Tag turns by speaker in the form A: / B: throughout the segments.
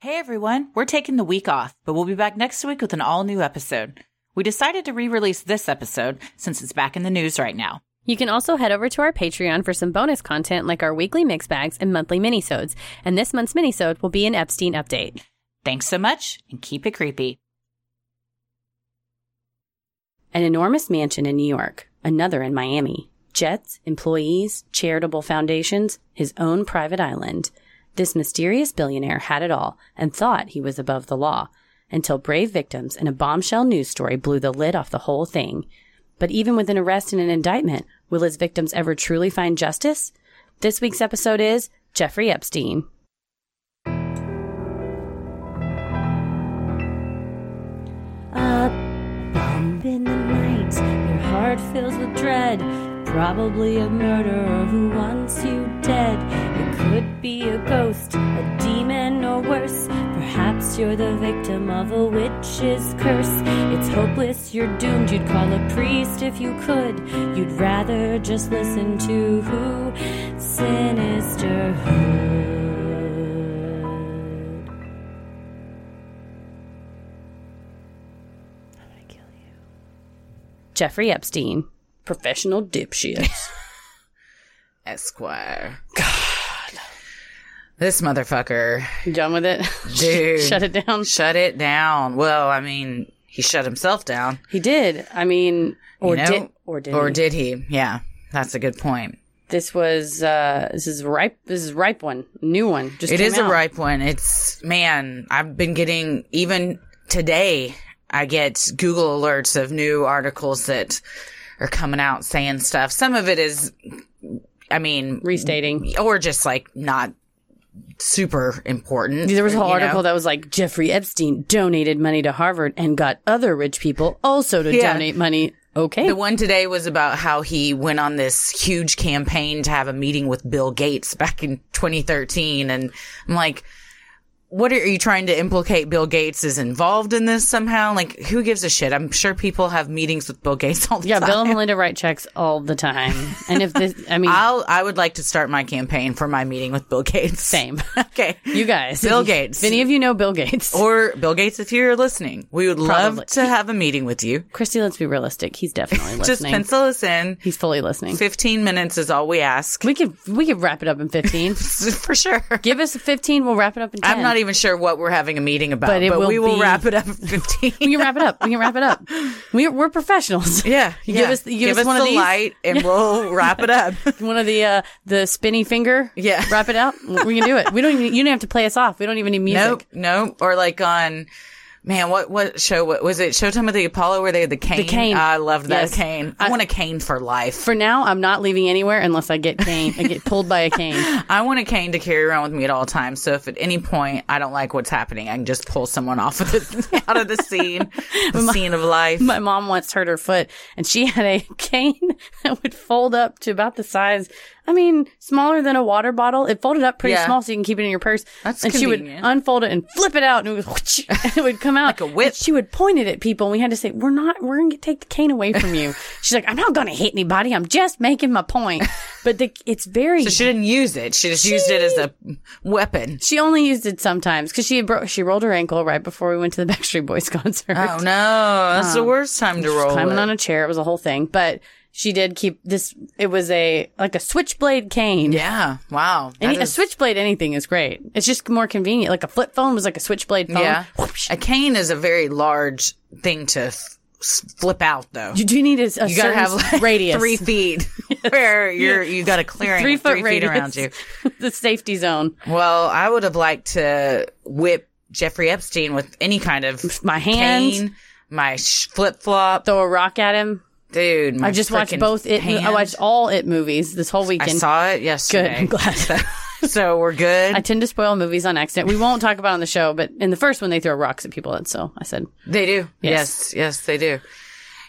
A: Hey everyone, we're taking the week off, but we'll be back next week with an all new episode. We decided to re release this episode since it's back in the news right now.
B: You can also head over to our Patreon for some bonus content like our weekly mix bags and monthly minisodes. And this month's minisode will be an Epstein update.
A: Thanks so much and keep it creepy.
B: An enormous mansion in New York, another in Miami, jets, employees, charitable foundations, his own private island. This mysterious billionaire had it all and thought he was above the law until brave victims and a bombshell news story blew the lid off the whole thing. But even with an arrest and an indictment, will his victims ever truly find justice? This week's episode is Jeffrey Epstein.
C: A bump in the night, your heart fills with dread. Probably a murderer who wants you dead. It could be a ghost, a demon, or worse. Perhaps you're the victim of a witch's curse. It's hopeless, you're doomed. You'd call a priest if you could. You'd rather just listen to who? Sinister Hood.
B: Jeffrey Epstein, professional dipshit.
D: Esquire. God. This motherfucker.
B: You done with it?
D: Dude.
B: Shut it down.
D: Shut it down. Well, I mean, he shut himself down.
B: He did. I mean, or
D: you know?
B: did, or did,
D: Or did he? Yeah. That's a good point.
B: This was uh, this is ripe. This is ripe one, new one. Just
D: It
B: came
D: is
B: out.
D: a ripe one. It's, man, I've been getting, even today, I get Google alerts of new articles that are coming out saying stuff. Some of it is, I mean,
B: restating.
D: or just like not super important.
B: There was a whole
D: you know?
B: article that was like Jeffrey Epstein donated money to Harvard and got other rich people also to
D: Yeah.
B: donate money. Okay,
D: The one today was about how he went on this huge campaign to have a meeting with Bill Gates back in 2013. And I'm like, what are, are you trying to implicate Bill Gates is involved in this somehow? Like, who gives a shit? I'm sure people have meetings with Bill Gates all the
B: yeah,
D: time.
B: Bill and Melinda write checks all the time, and if this, I mean,
D: I'll, I would like to start my campaign for my meeting with Bill Gates.
B: same.
D: Okay.
B: You guys,
D: Bill Gates.
B: If any of you know Bill Gates or
D: or Bill Gates, if you're listening, we would
B: Probably.
D: love to have a meeting with you.
B: Christy, let's be realistic. He's definitely
D: Just
B: listening.
D: pencil us in.
B: He's fully listening.
D: 15 minutes is all we ask.
B: We could we could wrap it up in fifteen.
D: for sure.
B: Give us fifteen. We'll wrap it up in ten.
D: I'm not even sure what we're having a meeting about,
B: But
D: but,
B: it will
D: we will
B: be-
D: wrap it up in 15.
B: We can wrap it up. We can wrap it up. We, we're professionals.
D: yeah,
B: You
D: yeah.
B: Give us, you give us one
D: the
B: of these,
D: light, and we'll wrap it up.
B: one of the uh, the spinny finger.
D: Yeah.
B: wrap it out. We can do it. We don't. Even, you don't have to play us off. We don't even need music.
D: nope, nope. Or like on, man, what what show what, was it? Showtime with the Apollo where they had the cane.
B: cane.
D: I loved that
B: Yes.
D: cane. I, want a cane for life.
B: For now, I'm not leaving anywhere unless I get cane. I get pulled by a cane.
D: I want a cane to carry around with me at all times. So if at any point I don't like what's happening, I can just pull someone off of the, out of the scene, the scene of life.
B: My mom once hurt her foot, and she had a cane that would fold up to about the size. I mean, smaller than a water bottle. It folded up pretty
D: Yeah.
B: small, so you can keep it in your purse.
D: That's
B: and she would
D: convenient.
B: unfold it and flip it out, and it, was, and it would come out
D: Like a whip.
B: And she would point it at people, and we had to say, "We're not. We're going to take the cane away from you." She's like, "I'm not going to hit anybody. I'm just making my point." But the, it's very.
D: so she didn't use it. She just used it as a weapon.
B: she only used it sometimes because she bro- she rolled her ankle right before we went to the Backstreet Boys concert.
D: Oh no, that's the worst time to roll.
B: Um, climbing
D: it.
B: on a chair. It was a whole thing, but she did keep this. It was a like a switchblade cane.
D: Yeah. Wow.
B: Any,
D: That
B: a
D: is-
B: switchblade anything is great. It's just more convenient. Like a flip phone was like a switchblade phone.
D: Yeah.
B: Whoopsh.
D: A cane is a very large thing to f- s- flip out, though.
B: You do need a, a
D: You gotta
B: certain
D: have like
B: radius,
D: three feet where you're. You got a clearing
B: three foot
D: feet
B: radius
D: around you.
B: the safety zone.
D: Well, I would have liked to whip Jeffrey Epstein with any kind of
B: My hand.
D: cane, my sh- flip flop,
B: Throw a rock at him.
D: dude. My
B: I just watched
D: frickin'
B: both it. mo- I
D: hand.
B: watched all it movies this whole
D: I
B: weekend.
D: saw it
B: Good.
D: yesterday.
B: I'm glad.
D: So we're good.
B: I tend to spoil movies on accident. We won't talk about it on the show, but in the first one they throw rocks at people, and so I said,
D: They do. Yes.
B: Yes.
D: yes. they do.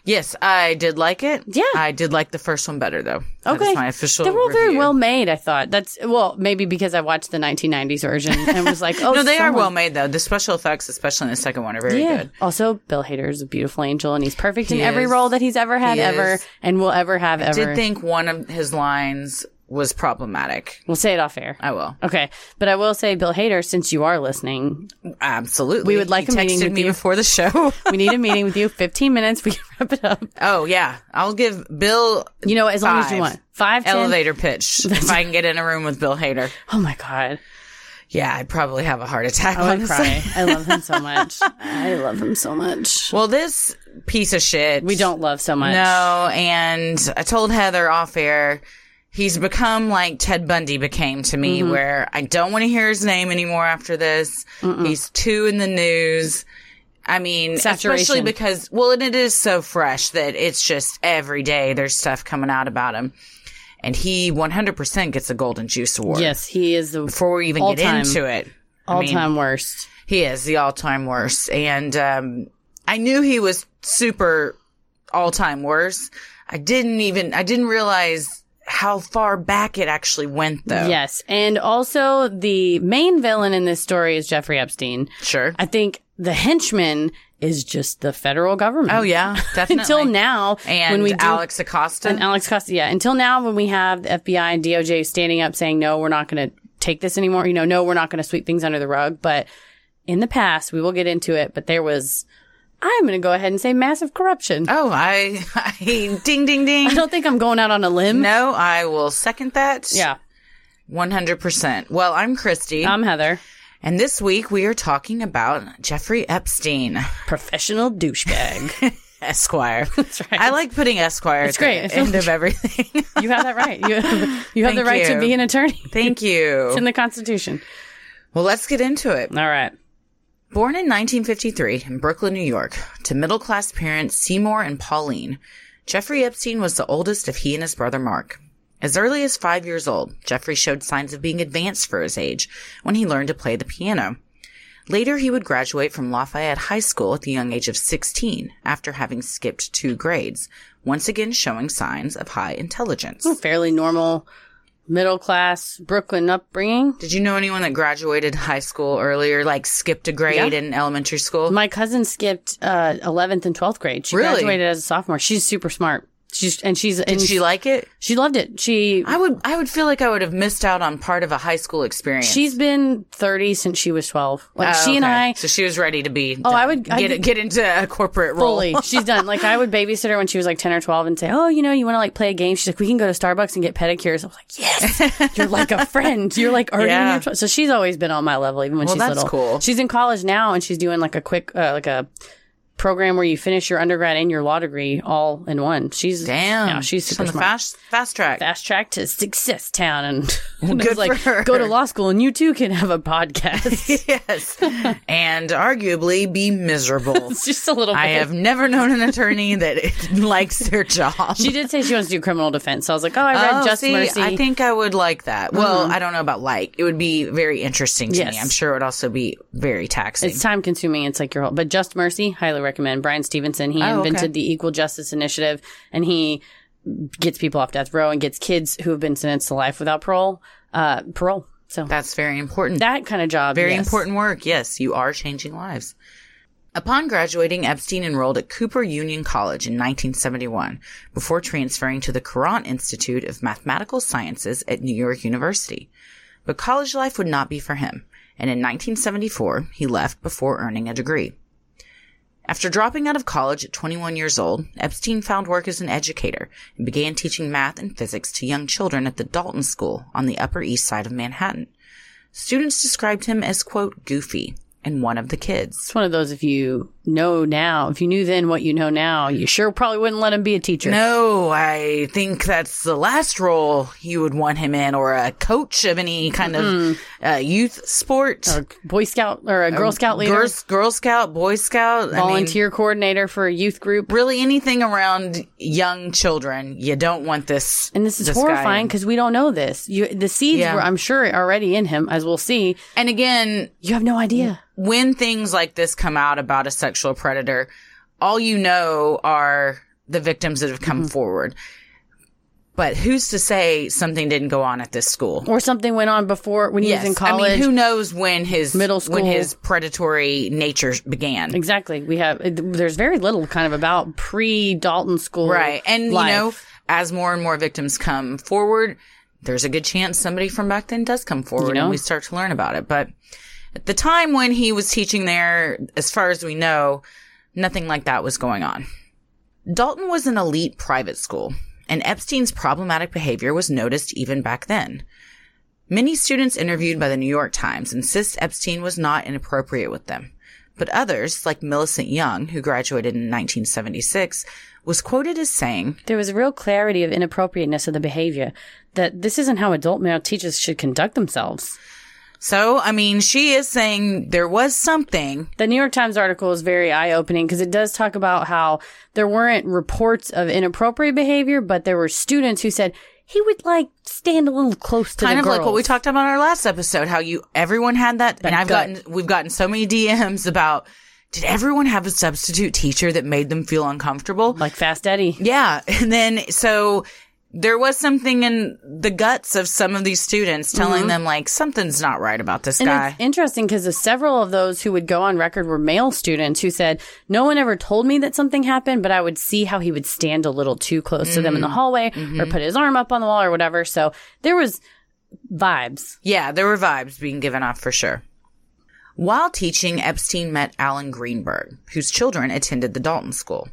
D: Yes, I did like it.
B: Yeah.
D: I did like the first one better, though. That
B: Okay.
D: is my official
B: They're all very
D: review.
B: well made, I thought. That's well, maybe because I watched the 1990s version and was like, "Oh,
D: No, they are
B: someone-
D: well made, though. The special effects, especially in the second one, are very
B: Yeah.
D: good.
B: Also, Bill Hader is a beautiful angel, and he's perfect in
D: He
B: every
D: is.
B: role that he's ever had,
D: He
B: ever,
D: is.
B: and will ever have,
D: I
B: ever.
D: did think one of his lines was problematic.
B: We'll say it off air.
D: I will.
B: Okay. But I will say, Bill Hader, since you are listening,
D: Absolutely.
B: We would like
D: he
B: a meeting
D: texted
B: with
D: me
B: you.
D: before the show.
B: we need a meeting with you. 15 minutes. We can wrap it up.
D: oh yeah. I'll give Bill
B: You know, as long as you
D: Five.
B: want. Five, ten.
D: elevator pitch if I can get in a room with Bill Hader.
B: Oh my God.
D: Yeah, I'd probably have a heart attack.
B: I would
D: honestly.
B: cry. I love him so much. I love him so much.
D: Well, this piece of shit.
B: We don't love so much.
D: No, and I told Heather off air. He's become like Ted Bundy became to me,
B: Mm-hmm.
D: where I don't want to hear his name anymore after this. He's too in the news. I mean, especially
B: Saturation.
D: because, well, and it is so fresh that it's just every day there's stuff coming out about him. And he 100% gets a Golden Juice Award.
B: Yes, he is the
D: Before we even get
B: All-time.
D: into it. I
B: all
D: mean,
B: time worst.
D: he is the all time worst. And um, I knew he was super all time worst. I didn't even, I didn't realize how far back it actually went though.
B: Yes. And also, the main villain in this story is Jeffrey Epstein.
D: Sure.
B: I think the henchman is just the federal government.
D: oh, yeah. Definitely.
B: Until now,
D: And
B: when we do,
D: Alex Acosta.
B: and Alex Costa, yeah. Until now, when we have the FBI and DOJ standing up saying, "No, we're not going to take this anymore," you know, "No, we're not going to sweep things under the rug." But in the past, we will get into it. But there was, I'm going to go ahead and say, massive corruption.
D: oh, I, I, ding, ding,
B: I
D: ding.
B: don't think I'm going out on a limb.
D: No, I will second that.
B: Yeah, Um,
D: 100%. Well, I'm Christy.
B: I'm Heather,
D: and this week we are talking about Jeffrey Epstein.
B: professional douchebag.
D: Esquire. That's right. I like putting Esquire
B: It's
D: at
B: great.
D: the end of everything.
B: you have that right. You have, you have the
D: Thank
B: right to
D: you.
B: be an attorney.
D: Thank you.
B: It's in the Constitution.
D: Well, let's get into it.
B: All right.
D: Born in 1953 in Brooklyn, New York, to middle class parents Seymour and Pauline, Jeffrey Epstein was the oldest of he and his brother Mark. As early as five years old, Jeffrey showed signs of being advanced for his age when he learned to play the piano. Later, he would graduate from Lafayette High School at the young age of 16 after having skipped two grades, once again showing signs of high intelligence.
B: Fairly normal, middle class Brooklyn upbringing.
D: Did you know anyone that graduated high school earlier, like skipped a grade in elementary school?
B: My cousin skipped uh, 11th and 12th grade. She
D: Really?
B: graduated as a sophomore. She's super smart. She's and she's and
D: Did she like it?
B: she loved it. She
D: I would I would feel like I would have missed out on part of a high school experience.
B: she's been 30 since she was 12. Like
D: Oh,
B: she and
D: okay.
B: I
D: So she was ready to be.
B: Oh, I would-
D: get
B: I would-
D: get into a corporate role.
B: fully. She's done. Like I would babysit her when she was like 10 or 12 and say, "Oh, you know, you want to like play a game?" She's like, "We can go to Starbucks and get pedicures." I was like, "Yes, you're like a friend. You're like already in
D: Yeah.
B: your tw-" so she's always been on my level even when
D: Well,
B: she's
D: that's
B: little.
D: cool.
B: She's in college now and she's doing like a quick uh, like a program where you finish your undergrad and your law degree all in one. She's
D: Damn,
B: yeah, she's super
D: on the
B: smart.
D: fast fast track.
B: fast track to success town and, and I
D: good
B: was like
D: for her.
B: go to law school and you too can have a podcast
D: yes, and arguably be miserable.
B: it's just a little bit
D: I have never known an attorney that likes their job.
B: she did say she wants to do criminal defense so i was like oh i read
D: Oh,
B: just
D: see,
B: mercy Mm-hmm.
D: I think I would like that. Well, I don't know about like. It would be very interesting to
B: Yes.
D: me. I'm sure it would also be very taxing.
B: it's time consuming it's like your whole but just mercy highly recommend brian stevenson he
D: Oh, okay.
B: invented the equal justice initiative and he gets people off death row and gets kids who have been sentenced to life without parole uh parole so that,
D: That's very important.
B: kind of job
D: Very
B: yes.
D: important work. Yes, you are changing lives. Upon graduating, Epstein enrolled at Cooper Union College in 1971 before transferring to the Courant Institute of Mathematical Sciences at New York University. But college life would not be for him, and in 1974, he left before earning a degree. After dropping out of college at 21 years old, Epstein found work as an educator and began teaching math and physics to young children at the Dalton School on the Upper East Side of Manhattan. Students described him as, quote, goofy and one of the kids.
B: it's one of those if you know now if you knew then what you know now you sure probably wouldn't let him be a teacher
D: No, I think that's the last role you would want him in, or a coach of any kind of uh, youth sport.
B: or Boy Scout or a
D: Oh,
B: Girl Scout leader,
D: Girl, Girl Scout, Boy Scout,
B: volunteer coordinator for a youth
D: I
B: group.
D: mean, really anything around young children. You don't want this.
B: And this is
D: guy
B: horrifying
D: in.
B: because we don't know this. You, the seeds
D: Yeah.
B: were, I'm sure, already in him, as we'll see.
D: And again,
B: You have no idea.
D: when things like this come out about a sexual predator, all you know are the victims that have come
B: Mm-hmm.
D: forward. But who's to say something didn't go on at this school?
B: Or something went on before when he was in college.
D: I mean, who knows when his
B: Middle
D: when
B: school.
D: his predatory nature began?
B: exactly. We have, it- there's very little kind of about pre Dalton school.
D: Right, and
B: life.
D: you know, as more and more victims come forward, there's a good chance somebody from back then does come forward
B: know?
D: and we start to learn about it. But at the time when he was teaching there, as far as we know, nothing like that was going on. Dalton was an elite private school, and Epstein's problematic behavior was noticed even back then. Many students interviewed by the New York Times insist Epstein was not inappropriate with them. But others, like Millicent Young, who graduated in 1976, was quoted as saying,
B: There was a real clarity of inappropriateness of the behavior that this isn't how adult male teachers should conduct themselves.
D: So, I mean, she is saying there was something.
B: The New York Times article is very eye opening because it does talk about how there weren't reports of inappropriate behavior, but there were students who said he would like stand a little close to
D: kind
B: the
D: of like what
B: girls."
D: we talked about in our last episode how you everyone had that, and i've
B: gut.
D: gotten we've gotten so many dms about did everyone have a substitute teacher that made them feel uncomfortable
B: like Fast Eddie.
D: yeah and then so there was something in the guts of some of these students telling them like something's not right about this
B: Mm-hmm. And
D: guy
B: it's interesting because several of those who would go on record were male students who said, No one ever told me that something happened, but I would see how he would stand a little too close to them in the hallway or put his arm up on the wall or whatever. So there was vibes.
D: Yeah, there were vibes being given off for sure. While teaching, Epstein met Alan Greenberg, whose children attended the Dalton School.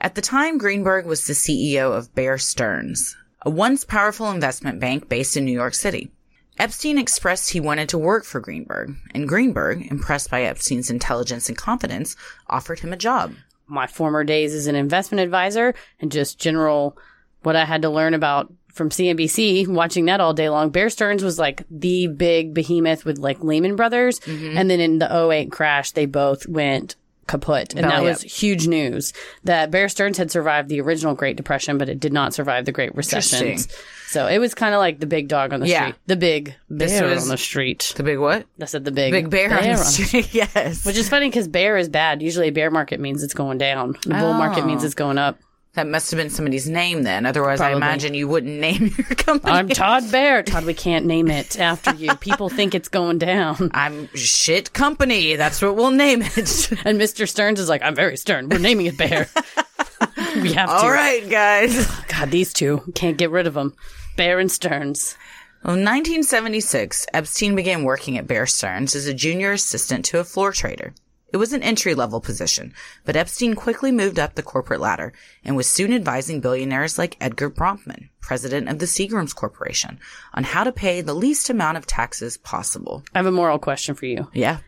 D: At the time, Greenberg was the CEO of Bear Stearns, a once powerful investment bank based in New York City. Epstein expressed he wanted to work for Greenberg, and Greenberg, impressed by Epstein's intelligence and confidence, offered him a job.
B: My former days as an investment advisor and just general what I had to learn about from CNBC, watching that all day long. Bear Stearns was like the big behemoth with like Lehman Brothers.
D: Mm-hmm.
B: And then in the 08 crash, they both went kaput. And that
D: Belly
B: was huge news that Bear Stearns had survived the original Great Depression, but it did not survive the Great Recession.
D: Interesting.
B: So it was kind of like the big dog on the
D: Yeah.
B: street. The big bear
D: was-
B: on the street.
D: The big what?
B: I said the big,
D: Big bear, on the street. yes.
B: Which is funny because bear is bad. Usually a bear market means it's going down. The bull market means it's going up.
D: that must have been somebody's name then. Otherwise, I
B: Probably.
D: imagine you wouldn't name your company.
B: I'm Todd Bear. Todd, we can't name it after you. People think it's going down.
D: I'm shit company. That's what we'll name it.
B: And Mr. Stearns is like, I'm very stern. We're naming it Bear. we have to.
D: All right, guys.
B: God, these two can't get rid of them. Bear and Stearns.
D: In 1976, Epstein began working at Bear Stearns as a junior assistant to a floor trader. It was an entry level position, but Epstein quickly moved up the corporate ladder and was soon advising billionaires like Edgar Bronfman, president of the Seagrams Corporation, on how to pay the least amount of taxes possible.
B: I have a moral question for you.
D: Yeah,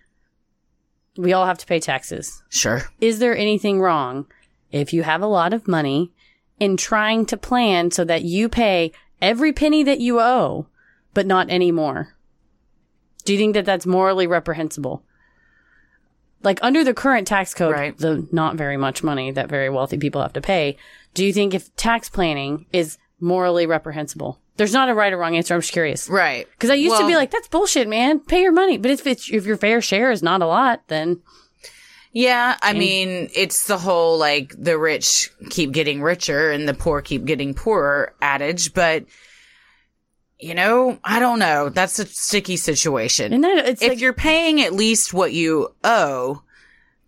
B: We all have to pay taxes.
D: sure.
B: Is there anything wrong if you have a lot of money in trying to plan so that you pay every penny that you owe, but not any more? Do you think that that's morally reprehensible? Like under the current tax code,
D: Right.
B: the not very much money that very wealthy people have to pay, do you think if tax planning is morally reprehensible? There's not a right or wrong answer. I'm just curious.
D: Right.
B: Because I used to be like, that's bullshit, man. Pay your money. But if it's, if your fair share is not a lot, then
D: Yeah, I mean, it's the whole like the rich keep getting richer and the poor keep getting poorer adage, but you know, I don't know. That's a sticky situation.
B: and that, it's
D: if
B: like,
D: you're paying at least what you owe,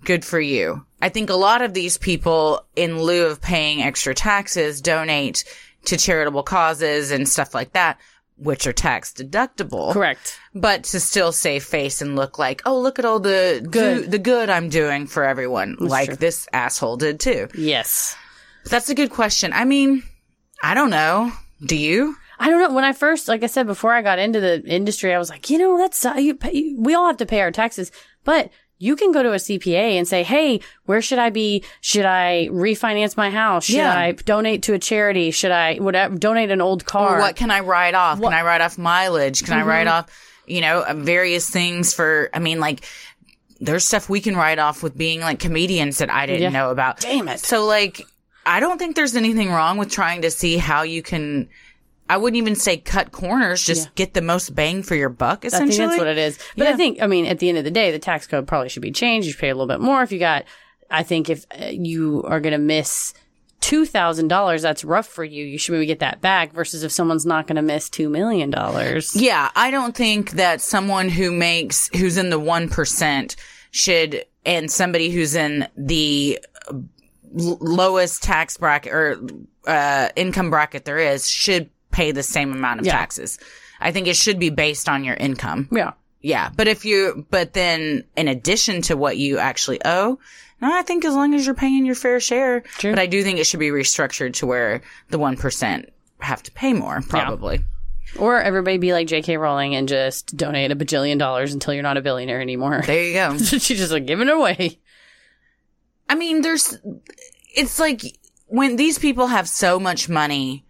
D: good for you. I think a lot of these people, in lieu of paying extra taxes, donate to charitable causes and stuff like that, which are tax deductible
B: correct.
D: but to still save face and look like, oh, look at all the
B: Good.
D: good, the good I'm doing for everyone, like
B: true.
D: this asshole did too.
B: Yes.
D: That's a good question. I mean, I don't know. Do you?
B: I don't know. When I first, like I said, before I got into the industry, I was like, you know, that's uh, you pay, we all have to pay our taxes, but you can go to a CPA and say, hey, where should I be? Should I refinance my house? Should
D: Yeah.
B: I donate to a charity? Should I whatever donate an old car?
D: What can I write off? Can I write off mileage? Can I
B: Mm-hmm.
D: write off, you know, um, various things for? I mean, like. There's stuff we can write off with being like comedians that I didn't
B: Yeah.
D: know about.
B: Damn it.
D: So like, I don't think there's anything wrong with trying to see how you can. I wouldn't even say cut corners. Just get the most bang for your buck.
B: I think
D: Essentially,
B: that's what it is. But I
D: Yeah.
B: think, I mean, at the end of the day, the tax code probably should be changed. You should pay a little bit more if you got. I think if uh, you are going to miss two thousand dollars, that's rough for you. You should maybe get that back. Versus if someone's not going to miss two million dollars.
D: Yeah, I don't think that someone who makes who's in the 1% should and somebody who's in the uh, l- lowest tax bracket or uh income bracket there is should pay the same amount of
B: Yeah.
D: taxes. I think it should be based on your income.
B: Yeah.
D: Yeah. But if you, but then in addition to what you actually owe, no, I think as long as you're paying your fair share,
B: True.
D: but I do think it should be restructured to where the 1% have to pay more probably.
B: Or everybody be like J.K. Rowling and just donate a bajillion dollars until you're not a billionaire anymore.
D: There you go.
B: She's just like giving it away.
D: I mean, there's, it's like when these people have so much money,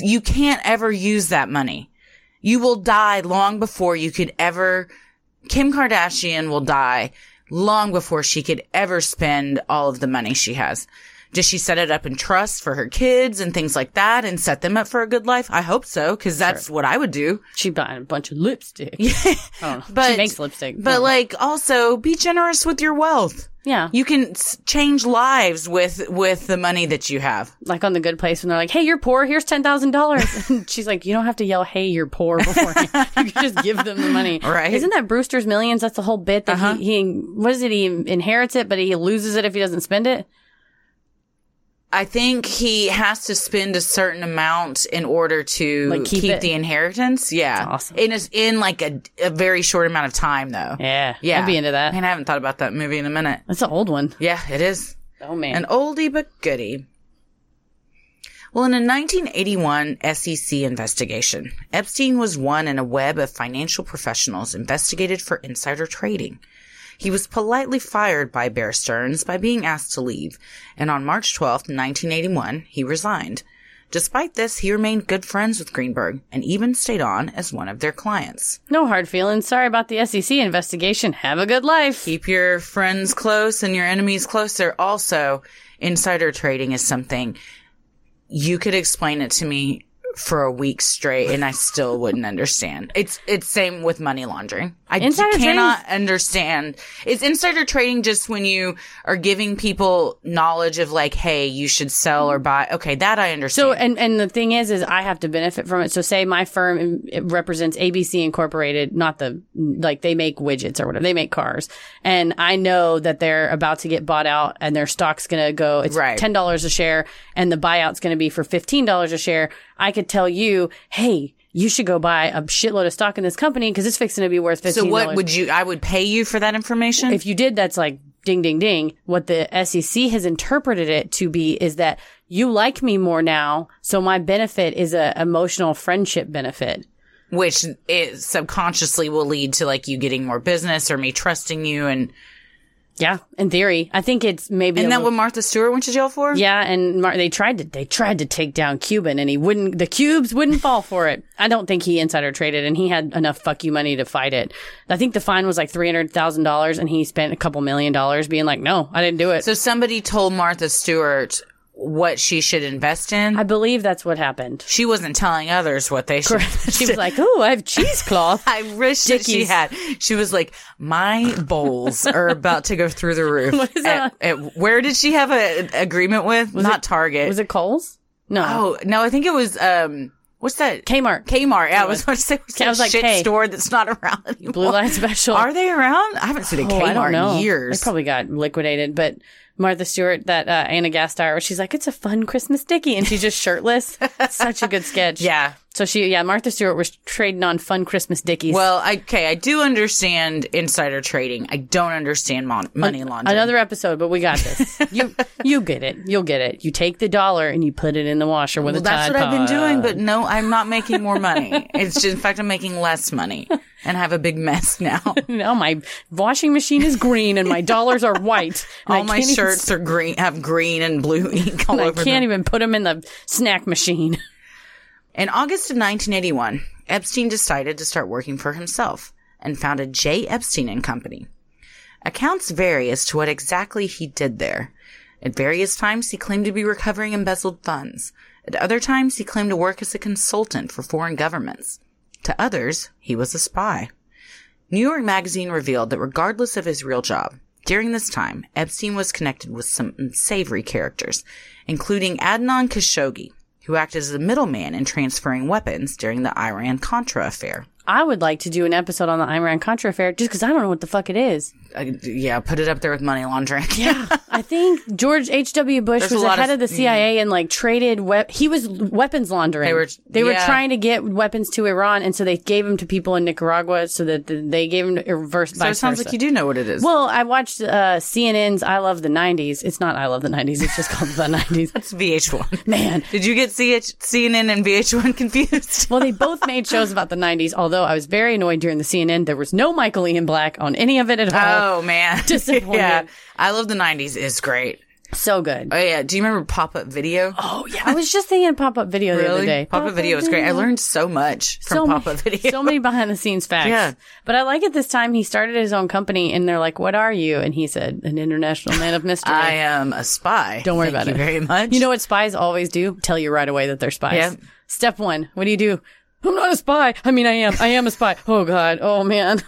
D: you can't ever use that money. You will die long before you could ever, Kim Kardashian will die long before she could ever spend all of the money she has. Does she set it up in trust for her kids and things like that and set them up for a good life? I hope so, because that's what I would do.
B: She buying a bunch of lipstick. I don't know.
D: But
B: she makes lipstick.
D: But like also be generous with your wealth.
B: yeah,
D: You can s- change lives with with the money that you have.
B: like on the Good Place when they're like, "Hey, you're poor. Here's ten thousand dollars." She's like, "You don't have to yell, hey, you're poor.' Before you can just give them the money,
D: Right.
B: Isn't that Brewster's Millions? That's the whole bit that
D: Uh-huh.
B: he, he what is it? He inherits it, but he loses it if he doesn't spend it.
D: I think he has to spend a certain amount in order to
B: Like, keep
D: keep,
B: it.
D: the inheritance. Yeah,
B: That's awesome.
D: In a, in like a, a very short amount of time though.
B: Yeah,
D: yeah.
B: I'd be into that.
D: Man, I haven't thought about that movie in a minute.
B: That's an old one.
D: Yeah, it is.
B: Oh man,
D: An oldie but goodie. Well, in a 1981 SEC E investigation, Epstein was one in a web of financial professionals investigated for insider trading. He was politely fired by Bear Stearns by being asked to leave, and on March 12, 1981, he resigned. Despite this, he remained good friends with Greenberg and even stayed on as one of their clients.
B: no hard feelings. Sorry about the SEC investigation. Have a good life.
D: Keep your friends close and your enemies closer. Also, insider trading is something you could explain it to me for a week straight and I still wouldn't understand. It's it's same with money laundering. I
B: Insider trading-
D: cannot understand. Is insider trading just when you are giving people knowledge of like, hey, you should sell or buy? Okay, that I understand.
B: So and and the thing is, is I have to benefit from it. So say my firm um, it represents ABC Incorporated, not the like they make widgets or whatever they make cars, and I know that they're about to get bought out and their stock's gonna go it's
D: Right.
B: ten dollars a share and the buyout's gonna be for fifteen dollars a share. I could tell you, hey. You should go buy a shitload of stock in this company because it's fixing to be worth fifteen.
D: so what would you I would pay you for that information?
B: If you did, that's like ding, ding, ding. What the SEC has interpreted it to be is that you like me more now, so my benefit is a emotional friendship benefit.
D: which it subconsciously will lead to like you getting more business or me trusting you and
B: Yeah, in theory, I think it's maybe.
D: Isn't
B: a
D: that
B: little-
D: what Martha Stewart went to jail for?
B: yeah, and Mar- they tried to they tried to take down Cuban, and he wouldn't. The cubes wouldn't fall for it. I don't think he insider traded, and he had enough fuck you money to fight it. I think the fine was like three hundred thousand dollars, and he spent a couple million dollars being like, "No, I didn't do it."
D: So somebody told Martha Stewart what she should invest in.
B: I believe that's what happened.
D: she wasn't telling others what they should.
B: She was like, "Oh, I have cheesecloth."
D: I wish that she
B: Dickies.
D: had. She was like, my bowls are about to go through the roof. What
B: is that?
D: where did she have an agreement with? Not Target.
B: Was it Cole's? No.
D: oh no, I think it was. um What's that?
B: Kmart.
D: Kmart. Yeah, I was about to say. What's
B: I
D: that
B: was like,
D: shit
B: K.
D: store that's not around anymore.
B: Blue Light Special.
D: Are they around? I haven't seen a
B: Oh, I don't
D: Kmart
B: know.
D: in years.
B: They probably got liquidated, but Martha Stewart, that uh, Anna Gasteyer, she's like, it's a fun Christmas dicky, and she's just shirtless. It's Such a good sketch.
D: yeah.
B: So she, yeah, Martha Stewart was trading on fun Christmas dickies.
D: Well, I, okay, I do understand insider trading. I don't understand mon- money laundering.
B: Another episode, but we got this. you you get it. You'll get it. You take the dollar and you put it in the washer with
D: well,
B: a
D: that's
B: Tide
D: what I've been
B: Pod.
D: doing, but no, I'm not making more money. it's just, in fact, I'm making less money and have a big mess now.
B: Now Oh, my washing machine is green and my dollars are white. and I
D: All my
B: can't even
D: shirts are green, have green and blue ink all
B: I
D: over
B: can't
D: them.
B: even put them in the snack machine.
D: In August of 1981, Epstein decided to start working for himself and founded J. Epstein and Company. Accounts vary as to what exactly he did there. At various times, he claimed to be recovering embezzled funds. At other times, he claimed to work as a consultant for foreign governments. To others, he was a spy. New York Magazine revealed that regardless of his real job, during this time, Epstein was connected with some unsavory characters, including Adnan Khashoggi, who acted as a middleman in transferring weapons during the Iran Contra affair.
B: I would like to do an episode on the Iran Contra affair just because I don't know what the fuck it is.
D: I, yeah, put it up there with money laundering.
B: Yeah, I think George H.W. Bush
D: There's a
B: was
D: lot
B: ahead
D: of- mm.
B: of, the CIA and like traded. We- he was weapons laundering.
D: They were-
B: they were
D: yeah.
B: trying to get weapons to Iran, and so they gave them to people in Nicaragua, so that th- they gave them to reverse.
D: so it sounds like you do know what it is.
B: Well, I watched uh, CNN's "I Love the '90s." It's not "I Love the '90s." It's just called "The '90s."
D: it's VH1.
B: Man,
D: Did you get CH- CNN and VH1 confused?
B: Well, they both made shows about the 90s, although I was very annoyed during the CNN. There was no Michael Ian Black on any of it at all.
D: oh man,
B: disappointed.
D: yeah, I love the '90s. It's great.
B: So good.
D: Oh yeah, do you remember Pop Up Video?
B: Oh, yeah. I was just thinking pop up video the other day.
D: Pop Up Video was great. I learned so much from Pop Up
B: many,
D: Video.
B: So many behind the scenes facts.
D: Yeah.
B: But I like it this time. He started his own company and they're like, What are you? And he said, An international man of mystery.
D: I am a spy.
B: Don't worry
D: Thank
B: about
D: you
B: it.
D: Very much.
B: You know what spies always do? Tell you right away that they're spies.
D: Yeah.
B: Step one, what do you do? I'm not a spy. I mean, I am. I am a spy. Oh, God. Oh, man.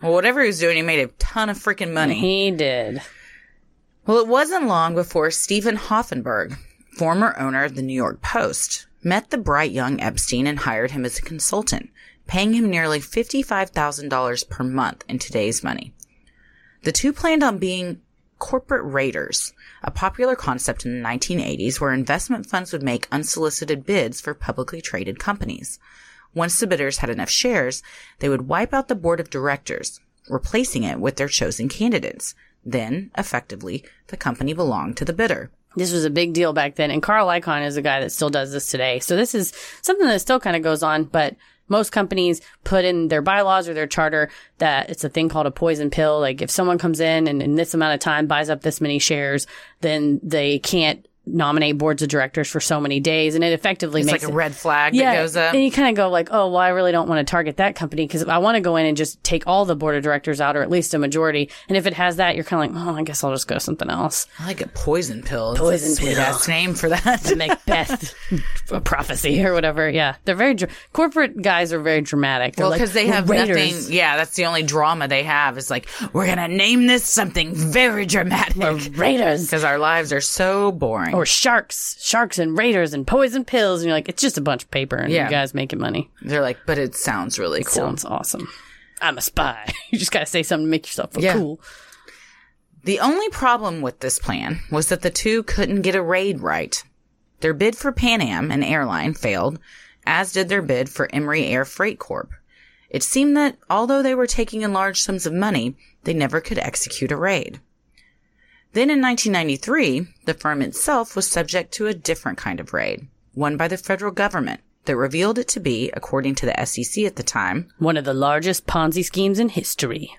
D: well, whatever he was doing, he made a ton of freaking money.
B: He did.
D: Well, it wasn't long before Stephen Hoffenberg, former owner of the New York Post, met the bright young Epstein and hired him as a consultant, paying him nearly $55,000 per month in today's money. The two planned on being corporate raiders, a popular concept in the 1980s where investment funds would make unsolicited bids for publicly traded companies. Once the bidders had enough shares, they would wipe out the board of directors, replacing it with their chosen candidates. Then, effectively, the company belonged to the bidder.
B: this was a big deal back then. And Carl Icahn is a guy that still does this today. So this is something that still kind of goes on, but most companies put in their bylaws or their charter that it's a thing called a poison pill. Like if someone comes in and in this amount of time buys up this many shares, then they can't nominate boards of directors for so many days. And it effectively
D: It's
B: makes
D: like a
B: it-
D: red flag that goes up.
B: and you kind of go like, oh, well, I really don't want to target that company because I want to go in and just take all the board of directors out or at least a majority. And if it has that, you're kind of like, oh, I guess I'll just go to something else.
D: I like a poison pill.
B: Poison pill.
D: That's name for that.
B: Macbeth prophecy or whatever. Yeah, they're very dr- corporate guys are very dramatic. They're
D: Well,
B: like,
D: because they
B: "We're
D: have
B: raiders.
D: nothing. Yeah, that's the only drama they have. Is like we're gonna name this something very
B: We're
D: dramatic
B: raiders
D: because our lives are so boring.
B: or sharks, sharks and raiders and poison pills, and you're like, it's just a bunch of paper, and
D: Yeah.
B: you guys making money.
D: They're like, but it sounds really cool.
B: Sounds awesome. I'm a spy. You just gotta say something to make yourself feel
D: Yeah.
B: cool.
D: The only problem with this plan was that the two couldn't get a raid right. Their bid for Pan Am, an airline, failed, as did their bid for Emery Air Freight Corp. It seemed that although they were taking in large sums of money, they never could execute a raid. Then in 1993, the firm itself was subject to a different kind of raid, one by the federal government that revealed it to be, according to the SEC at the time,
B: One of the largest Ponzi schemes in history.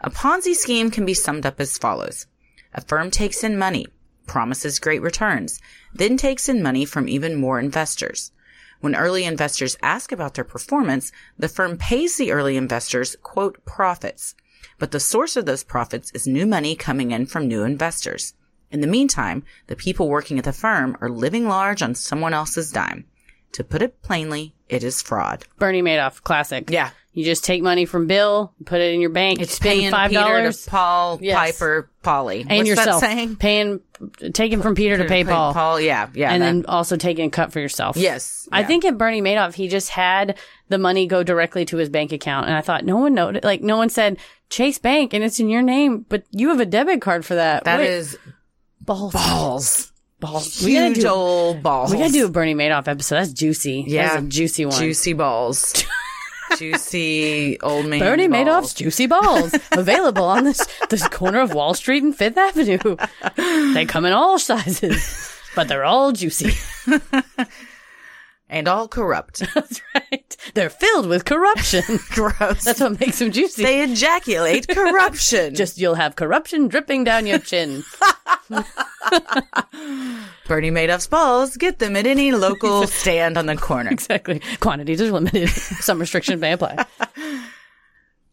D: a Ponzi scheme can be summed up as follows. A firm takes in money, promises great returns, then takes in money from even more investors. When early investors ask about their performance, the firm pays the early investors, quote, profits. But the source of those profits is new money coming in from new investors. In the meantime, the people working at the firm are living large on someone else's dime. To put it plainly, it is fraud.
B: Bernie Madoff, classic.
D: Yeah.
B: You just take money from Bill, put it in your bank,
D: It's
B: spend
D: paying
B: five
D: Peter
B: dollars.
D: to Paul,
B: Yes.
D: Piper, Polly.
B: and
D: What's
B: yourself
D: That saying?
B: paying taking from Peter to pay Paul,
D: Paul, yeah, yeah.
B: and
D: that-
B: then also taking a cut for yourself.
D: yes,
B: I
D: yeah.
B: think at Bernie Madoff, he just had the money go directly to his bank account, and I thought no one noted, like no one said Chase Bank, and it's in your name, but you have a debit card for that.
D: that
B: Wait,
D: is
B: balls,
D: balls.
B: balls. We gotta
D: Huge
B: do,
D: old balls.
B: we gotta do a Bernie Madoff episode. That's juicy.
D: Yeah.
B: That's a juicy one.
D: juicy balls, juicy old man.
B: Bernie Madoff's
D: balls.
B: juicy balls available on this this corner of Wall Street and Fifth Avenue. They come in all sizes, but they're all juicy.
D: and all corrupt.
B: That's right. They're filled with corruption.
D: Gross.
B: That's what makes them juicy.
D: they ejaculate corruption.
B: Just you'll have corruption dripping down your chin.
D: Bernie Madoff's balls. Get them at any local stand on the corner.
B: exactly. Quantities are limited. Some restrictions may apply.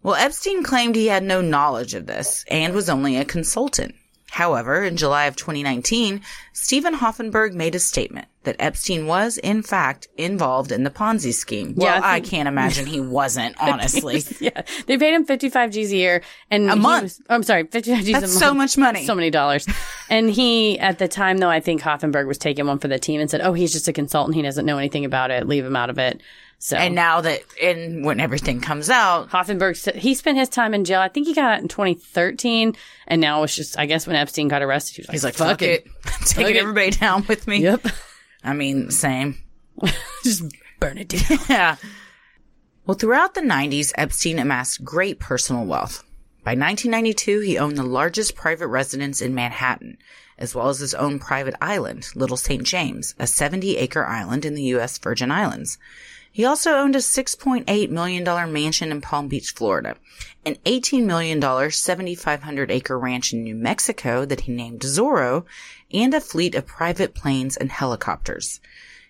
D: Well, Epstein claimed he had no knowledge of this and was only a consultant. However, in July of 2019, Stephen Hoffenberg made a statement that Epstein was, in fact, involved in the Ponzi scheme. Well,
B: Yeah,
D: I,
B: I think-
D: can't imagine he wasn't, honestly.
B: Yeah, they paid him fifty five G's a year and a
D: month.
B: I'm sorry, fifty five G's a month.
D: That's so much money.
B: so many dollars. and he, at the time though, I think Hoffenberg was taking one for the team and said, "Oh, he's just a consultant. He doesn't know anything about it. Leave him out of it." So
D: And now that, and when everything comes out,
B: Hoffenberg, s- he spent his time in jail. I think he got out in 2013, and now it's just, I guess, when Epstein got arrested, he was like,
D: he's like, fuck, it. Taking
B: it.
D: everybody down with me.
B: Yep,
D: I mean, same.
B: just burn it down.
D: Yeah. Well, throughout the 90s, Epstein amassed great personal wealth. By 1992, he owned the largest private residence in Manhattan, as well as his own private island, Little St. James, a 70 acre island in the U.S. Virgin Islands. He also owned a $6.8 million mansion in Palm Beach, Florida, an $18 million 7,500 acre ranch in New Mexico that he named Zorro, and a fleet of private planes and helicopters.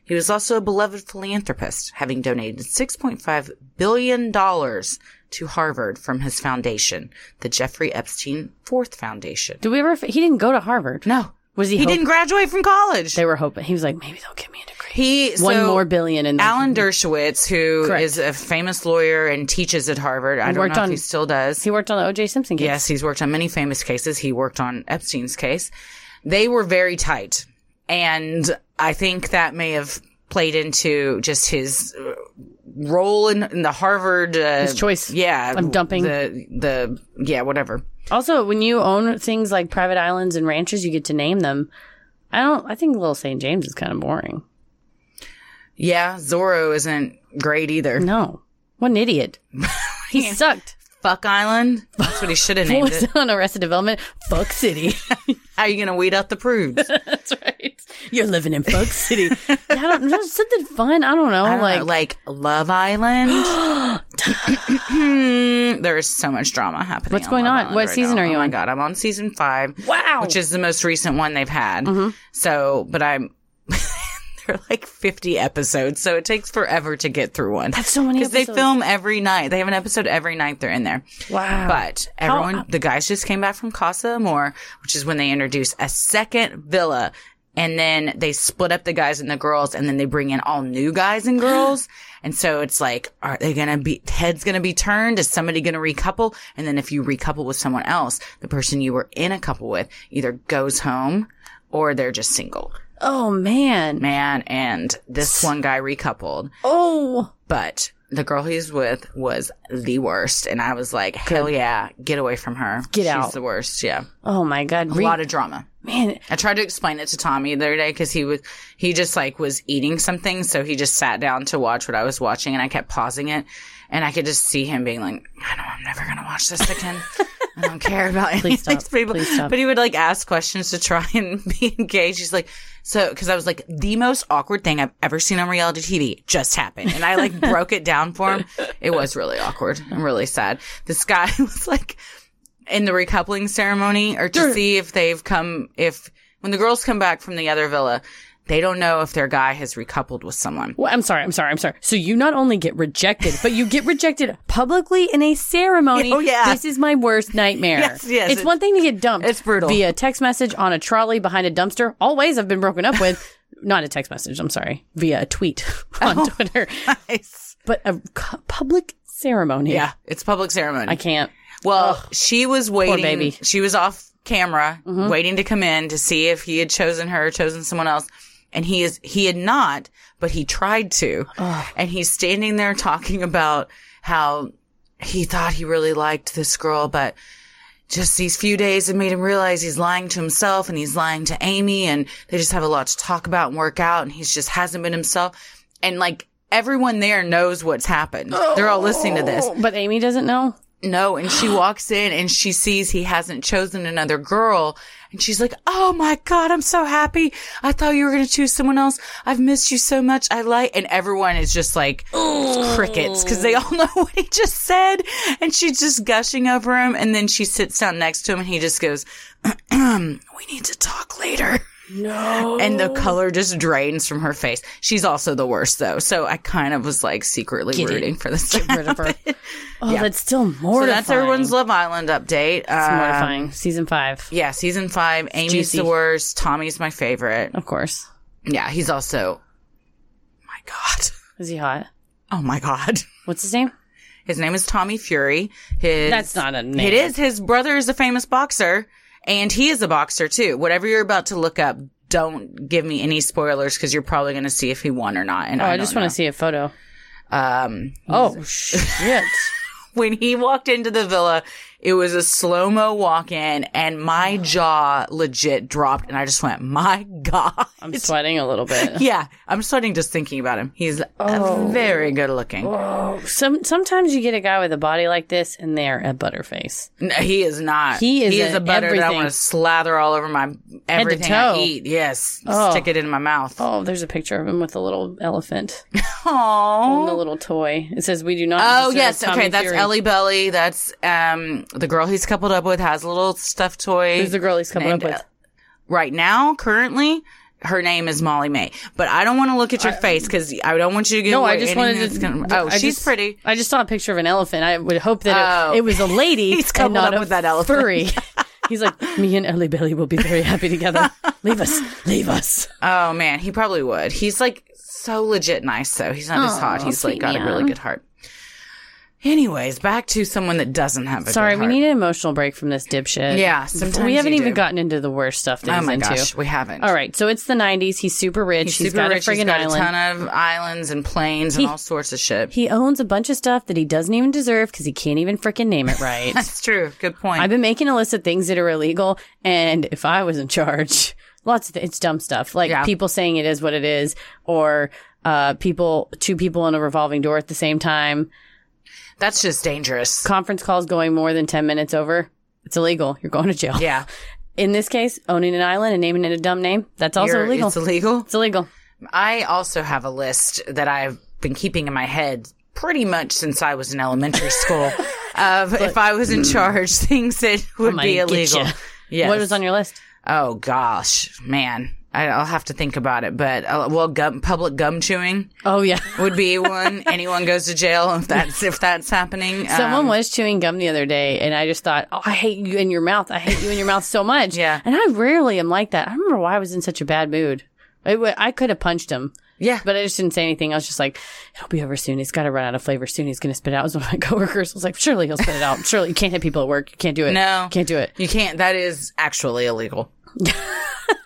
D: He was also a beloved philanthropist, having donated $6.5 billion to Harvard from his foundation, the Jeffrey Epstein Fourth Foundation.
B: Did we ever? He didn't go to Harvard.
D: No.
B: Was he
D: He
B: hope-
D: didn't graduate from college.
B: They were hoping he was like, maybe they'll give me a degree.
D: he
B: One
D: so
B: more billion and
D: Alan Dershowitz, who is
B: Correct.
D: a famous lawyer and teaches at Harvard. I don't
B: worked
D: know
B: on-
D: if he still does.
B: he worked on the O.J. Simpson case.
D: Yes, he's worked on many famous cases. He worked on Epstein's case. They were very tight. And I think that may have played into just his uh, role in, in the Harvard. Uh,
B: His choice.
D: Yeah.
B: I'm dumping.
D: The, the, yeah, whatever.
B: Also, when you own things like private islands and ranches, you get to name them. I don't. I think Little St. James is kind of boring.
D: Yeah, Zorro isn't great either.
B: No, what an idiot. he sucked.
D: Fuck Island. That's what he should have named
B: Was
D: it.
B: on Arrested Development. Fuck City.
D: How are you going to weed out the prudes? Uh,
B: That's right. You're living in Fuck City. yeah, I don't, just something fun. I don't know.
D: I don't
B: like,
D: know, like Love Island. there is so much drama happening.
B: What's going
D: Love
B: on?
D: Island
B: What season
D: now.
B: are you
D: oh my
B: on?
D: god, I'm on season five.
B: wow.
D: which is the most recent one they've had.
B: Mm-hmm.
D: So, but I'm they're like 50 episodes, so it takes forever to get through one.
B: That's so many
D: because they
B: episodes.
D: film every night. They have an episode every night. They're in there.
B: Wow.
D: But everyone, the guys just came back from Casa Amor, which is when they introduce a second villa. And then they split up the guys and the girls, and then they bring in all new guys and girls. And so it's like, are they gonna be, heads gonna be turned? Is somebody gonna recouple? And then if you recouple with someone else, the person you were in a couple with either goes home or they're just single.
B: oh man.
D: Man, and this one guy recoupled
B: Oh.
D: but the girl he's with was the worst. And I was like, hell yeah, get away from her.
B: Get
D: She's
B: out.
D: the worst. Yeah.
B: Oh my God.
D: A lot of drama.
B: man.
D: I tried to explain it to Tommy the other day because he was, he just like was eating something. So he just sat down to watch what I was watching and I kept pausing it. And I could just see him being like, I know I'm never going to watch this again. I don't care about any of
B: stop.
D: these people.
B: Please stop.
D: But he would like ask questions to try and be engaged. He's like, so, cause I was like, the most awkward thing I've ever seen on reality TV just happened. And I like broke it down for him. It was really awkward and really sad. This guy was like in the recoupling ceremony or to see if they've come, if when the girls come back from the other villa, they don't know if their guy has recoupled with someone.
B: Well, I'm sorry. I'm sorry. I'm sorry. So you not only get rejected, but you get rejected publicly in a ceremony.
D: Oh, yeah.
B: This is my worst nightmare.
D: Yes, yes,
B: It's,
D: it's-
B: one thing to get dumped.
D: it's brutal.
B: Via text message on a trolley behind a dumpster. All ways I've been broken up with. not a text message. I'm sorry. Via a tweet on
D: Oh.
B: Twitter.
D: Nice.
B: But a cu- public ceremony.
D: Yeah. It's public ceremony.
B: I can't.
D: Well, she was waiting.
B: baby.
D: She was off camera, waiting to come in to see if he had chosen her, or chosen someone else. And he is, he had not, but he tried to. And he's standing there talking about how he thought he really liked this girl, but just these few days have made him realize he's lying to himself and he's lying to Amy and they just have a lot to talk about and work out and he's just hasn't been himself. And like everyone there knows what's happened. They're all listening to this.
B: But Amy doesn't know.
D: No, and she walks in and she sees he hasn't chosen another girl. And she's like, Oh my God, I'm so happy. I thought you were going to choose someone else. I've missed you so much. I like, and everyone is just like crickets because they all know what he just said. And she's just gushing over him. And then she sits down next to him and he just goes, We need to talk later. No. And
B: Oh.
D: the color just drains from her face. She's also the worst though. So I kind of was like secretly
B: it.
D: rooting for this. to
B: Get rid of her. Oh, that's still
D: so
B: mortifying.
D: that's everyone's Love Island update.
B: It's
D: Uh,
B: mortifying. Season five,
D: yeah, season five. Amy's
B: juicy. Oh.
D: the worst. Tommy's my favorite.
B: of course.
D: Yeah, he's also. My God.
B: Is he hot?
D: Oh my God.
B: What's his name?
D: His name is Tommy Fury. His
B: That's not a name.
D: It is. His brother is a famous boxer, and he is a boxer too. Whatever you're about to look up, don't give me any spoilers because you're probably going to see if he won or not. And
B: Oh, I,
D: I,
B: just
D: want
B: want to see a photo.
D: Um,
B: Oh shit!
D: when he walked into the villa, it was a slow mo walk in, and my jaw legit dropped, and I just went, "My God!"
B: I'm sweating a little bit.
D: Yeah, I'm sweating just thinking about him. He's uh,
B: Oh.
D: very good looking.
B: Some sometimes you get a guy with a body like this, and they're a butterface.
D: No, he is not.
B: He is
D: He is
B: a
D: a butter that I
B: everything.
D: want to slather all over my everything I
B: toe.
D: eat. Yes,
B: Oh.
D: stick it in my mouth.
B: Oh, there's a picture of him with a little elephant and
D: Aww.
B: a little toy. It says, "We do not."
D: Oh
B: deserve
D: yes,
B: Tommy
D: okay. That's
B: Fury."
D: Ellie Belly. That's um the girl he's coupled up with has a little stuffed toy.
B: Who's the girl he's coupled up
D: named
B: with?
D: right now, currently, her name is Molly May. But I don't want to look at your face because I don't want you to get.
B: No, Oh, I
D: away-
B: just
D: anything
B: wanted
D: that's
B: to.
D: gonna- oh,
B: I
D: she's
B: just-
D: pretty.
B: I just saw a picture of an elephant. I would hope that it,
D: Oh.
B: it was a lady
D: He's
B: and
D: coupled
B: not
D: up
B: a
D: with that elephant.
B: furry. He's like, me and Ellie Belly will be very happy together. Leave us, leave us.
D: Oh man, he probably would. He's like so legit nice though. He's not just hot. He's like
B: sweet
D: got a really
B: man.
D: good heart. Anyways, back to someone that doesn't have a
B: Sorry,
D: good
B: we
D: heart.
B: need an emotional break from this dipshit.
D: Yeah, sometimes
B: we haven't
D: you
B: even
D: do.
B: gotten into the worst stuff that
D: Oh
B: he's
D: my
B: into.
D: gosh, we haven't.
B: All right, so it's the '90s. He's super rich.
D: He's
B: he's
D: super
B: got
D: rich.
B: a friggin'
D: He's got
B: island.
D: a ton of islands and planes and all sorts of shit.
B: He owns a bunch of stuff that he doesn't even deserve because he can't even freaking name it right.
D: That's true. Good point.
B: I've been making a list of things that are illegal, and if I was in charge, lots of th- it's dumb stuff like
D: Yeah.
B: people saying it is what it is, or uh, people two people in a revolving door at the same time,
D: That's just dangerous.
B: conference calls going more than ten minutes over. It's illegal. You're going to jail.
D: Yeah.
B: In this case, owning an island and naming it a dumb name, that's also
D: You're-
B: illegal.
D: It's illegal.
B: it's illegal.
D: I also have a list that I've been keeping in my head pretty much since I was in elementary school of if I was in charge, things that would
B: might
D: be
B: get
D: illegal.
B: ya.
D: Yes.
B: What was on your list?
D: Oh gosh, man. I- I'll have to think about it, but uh, well, gum, public gum chewing
B: Oh yeah.
D: would be one. Anyone goes to jail if that's if that's happening.
B: Someone
D: Um,
B: was chewing gum the other day, and I just thought, "Oh, I hate you in your mouth. I hate you in your mouth so much."
D: Yeah.
B: and I rarely am like that. I remember why I was in such a bad mood. It wa- I could have punched him,
D: yeah,
B: but I just didn't say anything. I was just like, "It'll be over soon. He's got to run out of flavor soon. He's going to spit it out." It was one of my coworkers I was like, "Surely he'll spit it out. Surely you can't hit people at work. You can't do it.
D: No.
B: can't do it.
D: you can't. That is actually illegal.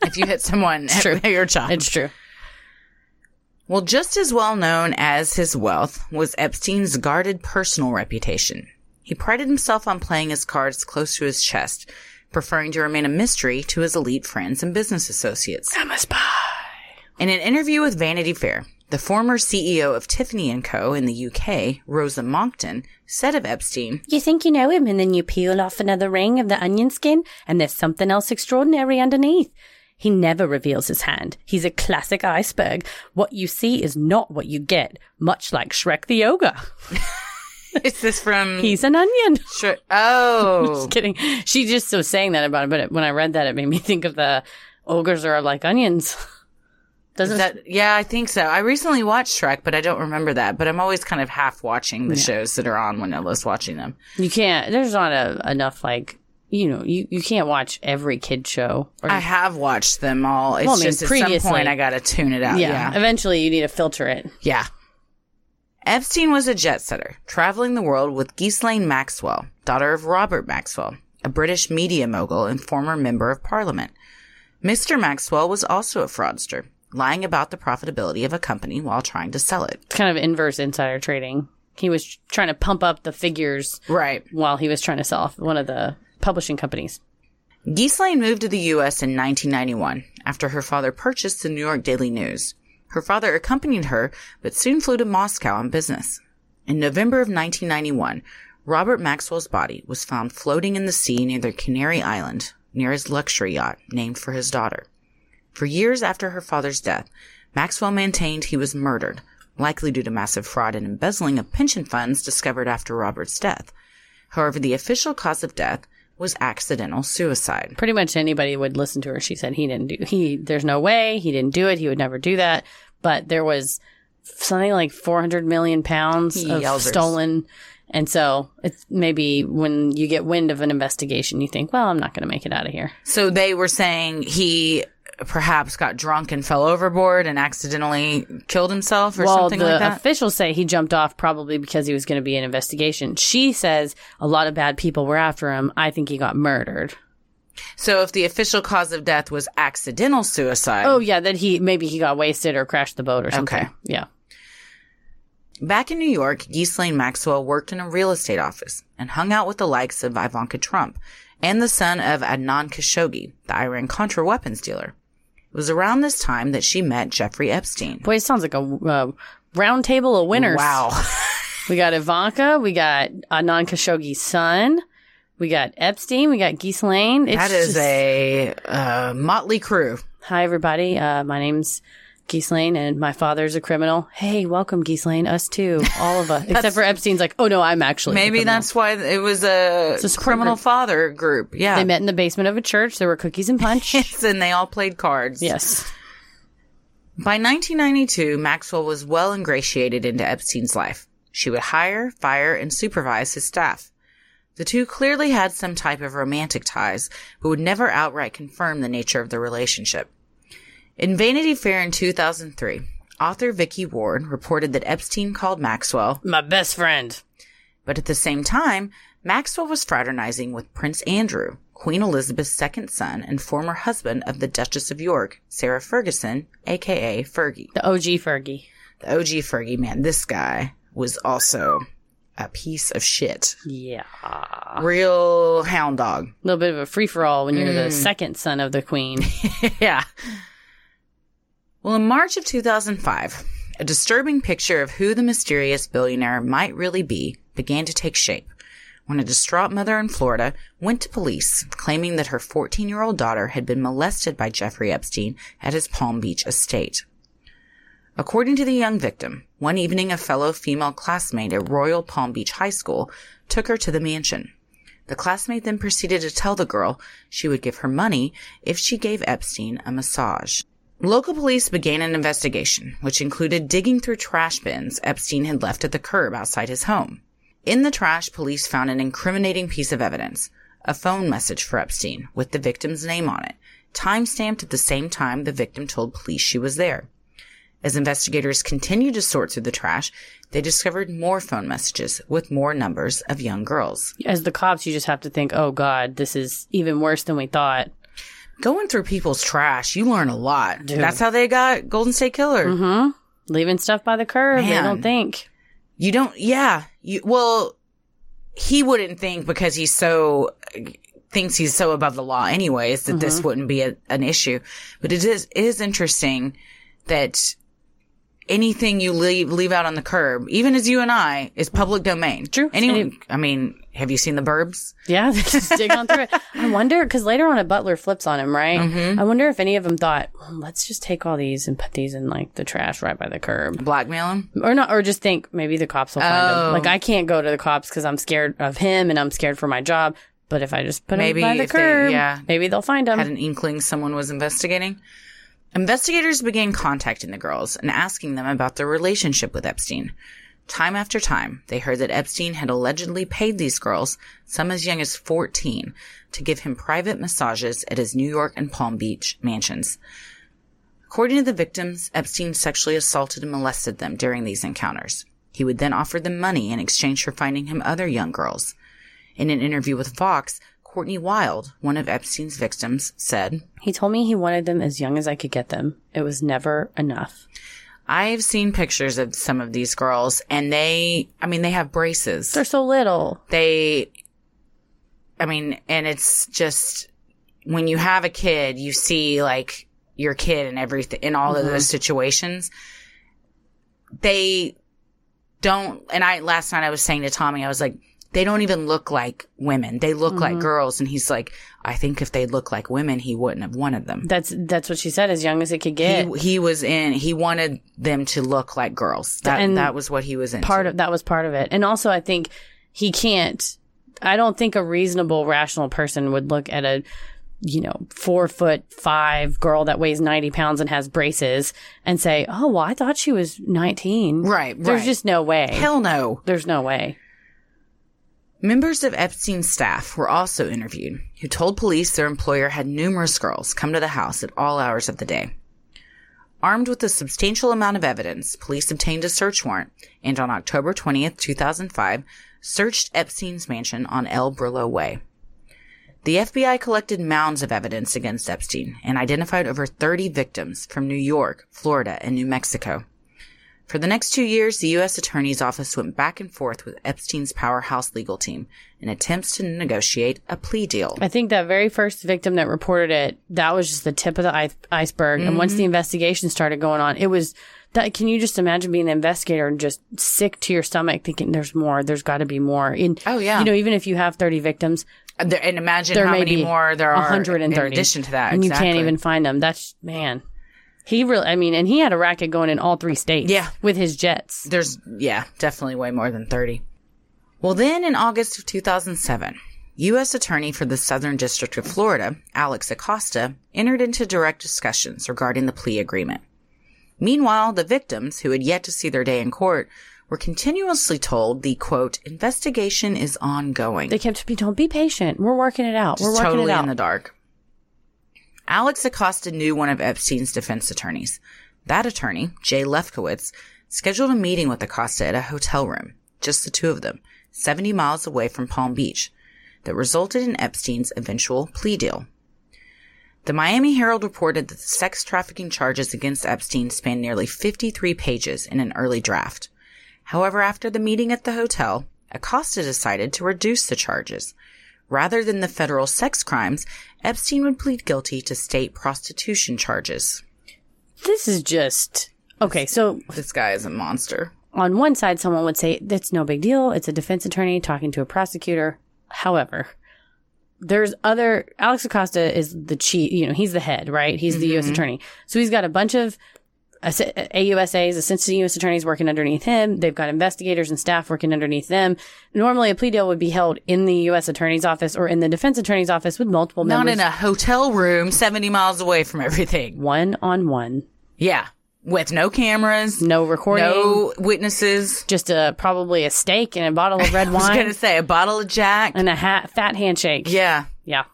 D: if you hit someone at,
B: true.
D: at your job,
B: It's true."
D: Well, just as well known as his wealth was Epstein's guarded personal reputation. He prided himself on playing his cards close to his chest, preferring to remain a mystery to his elite friends and business associates.
B: I'm a spy.
D: In an interview with Vanity Fair, the former CEO of Tiffany & Co. in the UK, Rosa Monckton, said of Epstein,
B: You think you know him, and then you peel off another ring of the onion skin, and there's something else extraordinary underneath. He never reveals his hand. He's a classic iceberg. What you see is not what you get, much like Shrek the Ogre.
D: is this from...
B: He's an onion.
D: Sure. Oh.
B: Just kidding. She just was saying that about it, but it, when I read that, it made me think of the ogres are like onions.
D: Is
B: Doesn't
D: that- yeah, I think so. I recently watched Shrek, but I don't remember that. But I'm always kind of half watching the shows that are on when Ella's watching them.
B: you can't? There's not a, enough like you know you, you can't watch every kid show. Or,
D: I have watched them all. It's
B: Well, I mean,
D: just at
B: previously.
D: some point I got to tune it out.
B: yeah.
D: Yeah.
B: Eventually, you need to filter it.
D: Yeah. Epstein was a jet setter, traveling the world with Ghislaine Maxwell, daughter of Robert Maxwell, a British media mogul and former member of parliament. Mr. Maxwell was also a fraudster, lying about the profitability of a company while trying to sell it.
B: It's kind of inverse insider trading. He was trying to pump up the figures
D: Right.
B: while he was trying to sell off one of the publishing companies.
D: Ghislaine moved to the U.S. in 1991 after her father purchased the New York Daily News. Her father accompanied her, but soon flew to Moscow on business. In November of 1991, Robert Maxwell's body was found floating in the sea near the Canary Island, near his luxury yacht named for his daughter. For years after her father's death, Maxwell maintained he was murdered, likely due to massive fraud and embezzling of pension funds discovered after Robert's death. However, the official cause of death was accidental suicide.
B: Pretty much anybody would listen to her. She said he didn't do he. There's no way he didn't do it. He would never do that. But there was something like 400 million pounds
D: He
B: of
D: yells.
B: stolen, and so it's maybe when you get wind of an investigation, you think, well, I'm not going to make it out of here.
D: So they were saying he perhaps got drunk and fell overboard and accidentally killed himself or
B: well,
D: something
B: the
D: like that.
B: officials say he jumped off probably because he was going to be an investigation. She says a lot of bad people were after him. I think he got murdered.
D: so if the official cause of death was accidental suicide,
B: Oh yeah, that he maybe he got wasted or crashed the boat or something.
D: Okay.
B: Yeah.
D: Back in New York, Ghislaine Maxwell worked in a real estate office and hung out with the likes of Ivanka Trump and the son of Adnan Khashoggi, the Iran-Contra weapons dealer. It was around this time that she met Jeffrey Epstein.
B: Boy, it sounds like a uh, round table of winners.
D: Wow.
B: We got Ivanka. We got Adnan Khashoggi's son. We got Epstein. We got Ghislaine. It's
D: that is
B: just-
D: a uh, motley crew.
B: Hi, everybody. Uh, my name's Ghislaine, and my father's a criminal. Hey, welcome, Ghislaine. Us too. All of us. Except for Epstein's like, oh, no, I'm actually. the
D: Maybe
B: criminal."
D: that's why it was a,
B: It's a support
D: criminal
B: group.
D: father group. Yeah.
B: They met in the basement of a church. There were cookies and punch.
D: and they all played cards.
B: yes.
D: By 1992, Maxwell was well ingratiated into Epstein's life. She would hire, fire, and supervise his staff. The two clearly had some type of romantic ties, but would never outright confirm the nature of their relationship. In Vanity Fair in 2003, author Vicky Ward reported that Epstein called Maxwell,
B: My best friend.
D: but at the same time, Maxwell was fraternizing with Prince Andrew, Queen Elizabeth's second son and former husband of the Duchess of York, Sarah Ferguson, aka Fergie
B: The OG Fergie.
D: the OG Fergie man, this guy was also a piece of shit.
B: Yeah. A
D: Real hound dog.
B: little bit of a free for all when you're the second son of the queen.
D: yeah. Well, in March of 2005, a disturbing picture of who the mysterious billionaire might really be began to take shape when a distraught mother in Florida went to police claiming that her 14 year old daughter had been molested by Jeffrey Epstein at his Palm Beach estate. According to the young victim, one evening a fellow female classmate at Royal Palm Beach High School took her to the mansion. The classmate then proceeded to tell the girl she would give her money if she gave Epstein a massage. Local police began an investigation, which included digging through trash bins Epstein had left at the curb outside his home. In the trash, police found an incriminating piece of evidence a phone message for Epstein with the victim's name on it, time stamped at the same time the victim told police she was there. As investigators continued to sort through the trash, they discovered more phone messages with more numbers of young girls.
B: As the cops, you just have to think, oh, God, this is even worse than we thought.
D: Going through people's trash, you learn a lot. That's how they got Golden State Killer.
B: Mm-hmm. Leaving stuff by the curb. They
D: Man.
B: don't think.
D: You don't, yeah. You, well, he wouldn't think because he's so, thinks he's so above the law anyways that
B: Mm-hmm.
D: this wouldn't be a, an issue. But it is, it is interesting that anything you leave, leave out on the curb, even as you and I, is public domain.
B: True.
D: Anyone,
B: Any-
D: I mean, have you seen the burbs?
B: Yeah, they just dig on through it. I wonder because later on a butler flips on him, right? I wonder if any of them thought, "Well, let's just take all these and put these in like the trash right by the curb,
D: Blackmail him?
B: or not, or just think maybe the cops will find
D: Oh.
B: them. Like I can't go to the cops because I'm scared of him and I'm scared for my job. But if I just put
D: Maybe
B: them by the
D: if they-
B: curb,
D: yeah.
B: maybe they'll find them.
D: had an inkling someone was investigating. Investigators began contacting the girls and asking them about their relationship with Epstein. Time after time, they heard that Epstein had allegedly paid these girls, some as young as 14, to give him private massages at his New York and Palm Beach mansions. According to the victims, Epstein sexually assaulted and molested them during these encounters. He would then offer them money in exchange for finding him other young girls. In an interview with Fox, Courtney Wilde, one of Epstein's victims, said,
B: he told me he wanted them as young as I could get them. It was never enough.
D: I've seen pictures of some of these girls and they, I mean, they have braces.
B: They're so little.
D: They, I mean, and it's just when you have a kid, you see like your kid and everything in all of
B: Mm-hmm.
D: those situations. They don't, and I, last night I was saying to Tommy, I was like, they don't even look like women. They look
B: Mm-hmm.
D: like girls. And he's like, I think if they look like women, he wouldn't have wanted them.
B: That's that's what she said. As young as it could get.
D: he, he was in he wanted them to look like girls that
B: And
D: that was what he was in
B: part of that was part of it and also i think he can't i don't think a reasonable rational person would look at a you know four foot five girl that weighs 90 pounds and has braces and say oh well i thought she was 19
D: Right,
B: there's
D: right.
B: just no way
D: hell no
B: there's no way
D: members of epstein's staff were also interviewed who told police their employer had numerous girls come to the house at all hours of the day armed with a substantial amount of evidence police obtained a search warrant and on october 20th 2005 searched epstein's mansion on el brillo way The FBI collected mounds of evidence against Epstein and identified over 30 victims from New York, Florida, and New Mexico. For the next two years, the U.S. Attorney's Office went back and forth with Epstein's powerhouse legal team in attempts to negotiate a plea deal.
B: I think that very first victim that reported it, that was just the tip of the ice- iceberg. And
D: Mm-hmm.
B: once the investigation started going on, it was that. Can you just imagine being an investigator and just sick to your stomach, thinking there's more, there's got to be more. And,
D: Oh, yeah.
B: you know, even if you have 30 victims,
D: And there- and imagine
B: there
D: how
B: may
D: many
B: be
D: more there are
B: 130
D: in addition to that.
B: and you can't
D: Exactly.
B: even find them. That's man. He really, I mean, and he had a racket going in all three states.
D: Yeah.
B: with his jets.
D: There's, yeah, definitely way more than 30. Well, then in August of 2007, U.S. Attorney for the Southern District of Florida, Alex Acosta, entered into direct discussions regarding the plea agreement. Meanwhile, the victims, who had yet to see their day in court, were continuously told the quote, investigation is ongoing.
B: They kept being told, "Be patient. We're working it out. We're
D: Just
B: working
D: totally
B: it out."
D: in the dark. Alex Acosta knew one of Epstein's defense attorneys. That attorney, Jay Lefkowitz, scheduled a meeting with Acosta at a hotel room, just the two of them, 70 miles away from Palm Beach, that resulted in Epstein's eventual plea deal. The Miami Herald reported that the sex trafficking charges against Epstein spanned nearly 53 pages in an early draft. However, after the meeting at the hotel, Acosta decided to reduce the charges. Rather than the federal sex crimes, Epstein would plead guilty to state prostitution charges.
B: this is just okay. So
D: This guy is a monster.
B: on one side, someone would say that's no big deal. It's a defense attorney talking to a prosecutor. However, there's other Alex Acosta is the chief. You know, he's the head, right? He's the
D: Mm-hmm.
B: U.S. attorney. So he's got a bunch of ass- AUSAs, assistant U.S. attorneys working underneath him. They've got investigators and staff working underneath them. Normally, a plea deal would be held in the U.S. attorney's office or in the defense attorney's office with multiple
D: Not in
B: members,
D: a hotel room 70 miles away from everything.
B: one on one,
D: Yeah. With no cameras,
B: no recording.
D: no witnesses.
B: Just a probably a steak and a bottle of red
D: I was
B: wine
D: going to say a bottle of Jack.
B: and a hat, fat handshake.
D: Yeah.
B: Yeah.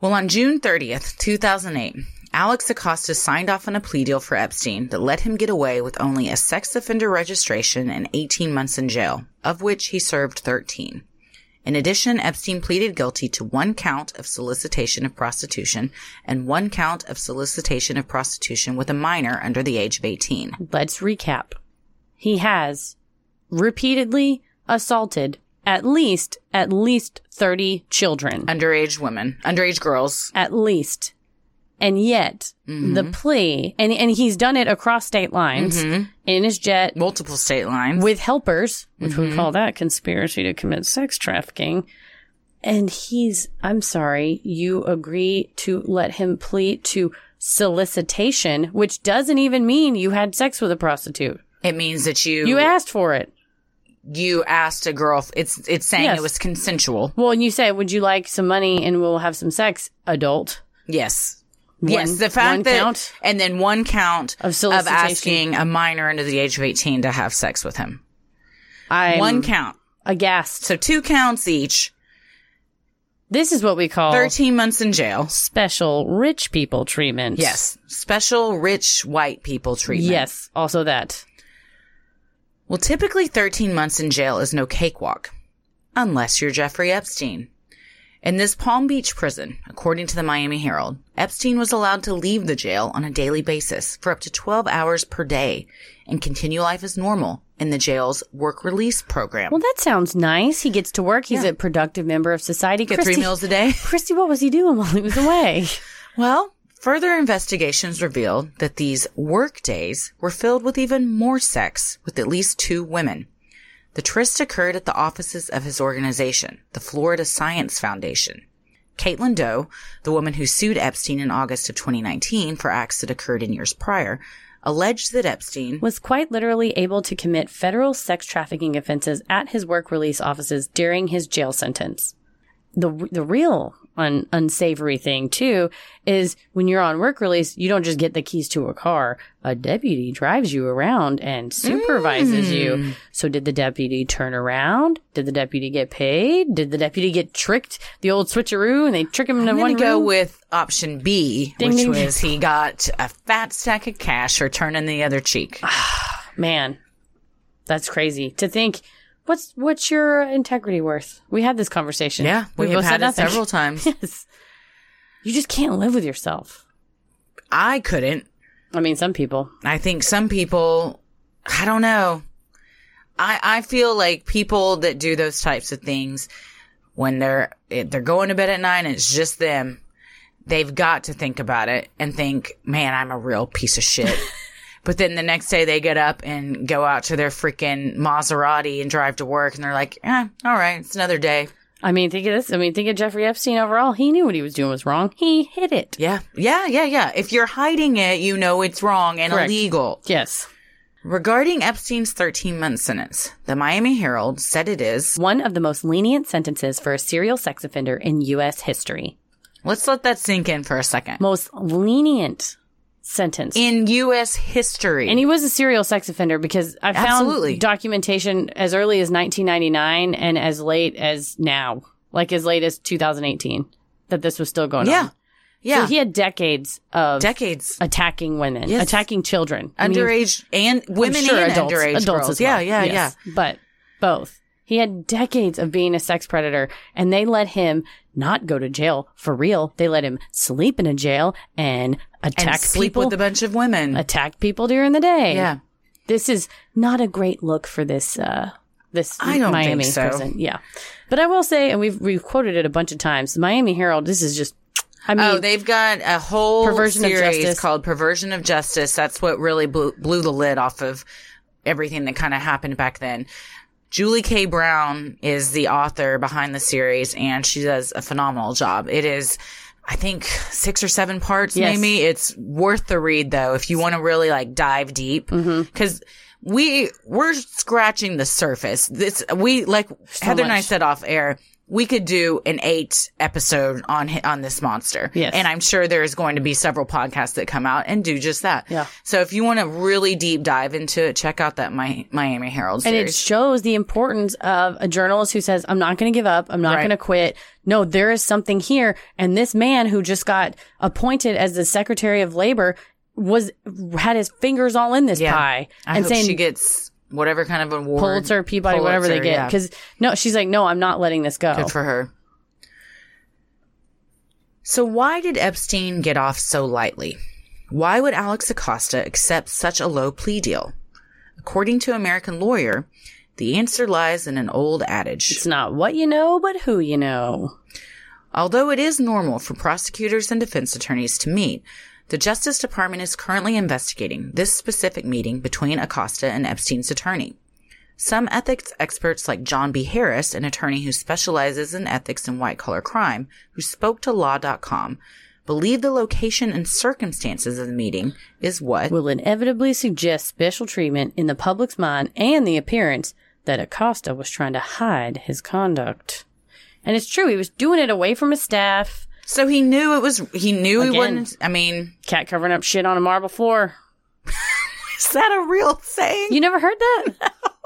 D: Well, on June 30th, 2008, Alex Acosta signed off on a plea deal for Epstein that let him get away with only a sex offender registration and 18 months in jail, of which he served 13. In addition, Epstein pleaded guilty to one count of solicitation of prostitution and one count of solicitation of prostitution with a minor under the age of 18.
B: Let's recap. He has repeatedly assaulted at least at least 30 children.
D: Underage women, underage girls.
B: at least. And yet the plea and and he's done it across state lines in his jet
D: Multiple state lines.
B: with helpers, which we call that conspiracy to commit sex trafficking. And he's, I'm sorry, you agree to let him plead to solicitation, which doesn't even mean you had sex with a prostitute.
D: it means that you
B: You asked for it.
D: you asked a girl. It's it's saying
B: Yes.
D: it was consensual.
B: Well, and you say, would you like some money and we'll have some sex, adult?
D: Yes.
B: One-
D: yes, the fact
B: one
D: that
B: count?
D: and then one count
B: Of
D: of,
B: solicitation.
D: asking a minor under the age of eighteen to have sex with him.
B: I'm
D: one count.
B: aghast.
D: So two counts each.
B: This is what we call
D: Thirteen months in jail.
B: special rich people treatment.
D: Yes. Special rich white people treatment.
B: Yes. Also that.
D: Well, typically thirteen months in jail is no cakewalk. Unless you're Jeffrey Epstein. In this Palm Beach prison, according to the Miami Herald, Epstein was allowed to leave the jail on a daily basis for up to 12 hours per day and continue life as normal in the jail's work release program.
B: Well, that sounds nice. He gets to work. He's a productive member of society.
D: get three meals a day.
B: Christy, what was he doing while he was away?
D: Well, further investigations revealed that these work days were filled with even more sex with at least two women. The tryst occurred at the offices of his organization, the Florida Science Foundation. Caitlin Doe, the woman who sued Epstein in August of 2019 for acts that occurred in years prior, alleged that Epstein
B: was quite literally able to commit federal sex trafficking offenses at his work release offices during his jail sentence. The the real un, unsavory thing too is when you're on work release, you don't just get the keys to a car. A deputy drives you around and supervises
D: Mm.
B: you. So did the deputy turn around? Did the deputy get paid? Did the deputy get tricked? The old switcheroo and they trick him into
D: I'm
B: one
D: going to go
B: room?
D: with option B,
B: Ding,
D: which
B: ding, ding.
D: was he got a fat stack of cash for turning the other cheek.
B: Ah, Man, that's crazy to think. What's what's your integrity worth? We had this conversation.
D: Yeah,
B: we
D: we
B: both
D: have had
B: said
D: it
B: nothing.
D: several times.
B: Yes. You just can't live with yourself.
D: I couldn't.
B: I mean, some people.
D: I think some people, I don't know. I, I feel like people that do those types of things when they're, if they're going to bed at nine, and it's just them. They've got to think about it and think, man, I'm a real piece of shit. but then the next day they get up and go out to their freaking Maserati and drive to work and they're like, eh, all right, it's another day.
B: I mean, think of this. I mean, think of Jeffrey Epstein overall. He knew what he was doing was wrong. He hid it.
D: Yeah. Yeah. Yeah. Yeah. If you're hiding it, you know it's wrong and
B: Correct.
D: illegal.
B: Yes.
D: Regarding Epstein's 13 month sentence, the Miami Herald said it is.
B: One of the most lenient sentences for a serial sex offender in U.S. history.
D: Let's let that sink in for a second.
B: Most lenient sentence.
D: In U.S. history.
B: and he was a serial sex offender because I found
D: Absolutely.
B: documentation as early as 1999 and as late as now, like as late as 2018, that this was still going on.
D: yeah. Yeah.
B: So he had decades of
D: Decades.
B: attacking women,
D: Yes.
B: attacking children, I mean,
D: underage and
B: I'm
D: women
B: sure
D: and
B: adults,
D: underage
B: adults
D: girls.
B: as well.
D: Yeah. Yeah.
B: Yes. But both. He had decades of being a sex predator, and they let him not go to jail for real. They let him sleep in a jail and
D: Yeah.
B: attack
D: And sleep
B: people.
D: with a bunch of women.
B: attack people during the day.
D: yeah.
B: this is not a great look for this. uh this
D: I don't
B: Miami
D: think so.
B: prison. Yeah, but I will say, and we've we've quoted it a bunch of times. The Miami Herald. This is just. I mean,
D: oh, they've got a whole
B: Perversion of
D: series
B: Justice.
D: called Perversion of Justice. That's what really blew, blew the lid off of everything that kind of happened back then. Julie K. Brown is the author behind the series, and she does a phenomenal job. It is, I think, six or seven parts,
B: Yes.
D: maybe. It's worth the read, though, if you want to really like dive deep.
B: Mm-hmm.
D: Because we we're scratching the surface. This we like Heather and I
B: much.
D: said off air. We could do an eight episode on hi- on this monster.
B: Yes.
D: And I'm sure there's going to be several podcasts that come out and do just that.
B: Yeah.
D: So if you want to really deep dive into it, check out that Mi- Miami Herald
B: And
D: series.
B: it shows the importance of a journalist who says, I'm not going to give up. I'm not
D: Right.
B: going to quit. No, there is something here. And this man who just got appointed as the secretary of labor was, had his fingers all in this
D: Yeah.
B: pie
D: I
B: and
D: hope she gets whatever kind of award.
B: Pulitzer, Peabody, whatever they
D: Pulitzer,
B: get.
D: yeah.
B: Cause no, she's like, no, I'm not letting this go.
D: Good for her. So, why did Epstein get off so lightly? Why would Alex Acosta accept such a low plea deal? According to American Lawyer, the answer lies in an old adage.
B: it's not what you know, but who you know.
D: Although it is normal for prosecutors and defense attorneys to meet, the Justice Department is currently investigating this specific meeting between Acosta and Epstein's attorney. Some ethics experts like John B. Harris, an attorney who specializes in ethics and white collar crime, who spoke to law.com, believe the location and circumstances of the meeting is what
B: Will inevitably suggest special treatment in the public's mind and the appearance that Acosta was trying to hide his conduct. And it's true. He was doing it away from his staff.
D: So he knew it was he knew he
B: Again.
D: wouldn't I mean,
B: cat covering up shit on a marble floor.
D: is that a real saying?
B: You never heard that?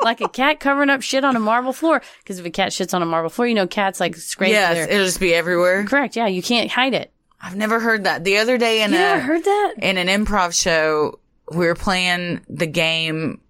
B: Like a cat covering up shit on a marble floor. Because if a cat shits on a marble floor, you know cats like scrape
D: Yes,
B: their-
D: it'll just be everywhere.
B: Correct. Yeah, you can't hide it.
D: I've never heard that. The other day in
B: You
D: a
B: never heard that?
D: in an improv show, we were playing the game,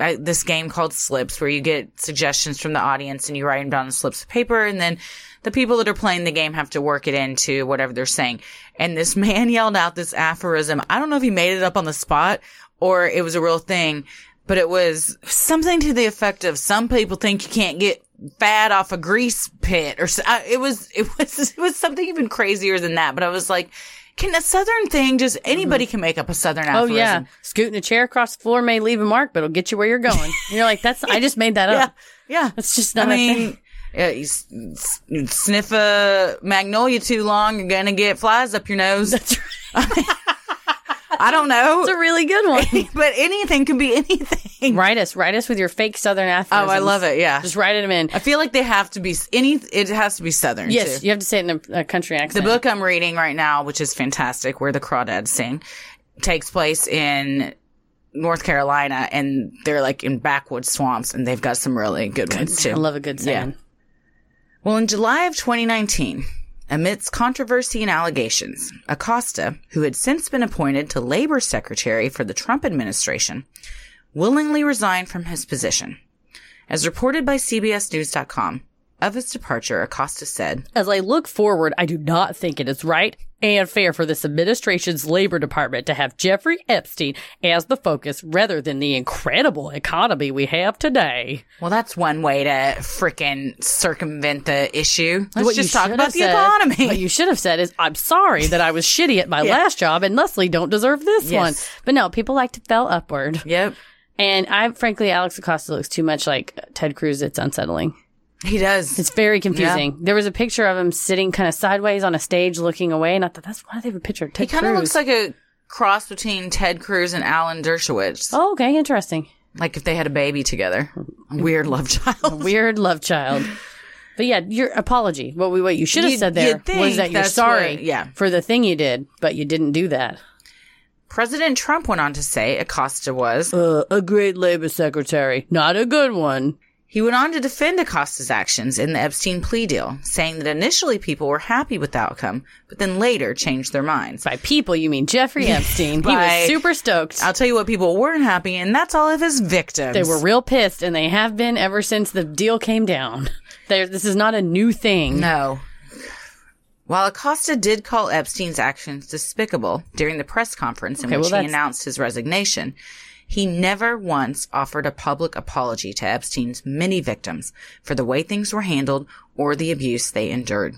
D: uh, this game called Slips, where you get suggestions from the audience and you write them down on slips of paper. And then the people that are playing the game have to work it into whatever they're saying. And this man yelled out this aphorism. I don't know if he made it up on the spot or it was a real thing, but it was something to the effect of some people think you can't get fat off a grease pit or so- I- it was it was it was something even crazier than that but i was like can a southern thing just anybody can make up a southern
B: Oh
D: aphorism
B: yeah, scooting a chair across the floor may leave a mark, but it'll get you where you're going. And you're like, that's I just made that up.
D: yeah
B: That's just
D: i
B: not a
D: mean yeah, you s- s- you sniff a magnolia too long you're gonna get flies up your nose i don't know
B: That's a really good one.
D: but anything can be anything
B: write us, write us with your fake Southern
D: oh
B: aphorisms.
D: i love it yeah
B: Just write them in.
D: i feel like they have to be s- any it has to be southern too.
B: Yes, you have to say it in a, a country
D: The
B: accent.
D: book I'm reading right now, which is fantastic, where the crawdads sing, takes place in North Carolina, and they're like in backwoods swamps, and they've got some really good ones
B: I
D: too.
B: love a good saying.
D: Well, in July of 2019, amidst controversy and allegations, Acosta, who had since been appointed to labor secretary for the Trump administration, willingly resigned from his position. As reported by CBSNews.com, Of his departure, Acosta said,
E: As I look forward, I do not think it is right and fair for this administration's labor department to have Jeffrey Epstein as the focus rather than the incredible economy we have today.
D: Well, that's one way to frickin' circumvent the issue. Let's
E: What you
D: just talk
E: should
D: about
E: have
D: the
E: said-
D: economy.
E: What you should have said is, I'm sorry that I was shitty at my last job and Leslie don't deserve this
D: Yes.
E: one. But no, people like to fell upward.
D: yep.
E: And I frankly, Alex Acosta looks too much like Ted Cruz. It's unsettling.
D: He does.
E: It's very confusing. There was a picture of him sitting kind of sideways on a stage looking away, and I thought that's why they have a picture of
D: he
E: Ted
D: kind of
E: Cruz.
D: looks like a cross between Ted Cruz and Alan Dershowitz.
E: Oh, okay, interesting.
D: Like if they had a baby together. A weird love child.
E: Weird love child. But yeah, your apology. What we what you should have
D: You'd-
E: said there
D: you'd think
E: was that you're
D: that's
E: sorry
D: what- yeah.
E: for the thing you did, but you didn't do that.
D: President Trump went on to say Acosta was.
E: Uh, a great labor secretary, not a good one.
D: He went on to defend Acosta's actions in the Epstein plea deal, saying that initially people were happy with the outcome, but then later changed their minds.
E: By people, you mean Jeffrey Epstein. he
D: By-
E: was super stoked.
D: I'll tell you what, people weren't happy, and that's all of his victims.
E: They were real pissed, and they have been ever since the deal came down. There, this is not a new thing.
D: No. While Acosta did call Epstein's actions despicable during the press conference in
E: Okay,
D: which
E: well,
D: he
E: that's-
D: announced his resignation, he never once offered a public apology to Epstein's many victims for the way things were handled or the abuse they endured.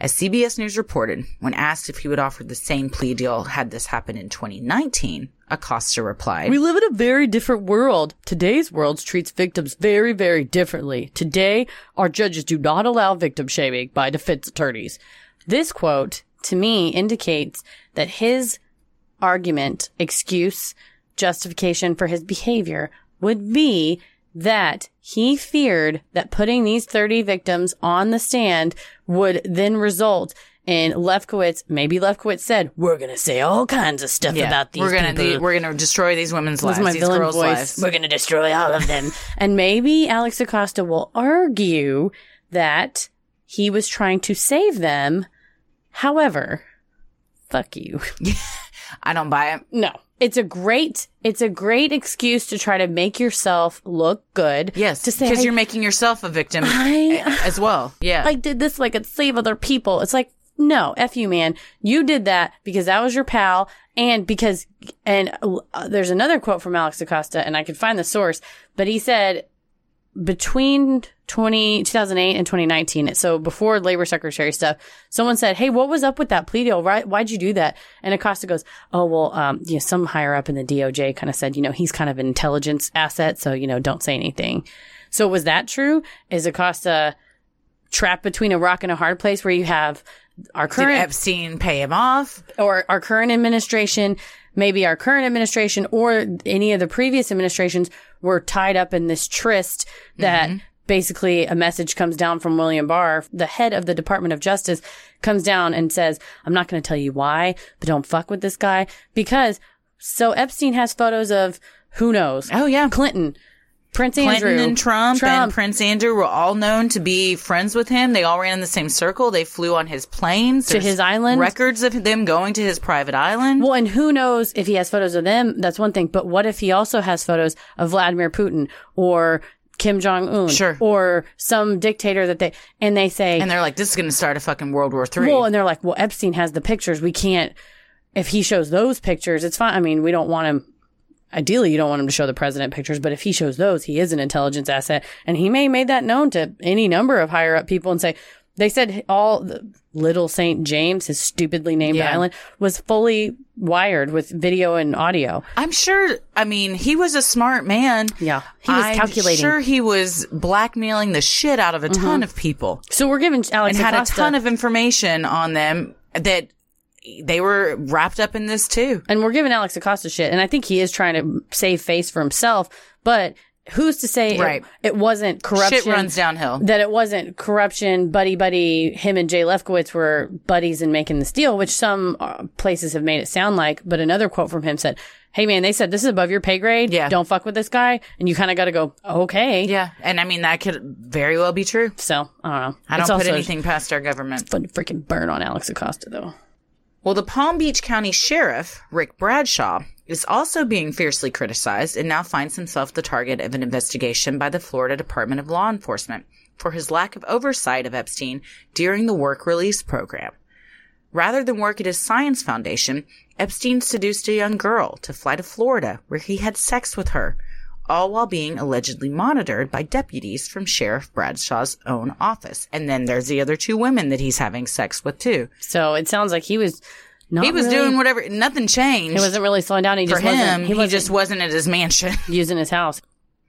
D: As CBS News reported, when asked if he would offer the same plea deal had this happened in 2019, Acosta replied,
E: We live in a very different world. Today's world treats victims very, very differently. Today, our judges do not allow victim shaming by defense attorneys.
B: This quote to me indicates that his argument, excuse, justification for his behavior would be that he feared that putting these 30 victims on the stand would then result in Lefkowitz, maybe Lefkowitz said, we're going to say all kinds of stuff
D: Yeah,
B: about these
D: we're gonna
B: people.
D: de- we're gonna destroy these women's
E: That was
D: lives,
E: my
D: these
E: villain
D: girls'
E: voice.
D: lives.
B: We're going to destroy all of them. and maybe Alex Acosta will argue that he was trying to save them. However, fuck you.
D: I don't buy it.
B: No. It's a great it's a great excuse to try to make yourself look good.
D: Yes,
B: To say
D: because
B: "I-
D: you're making yourself a victim
B: I
D: as well. Yeah,
B: I did this so I could save other people. It's like, no, F you, man. You did that because that was your pal. And because, and uh, there's another quote from Alex Acosta, and I could find the source, but he said between 20, 2008 and 2019, so before labor secretary stuff, someone said, Hey, what was up with that plea deal? Why, why'd you do that? And Acosta goes, Oh, well, um, you know, some higher up in the DOJ kind of said, you know, he's kind of an intelligence asset. So, you know, don't say anything. So was that true? Is Acosta, trapped between a rock and a hard place where you have our
D: Did
B: current
D: Epstein pay him off?
B: or our current administration, maybe our current administration or any of the previous administrations were tied up in this tryst that
D: Mm-hmm.
B: basically a message comes down from William Barr, the head of the Department of Justice comes down and says, I'm not going to tell you why, but don't fuck with this guy because so Epstein has photos of who knows.
D: Oh, yeah.
B: Clinton, Prince
D: Clinton
B: Andrew,
D: and Trump, and Prince Andrew were all known to be friends with him. They all ran in the same circle. They flew on his planes
B: To his island?
D: Records of them going to his private island.
B: Well, and who knows if he has photos of them? That's one thing. But what if he also has photos of Vladimir Putin or Kim Jong Un,
D: Sure.
B: or some dictator that they and they say,
D: and they're like, "This is going to start a fucking World War Three.
B: well, and they're like, well, Epstein has the pictures. We can't. If he shows those pictures, it's fine. I mean, we don't want him. Ideally, you don't want him to show the president pictures, but if he shows those, he is an intelligence asset, and he may have made that known to any number of higher up people and say. They said all the Little St. James, his stupidly named
D: Yeah.
B: island, was fully wired with video and audio.
D: I'm sure. I mean, he was a smart man.
B: Yeah. He was
D: I'm
B: calculating. Mm-hmm.
D: Sure, he was blackmailing the shit out of a ton of people.
B: So we're giving Alex
D: and had a
B: Acosta-
D: ton of information on them that they were wrapped up in this too.
B: and we're giving Alex Acosta shit, and I think he is trying to save face for himself. But who's to say it-
D: Right.
B: it, wasn't corruption?
D: Shit runs downhill.
B: That it wasn't corruption, buddy, buddy. Him and Jay Lefkowitz were buddies in making this deal, which some uh, places have made it sound like. But another quote from him said, "Hey man, they said this is above your pay grade.
D: Yeah.
B: don't fuck with this guy." And you kind of got to go, okay.
D: Yeah, and I mean that could very well be true.
B: So I don't know.
D: I don't
B: It's
D: put
B: also
D: anything past our government.
B: Fun to freaking burn on Alex Acosta though.
D: Well, the Palm Beach County Sheriff, Rick Bradshaw, is also being fiercely criticized and now finds himself the target of an investigation by the Florida Department of Law Enforcement for his lack of oversight of Epstein during the work release program. Rather than work at his science foundation, Epstein seduced a young girl to fly to Florida where he had sex with her, all while being allegedly monitored by deputies from Sheriff Bradshaw's own office. And then there's the other two women that he's having sex with too.
B: So it sounds like he was not.
D: he was
B: really-
D: doing whatever, nothing changed.
B: He wasn't really slowing down. He
D: for
B: just
D: him,
B: wasn't.
D: he,
B: He was
D: just wasn't at his mansion.
B: using his house.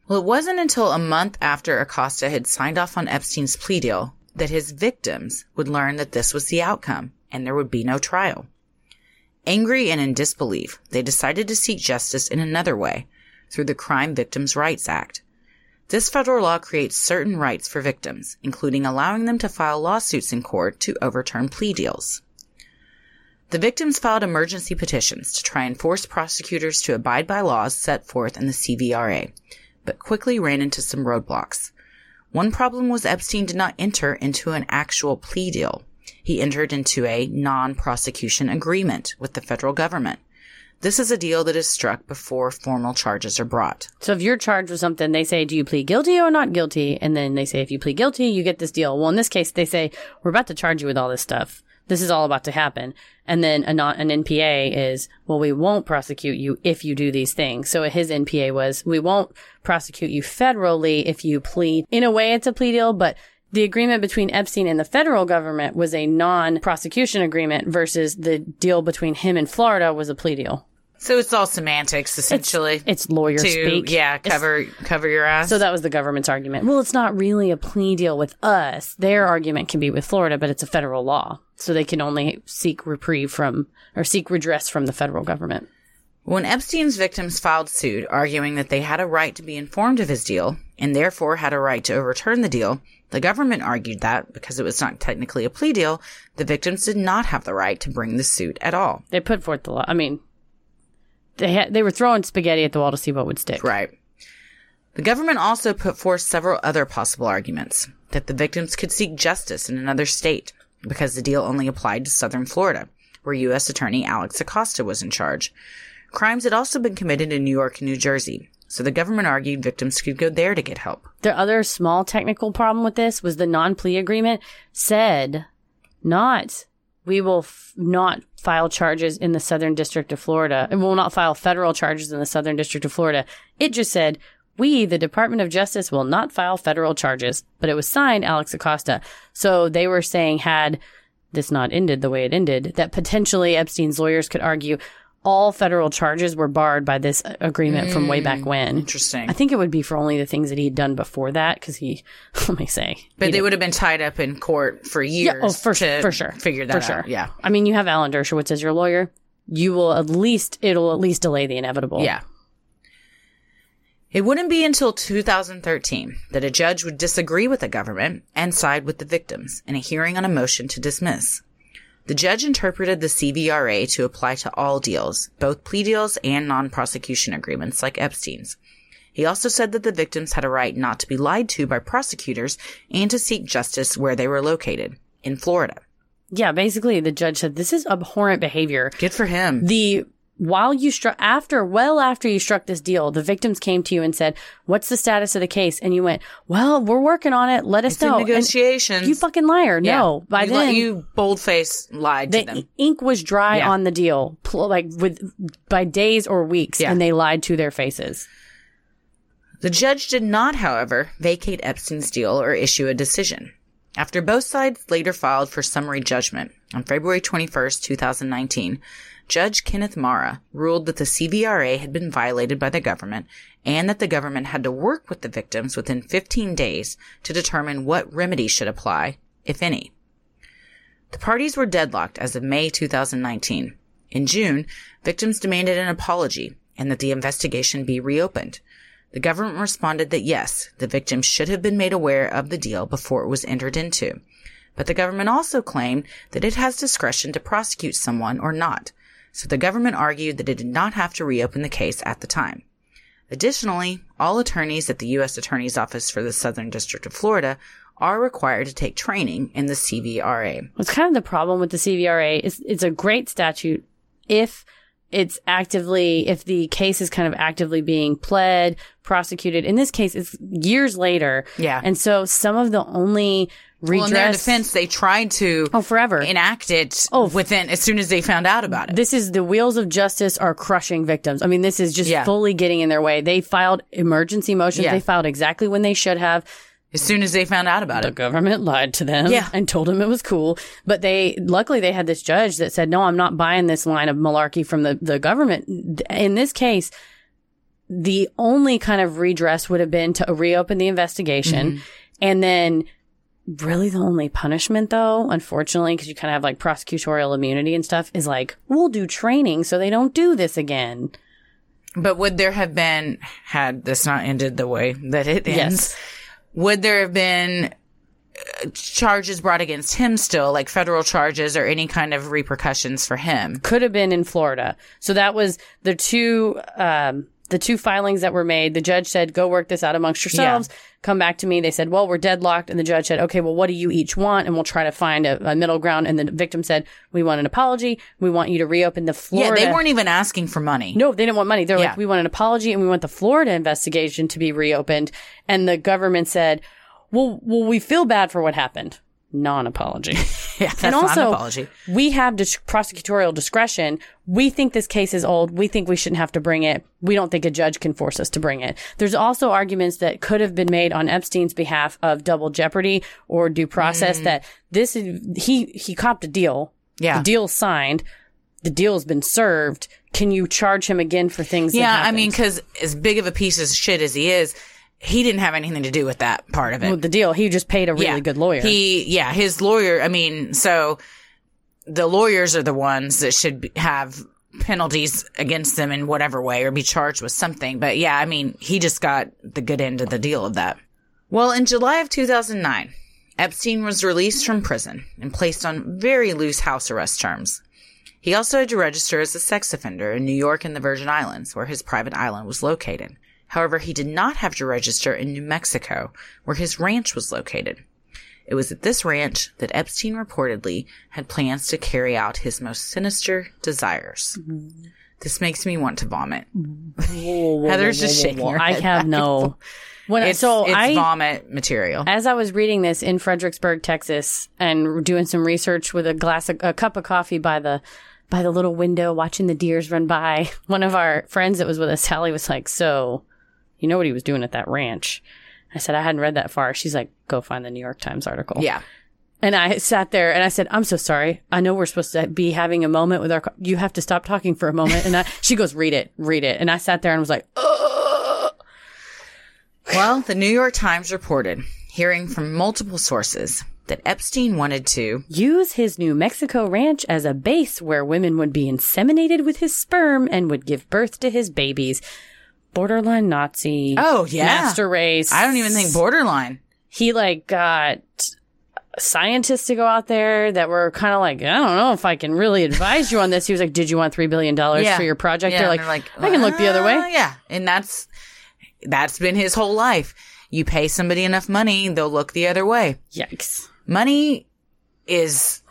D: Well, it wasn't until a month after Acosta had signed off on Epstein's plea deal that his victims would learn that this was the outcome and there would be no trial. Angry and in disbelief, they decided to seek justice in another way through the Crime Victims' Rights Act. This federal law creates certain rights for victims, including allowing them to file lawsuits in court to overturn plea deals. The victims filed emergency petitions to try and force prosecutors to abide by laws set forth in the CVRA, but quickly ran into some roadblocks. One problem was Epstein did not enter into an actual plea deal. He entered into a non-prosecution agreement with the federal government. This is a deal that is struck before formal charges are brought.
B: So if you're charged with something, they say, "Do you plead guilty or not guilty?" And then they say, "If you plead guilty, you get this deal." Well, in this case, they say, "We're about to charge you with all this stuff. This is all about to happen." And then a non- an NPA is, "Well, we won't prosecute you if you do these things." So his NPA was, "We won't prosecute you federally if you plead." In a way, it's a plea deal, but the agreement between Epstein and the federal government was a non-prosecution agreement versus the deal between him and Florida was a plea deal.
D: So it's all semantics, essentially.
B: It's lawyer
D: to
B: speak.
D: yeah,
B: It's-
D: cover cover your ass.
B: So that was the government's argument. Well, it's not really a plea deal with us. Their argument can be with Florida, but it's a federal law. So they can only seek reprieve from or seek redress from the federal government.
D: When Epstein's victims filed suit arguing that they had a right to be informed of his deal and therefore had a right to overturn the deal, the government argued that, because it was not technically a plea deal, the victims did not have the right to bring the suit at all.
B: They put forth the law. I mean, they had, they were throwing spaghetti at the wall to see what would stick.
D: Right. The government also put forth several other possible arguments that the victims could seek justice in another state because the deal only applied to southern Florida, where U.S. Attorney Alex Acosta was in charge. Crimes had also been committed in New York and New Jersey, so the government argued victims could go there to get help.
B: The other small technical problem with this was the non plea agreement said not we will f- not file charges in the Southern District of Florida and will not file federal charges in the Southern District of Florida. It just said we, the Department of Justice, will not file federal charges, but it was signed Alex Acosta. So they were saying had this not ended the way it ended, that potentially Epstein's lawyers could argue all federal charges were barred by this uh, agreement from way back when.
D: Interesting.
B: I think it would be for only the things that he'd done before that, because he, let me say,
D: But they would have been tied up in court for years.
B: oh, for,
D: to
B: for sure,
D: Figure that
B: for
D: out.
B: sure.
D: Yeah.
B: I mean, you have Alan Dershowitz as your lawyer. You will at least it'll at least delay the inevitable.
D: Yeah. It wouldn't be until 2013 that a judge would disagree with the government and side with the victims in a hearing on a motion to dismiss. The judge interpreted the CVRA to apply to all deals, both plea deals and non prosecution agreements like Epstein's. He also said that the victims had a right not to be lied to by prosecutors and to seek justice where they were located, in Florida.
B: yeah. Basically, the judge said this is abhorrent behavior.
D: Good for him.
B: The while you struck after well after you struck this deal, the victims came to you and said, "What's the status of the case?" And you went, "Well, we're working on it. Let us
D: It's in
B: know." And
D: negotiations.
B: You fucking liar! No, by
D: you, li-
B: then
D: you boldface lied to them.
B: the ink was dry
D: Yeah.
B: on the deal, pl- like with by days or weeks,
D: Yeah.
B: and they lied to their faces.
D: The judge did not, however, vacate Epstein's deal or issue a decision. After both sides later filed for summary judgment on February 21st, 2019, Judge Kenneth Mara ruled that the CVRA had been violated by the government and that the government had to work with the victims within 15 days to determine what remedy should apply, if any. The parties were deadlocked as of May 2019. In June, victims demanded an apology and that the investigation be reopened. The government responded that yes, the victims should have been made aware of the deal before it was entered into. But the government also claimed that it has discretion to prosecute someone or not. So the government argued that it did not have to reopen the case at the time. Additionally, all attorneys at the U.S. Attorney's Office for the Southern District of Florida are required to take training in the CVRA.
B: What's kind of the problem with the CVRA is it's a great statute if it's actively if the case is kind of actively being pled, prosecuted. In this case, it's years later.
D: Yeah.
B: And so some of the only redress
D: Well, in their defense, they tried to
B: oh forever
D: enact it
B: Oh, f-
D: within as soon as they found out about it.
B: This is the wheels of justice are crushing victims. I mean, this is just
D: Yeah.
B: fully getting in their way. They filed emergency motions.
D: Yeah.
B: They filed exactly when they should have.
D: as soon as they found out about
B: The
D: it.
B: government lied to them
D: Yeah.
B: and told them it was cool. But they luckily they had this judge that said, "No, I'm not buying this line of malarkey from the the government." In this case, the only kind of redress would have been to reopen the investigation and then really the only punishment though unfortunately because you kind of have like prosecutorial immunity and stuff is like we'll do training so they don't do this again
D: But would there have been had this not ended the way that it ends?
B: Yes.
D: Would there have been uh, charges brought against him still, like federal charges or any kind of repercussions for him?
B: could have been in Florida. So that was the two um, the two filings that were made. The judge said, "Go work this out amongst yourselves. Come back to me." They said, "Well, we're deadlocked," and the judge said, "Okay, well, what do you each want?" And we'll try to find a, a middle ground. And the victim said, "We want an apology. We want you to reopen the Florida."
D: Yeah, they weren't even asking for money.
B: No, they didn't want money. They're
D: Yeah.
B: like, we want an apology and we want the Florida investigation to be reopened. And the government said, well, well, we feel bad for what happened. Non-apology.
D: yeah, that's
B: and also,
D: not an apology.
B: we have dis- prosecutorial discretion. We think this case is old. We think we shouldn't have to bring it. We don't think a judge can force us to bring it. There's also arguments that could have been made on Epstein's behalf of double jeopardy or due
D: Mm.
B: process that this is, he, he copped a deal.
D: Yeah.
B: The deal signed. The deal's been served. Can you charge him again for things? that
D: Yeah, I
B: happened?
D: mean, because as big of a piece of shit as he is, he didn't have anything to do with that part of it.
B: Well, the deal. He just paid a really
D: yeah.
B: good lawyer.
D: He, yeah, his lawyer. I mean, so the lawyers are the ones that should be, have penalties against them in whatever way or be charged with something. But yeah, I mean, he just got the good end of the deal of that. Well, in July of 2009, Epstein was released from prison and placed on very loose house arrest terms. He also had to register as a sex offender in New York and the Virgin Islands, where his private island was located. However, he did not have to register in New Mexico, where his ranch was located. It was at this ranch that Epstein reportedly had plans to carry out his most sinister desires. This makes me want to vomit. Heather's just shaking her
B: I
D: head
B: have no. When I-
D: It's,
B: so
D: it's
B: I
D: vomit material.
B: as I was reading this in Fredericksburg, Texas, and doing some research with a glass, of, a cup of coffee by the by the little window, watching the deers run by. One of our friends that was with us, Sally, was like, "So, you know what he was doing at that ranch?" I said, "I hadn't read that far." She's like, "Go find the New York Times article."
D: yeah.
B: And I sat there and I said, I'm so sorry. I know we're supposed to be having a moment with our, co- you have to stop talking for a moment. And I, she goes, read it, read it. And I sat there and was like, oh,
D: Well, the New York Times reported, hearing from multiple sources, that Epstein wanted to
B: use his New Mexico ranch as a base where women would be inseminated with his sperm and would give birth to his babies. Borderline Nazi.
D: Oh, yeah.
B: Master race.
D: I don't even think borderline.
B: he like got scientists to go out there that were kind of like, I don't know if I can really advise you on this. He was like, Did you want three billion dollars for your project?
D: Yeah,
B: they're, like,
D: and
B: I can look the other
D: "Uh,
B: way.
D: Yeah. And that's that's been his whole life. You pay somebody enough money, they'll look the other way.
B: Yikes!
D: Money is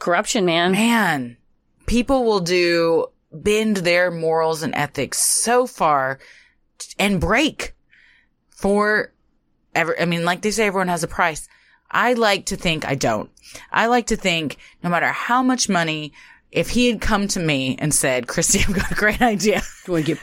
B: Corruption, man.
D: man, people will do bend their morals and ethics so far and break for ever. I mean, like they say, everyone has a price. I like to think I don't. I like to think no matter how much money, if he had come to me and said, Christy, I've got a great idea.
B: You want to get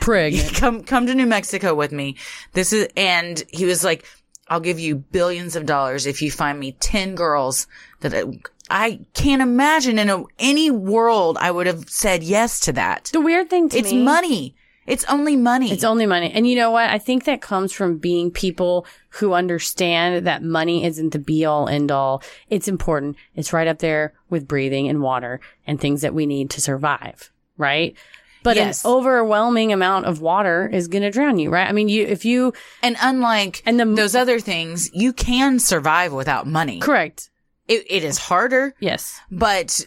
B: pregnant?
D: come, come to New Mexico with me. This is, and he was like, I'll give you billions of dollars if you find me 10 girls that I, I can't imagine in a, any world I would have said yes to that.
B: the weird thing to
D: It's
B: me,
D: money. It's only money.
B: It's only money, and you know what? I think that comes from being people who understand that money isn't the be all end all. It's important. It's right up there with breathing and water and things that we need to survive, right? But
D: Yes.
B: an overwhelming amount of water is going to drown you, right? I mean, you if you
D: and unlike
B: And the-
D: those other things, you can survive without money.
B: correct,
D: It, it is harder.
B: yes,
D: but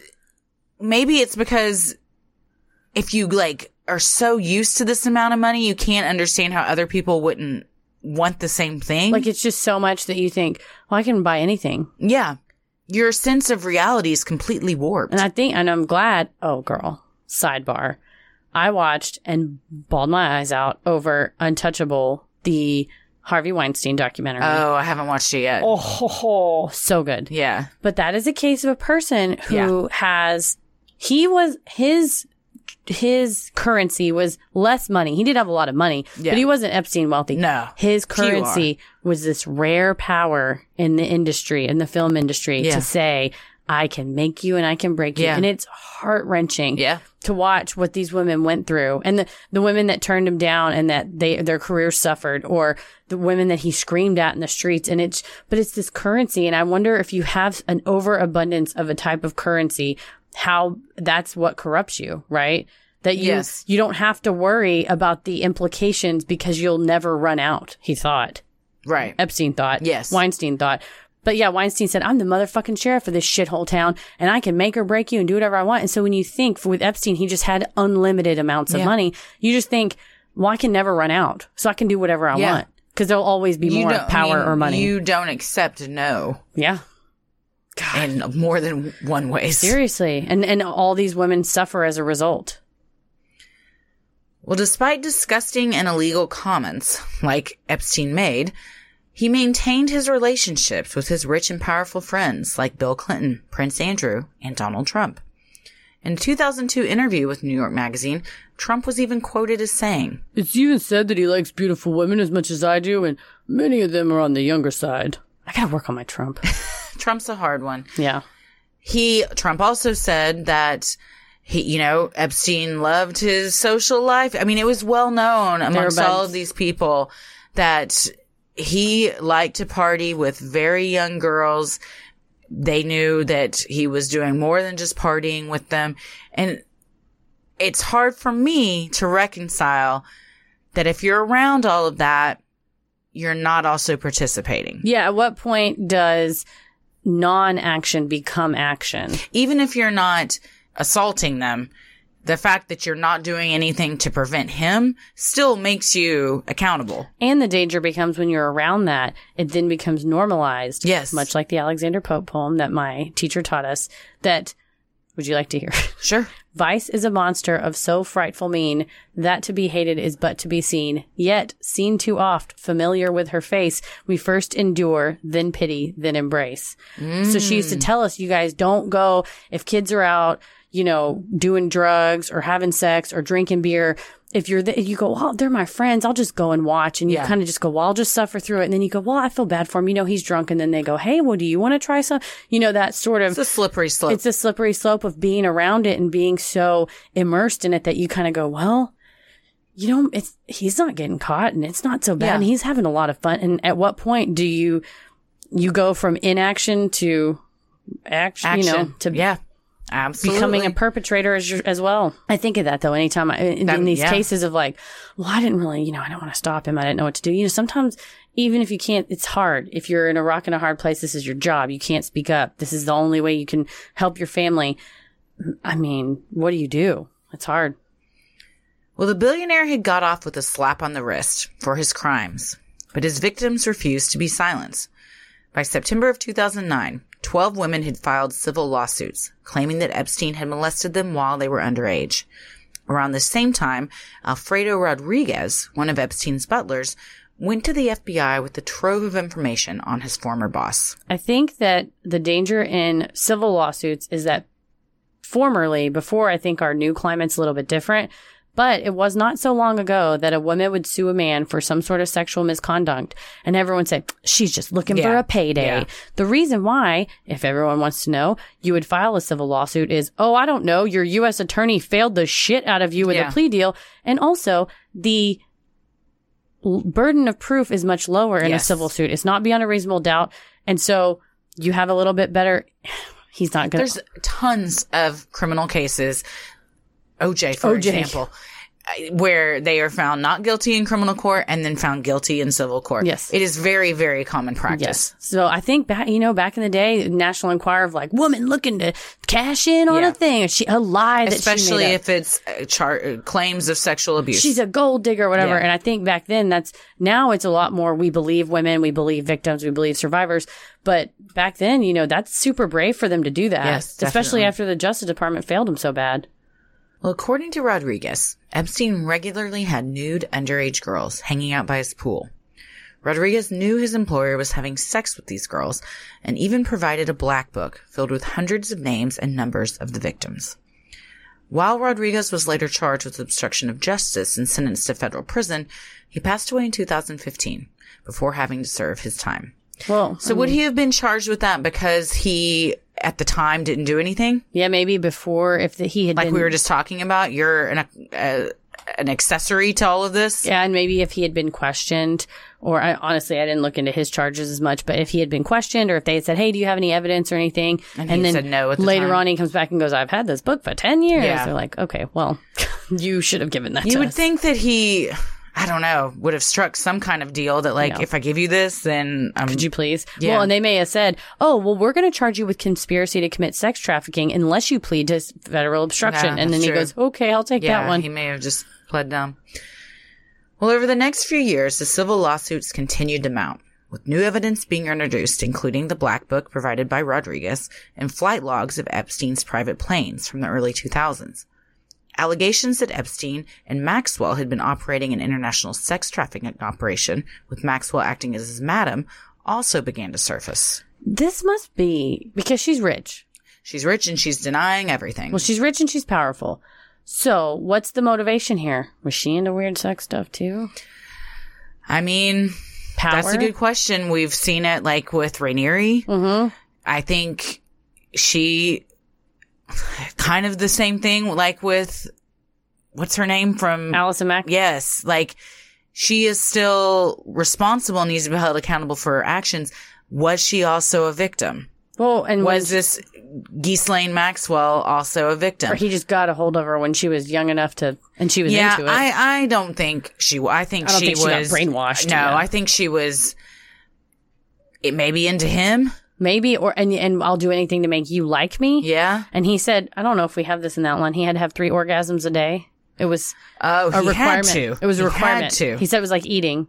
D: maybe it's because if you like are so used to this amount of money, you can't understand how other people wouldn't want the same thing.
B: like it's just so much that you think, well, I can buy anything.
D: yeah, your sense of reality is completely warped.
B: And I think, and I'm glad. Oh, girl. Sidebar. I watched and bawled my eyes out over Untouchable, the Harvey Weinstein documentary.
D: Oh, I haven't watched it yet.
B: oh, ho, ho, so good.
D: Yeah.
B: But that is a case of a person who has he was his his currency was less money. He did have a lot of money,
D: Yeah.
B: but he wasn't Epstein wealthy.
D: No. You
B: His
D: are.
B: currency was this rare power in the industry, in the film industry
D: Yeah.
B: to say, I can make you and I can break you.
D: Yeah.
B: And it's heart wrenching
D: Yeah.
B: to watch what these women went through and the, the women that turned him down and that they their careers suffered or the women that he screamed at in the streets and it's but it's this currency and i wonder if you have an overabundance of a type of currency how that's what corrupts you right that you
D: Yes.
B: you don't have to worry about the implications because you'll never run out he thought
D: Right.
B: Epstein thought.
D: Yes.
B: Weinstein thought. But yeah, Weinstein said, I'm the motherfucking sheriff of this shithole town and I can make or break you and do whatever I want. And so when you think with Epstein, he just had unlimited amounts of
D: Yeah.
B: money, you just think, well, I can never run out. So I can do whatever I
D: Yeah.
B: want because there'll always be more
D: don't-
B: power
D: I mean,
B: or money.
D: You don't accept no
B: yeah.
D: in more than one way.
B: Seriously. And, and all these women suffer as a result.
D: Well, despite disgusting and illegal comments like Epstein made, he maintained his relationships with his rich and powerful friends like Bill Clinton, Prince Andrew, and Donald Trump. In a 2002 interview with New York Magazine, Trump was even quoted as saying,
B: It's even said that he likes beautiful women as much as I do, and many of them are on the younger side. I gotta work on my Trump.
D: Trump's a hard one.
B: yeah.
D: he Trump also said that he, you know, Epstein loved his social life. I mean, it was well known amongst
B: buds.
D: all of these people that he liked to party with very young girls. They knew that he was doing more than just partying with them. And it's hard for me to reconcile that if you're around all of that, you're not also participating.
B: Yeah, at what point does non action become action?
D: even if you're not assaulting them, the fact that you're not doing anything to prevent him still makes you accountable.
B: And the danger becomes when you're around that, it then becomes normalized.
D: Yes.
B: Much like the Alexander Pope poem that my teacher taught us that would you like to hear?
D: Sure.
B: Vice is a monster of so frightful mean that to be hated is but to be seen. Yet, seen too oft, familiar with her face, we first endure, then pity, then embrace. So she used to tell us, you guys don't go if kids are out, you know, doing drugs or having sex or drinking beer. If you're, the, you go, well, they're my friends. I'll just go and watch. And you
D: Yeah.
B: kind of just go, well, I'll just suffer through it. And then you go, well, I feel bad for him. You know, he's drunk. And then they go, hey, well, do you want to try some? You know, that sort of
D: It's a slippery slope.
B: it's a slippery slope of being around it and being so immersed in it that you kind of go, well, you know, it's he's not getting caught and it's not so bad
D: Yeah.
B: and he's having a lot of fun. And at what point do you you go from inaction to action,
D: action.
B: you know, to
D: yeah. Absolutely.
B: becoming a perpetrator as, your- as well. I think of that though. Anytime I, in,
D: That-
B: in these
D: yeah.
B: cases of like, well, I didn't really, you know, I don't want to stop him. I didn't know what to do. You know, sometimes even if you can't, it's hard. If you're in a rock and a hard place, this is your job. You can't speak up. This is the only way you can help your family. I mean, what do you do? It's hard.
D: Well, the billionaire had got off with a slap on the wrist for his crimes, but his victims refused to be silenced. By September of 2009, 12 women had filed civil lawsuits claiming that Epstein had molested them while they were underage. Around the same time, Alfredo Rodriguez, one of Epstein's butlers, went to the FBI with a trove of information on his former boss.
B: I think that the danger in civil lawsuits is that formerly, before I think our new climate's a little bit different, but it was not so long ago that a woman would sue a man for some sort of sexual misconduct and everyone said, she's just looking for
D: Yeah.
B: a payday.
D: Yeah.
B: The reason why, if everyone wants to know, you would file a civil lawsuit is, oh, I don't know, your U.S. attorney failed the shit out of you with
D: Yeah.
B: a plea deal. And also the l- burden of proof is much lower in
D: Yes.
B: a civil suit. It's not beyond a reasonable doubt. And so you have a little bit better. He's not going
D: There's
B: to.
D: tons of criminal cases, OJ for
B: OJ.
D: example, uh, where they are found not guilty in criminal court and then found guilty in civil court.
B: Yes.
D: it is very very common practice.
B: Yes. So I think back, you know, back in the day, National Enquirer of like woman looking to cash in on
D: Yeah.
B: a thing, or she a lie that
D: Especially
B: she made up.
D: if it's uh, char- uh, claims of sexual abuse.
B: she's a gold digger, whatever.
D: Yeah.
B: And I think back then, that's now it's a lot more. We believe women, we believe victims, we believe survivors. But back then, you know, that's super brave for them to do that,
D: Yes,
B: especially
D: definitely.
B: after the Justice Department failed them so bad.
D: Well, according to Rodriguez, Epstein regularly had nude underage girls hanging out by his pool. Rodriguez knew his employer was having sex with these girls and even provided a black book filled with hundreds of names and numbers of the victims. While Rodriguez was later charged with obstruction of justice and sentenced to federal prison, he passed away in 2015 before having to serve his time.
B: Well,
D: So would he have been charged with that because he at the time didn't do anything?
B: yeah, maybe before if the, he had
D: Like
B: been,
D: we were just talking about, you're an uh, an accessory to all of this.
B: yeah, and maybe if he had been questioned, or I, honestly, I didn't look into his charges as much, but if he had been questioned, or if they had said, "Hey, do you have any evidence or anything?"
D: And he said no at the
B: later
D: time.
B: on, he comes back and goes, "I've had this book for ten years."
D: Yeah.
B: They're like, "Okay, well, you should have given that."
D: You
B: to
D: would
B: us."
D: think that he, I don't know, would have struck some kind of deal that like
B: No.
D: if I give you this, then I'm
B: Could you please?
D: Yeah.
B: Well, and they may have said, "Oh, well, we're going to charge you with conspiracy to commit sex trafficking unless you plead to s- federal obstruction."
D: Yeah,
B: and then
D: that's
B: he
D: true.
B: goes, "Okay, I'll take
D: yeah,
B: that one."
D: He may have just pled dumb. Well, over the next few years, the civil lawsuits continued to mount, with new evidence being introduced, including the black book provided by Rodriguez and flight logs of Epstein's private planes from the early 2000s. Allegations that Epstein and Maxwell had been operating an international sex trafficking operation, with Maxwell acting as his madam, also began to surface.
B: This must be because she's rich.
D: She's rich and she's denying everything.
B: Well, she's rich and she's powerful. So, what's the motivation here? Was she into weird sex stuff too?
D: I mean,
B: Power.
D: That's a good question. We've seen it like with Rainieri. Mm-hmm. I think she kind of the same thing like with what's her name from
B: Allison Mack.
D: Yes, like she is still responsible and needs to be held accountable for her actions. Was she also a victim?
B: Well, and
D: Was
B: was
D: this Ghislaine Maxwell also a victim?
B: he just got a hold of her when she was young enough to, and she was
D: yeah,
B: into it.
D: I, I don't think she. I think
B: I don't
D: she
B: think she
D: was
B: got brainwashed,
D: No,
B: yeah.
D: I think she was. It may be into him.
B: Maybe, or and and I'll do anything to make you like me.
D: Yeah.
B: And he said, I don't know if we have this in that one. He had to have three orgasms a day. It was
D: Oh,
B: a
D: he
B: requirement.
D: had to.
B: It was a
D: He
B: requirement.
D: Had to.
B: He said it was like eating.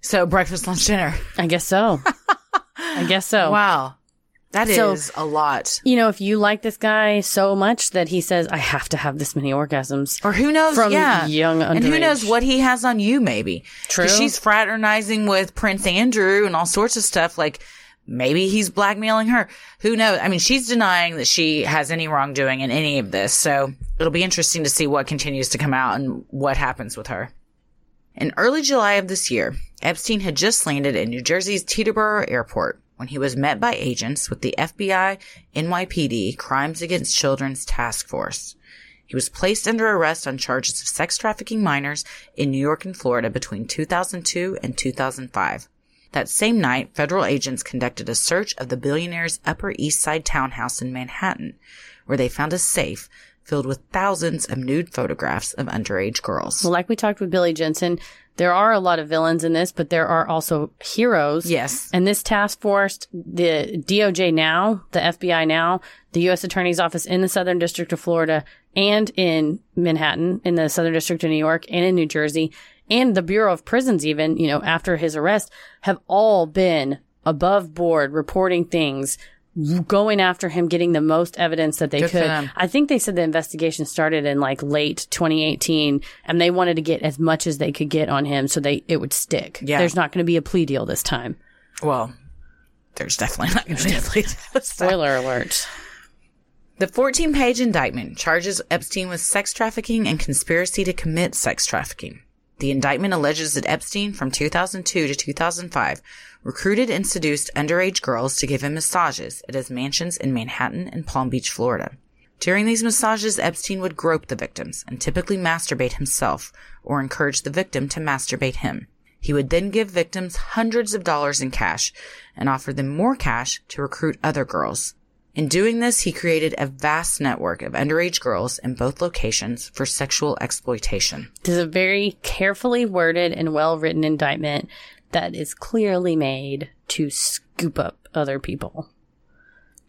D: so breakfast, lunch, dinner.
B: I guess so. I guess so.
D: Wow, that is
B: So-
D: a lot.
B: You know, if you like this guy so much that he says, I have to have this many orgasms.
D: Or who knows?
B: From
D: yeah,
B: young
D: and who
B: underage.
D: knows what he has on you? Maybe 'Cause
B: True.
D: She's fraternizing with Prince Andrew and all sorts of stuff. Like maybe he's blackmailing her. Who knows? I mean, she's denying that she has any wrongdoing in any of this. So it'll be interesting to see what continues to come out and what happens with her. In early July of this year, Epstein had just landed in New Jersey's Teterboro Airport when he was met by agents with the FBI NYPD Crimes Against Children's Task Force. He was placed under arrest on charges of sex trafficking minors in New York and Florida between 2002 and 2005. That same night, federal agents conducted a search of the billionaire's Upper East Side townhouse in Manhattan, where they found a safe filled with thousands of nude photographs of underage girls.
B: Well, like we talked with Billy Jensen, there are a lot of villains in this, but there are also heroes.
D: Yes.
B: And this task force, the DOJ now, the FBI now, the U.S. Attorney's Office in the Southern District of Florida and in Manhattan, in the Southern District of New York and in New Jersey, and the Bureau of Prisons, even, you know, after his arrest, have all been above board reporting things. Going after him, getting the most evidence that they
D: Good for
B: could.
D: them.
B: I think they said the investigation started in like late 2018 and they wanted to get as much as they could get on him so they it would stick.
D: Yeah.
B: There's not going to be a plea deal this time.
D: Well, there's definitely not going to be a
B: Spoiler alert.
D: The 14 page indictment charges Epstein with sex trafficking and conspiracy to commit sex trafficking. The indictment alleges that Epstein from 2002 to 2005 recruited and seduced underage girls to give him massages at his mansions in Manhattan and Palm Beach, Florida. During these massages, Epstein would grope the victims and typically masturbate himself or encourage the victim to masturbate him. He would then give victims hundreds of dollars in cash and offer them more cash to recruit other girls. In doing this, he created a vast network of underage girls in both locations for sexual exploitation.
B: This is a very carefully worded and well written indictment that is clearly made to scoop up other people.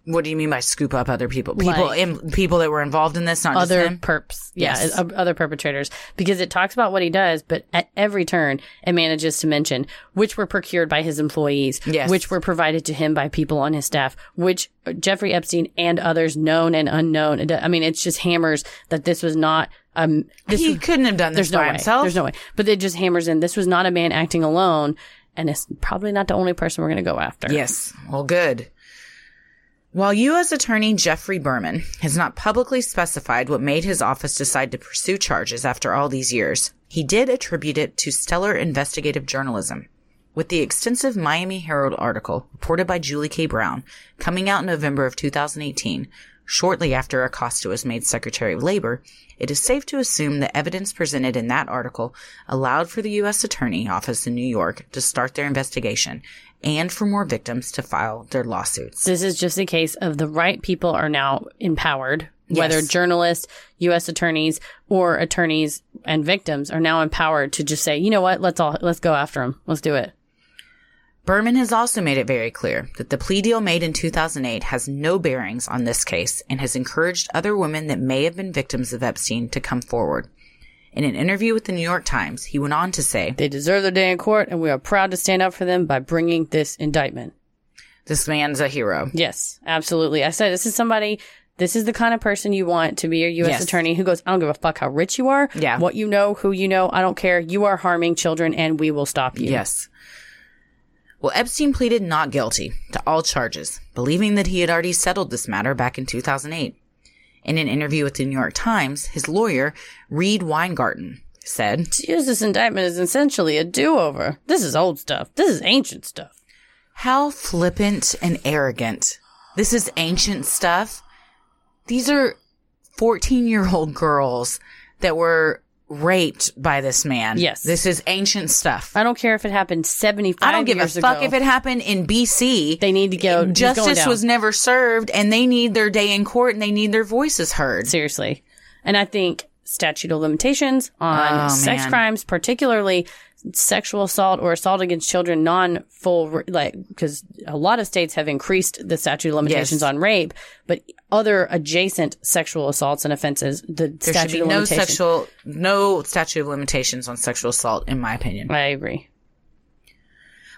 D: What do you mean by scoop up other people? People,
B: Like-
D: in, people that were involved in this, not
B: other
D: just them.
B: perps. Yeah,
D: Yes.
B: o- other perpetrators. Because it talks about what he does, but at every turn, it manages to mention which were procured by his employees,
D: Yes.
B: which were provided to him by people on his staff, which uh, Jeffrey Epstein and others, known and unknown. It- I mean, it's just hammers that this was not. Um, this
D: he
B: was-
D: couldn't have done this
B: there's no
D: by
B: way.
D: himself.
B: There's no way. But it just hammers in. This was not a man acting alone, and it's probably not the only person we're going to go after.
D: Yes. Well, good. While U.S. Attorney Jeffrey Berman has not publicly specified what made his office decide to pursue charges after all these years, he did attribute it to stellar investigative journalism. With the extensive Miami Herald article reported by Julie K. Brown coming out in November of 2018, shortly after Acosta was made Secretary of Labor, it is safe to assume the evidence presented in that article allowed for the U.S. Attorney Office in New York to start their investigation and for more victims to file their lawsuits.
B: This is just a case of the right people are now empowered, whether
D: Yes.
B: journalists, U.S. attorneys, or attorneys and victims are now empowered to just say, you know what, let's all let's go after them, let's do it.
D: Berman has also made it very clear that the plea deal made in 2008 has no bearings on this case and has encouraged other women that may have been victims of Epstein to come forward. In an interview with the New York Times, he went on to say,
B: They deserve their day in court, and we are proud to stand up for them by bringing this indictment.
D: This man's a hero.
B: Yes, absolutely. I said this is somebody. This is the kind of person you want to be your U.S.
D: Yes.
B: attorney who goes, I don't give a fuck how rich you are,
D: Yeah.
B: what you know, who you know, I don't care. You are harming children, and we will stop you.
D: Yes. Well, Epstein pleaded not guilty to all charges, believing that he had already settled this matter back in 2008. In an interview with the New York Times, his lawyer, Reed Weingarten, said,
B: To use this indictment is essentially a do-over. This is old stuff. This is ancient stuff.
D: How flippant and arrogant. This is ancient stuff. These are 14 year old girls that were raped by this man.
B: Yes.
D: This is ancient stuff.
B: I don't care if it happened 75
D: I don't give a
B: years
D: fuck
B: ago.
D: if it happened in BC.
B: They need to go. he's going
D: Justice
B: down.
D: was never served and they need their day in court and they need their voices heard.
B: Seriously. And I think statute of limitations on
D: Oh,
B: sex
D: man.
B: crimes, particularly sexual assault or assault against children, non full, like, because a lot of states have increased the statute of limitations
D: Yes.
B: on rape, but other adjacent sexual assaults and offenses, the
D: There
B: statute
D: should be
B: of
D: no
B: limitations.
D: sexual, no statute of limitations on sexual assault, in my opinion.
B: I agree.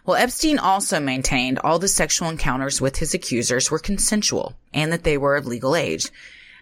D: Well, Epstein also maintained all the sexual encounters with his accusers were consensual and that they were of legal age.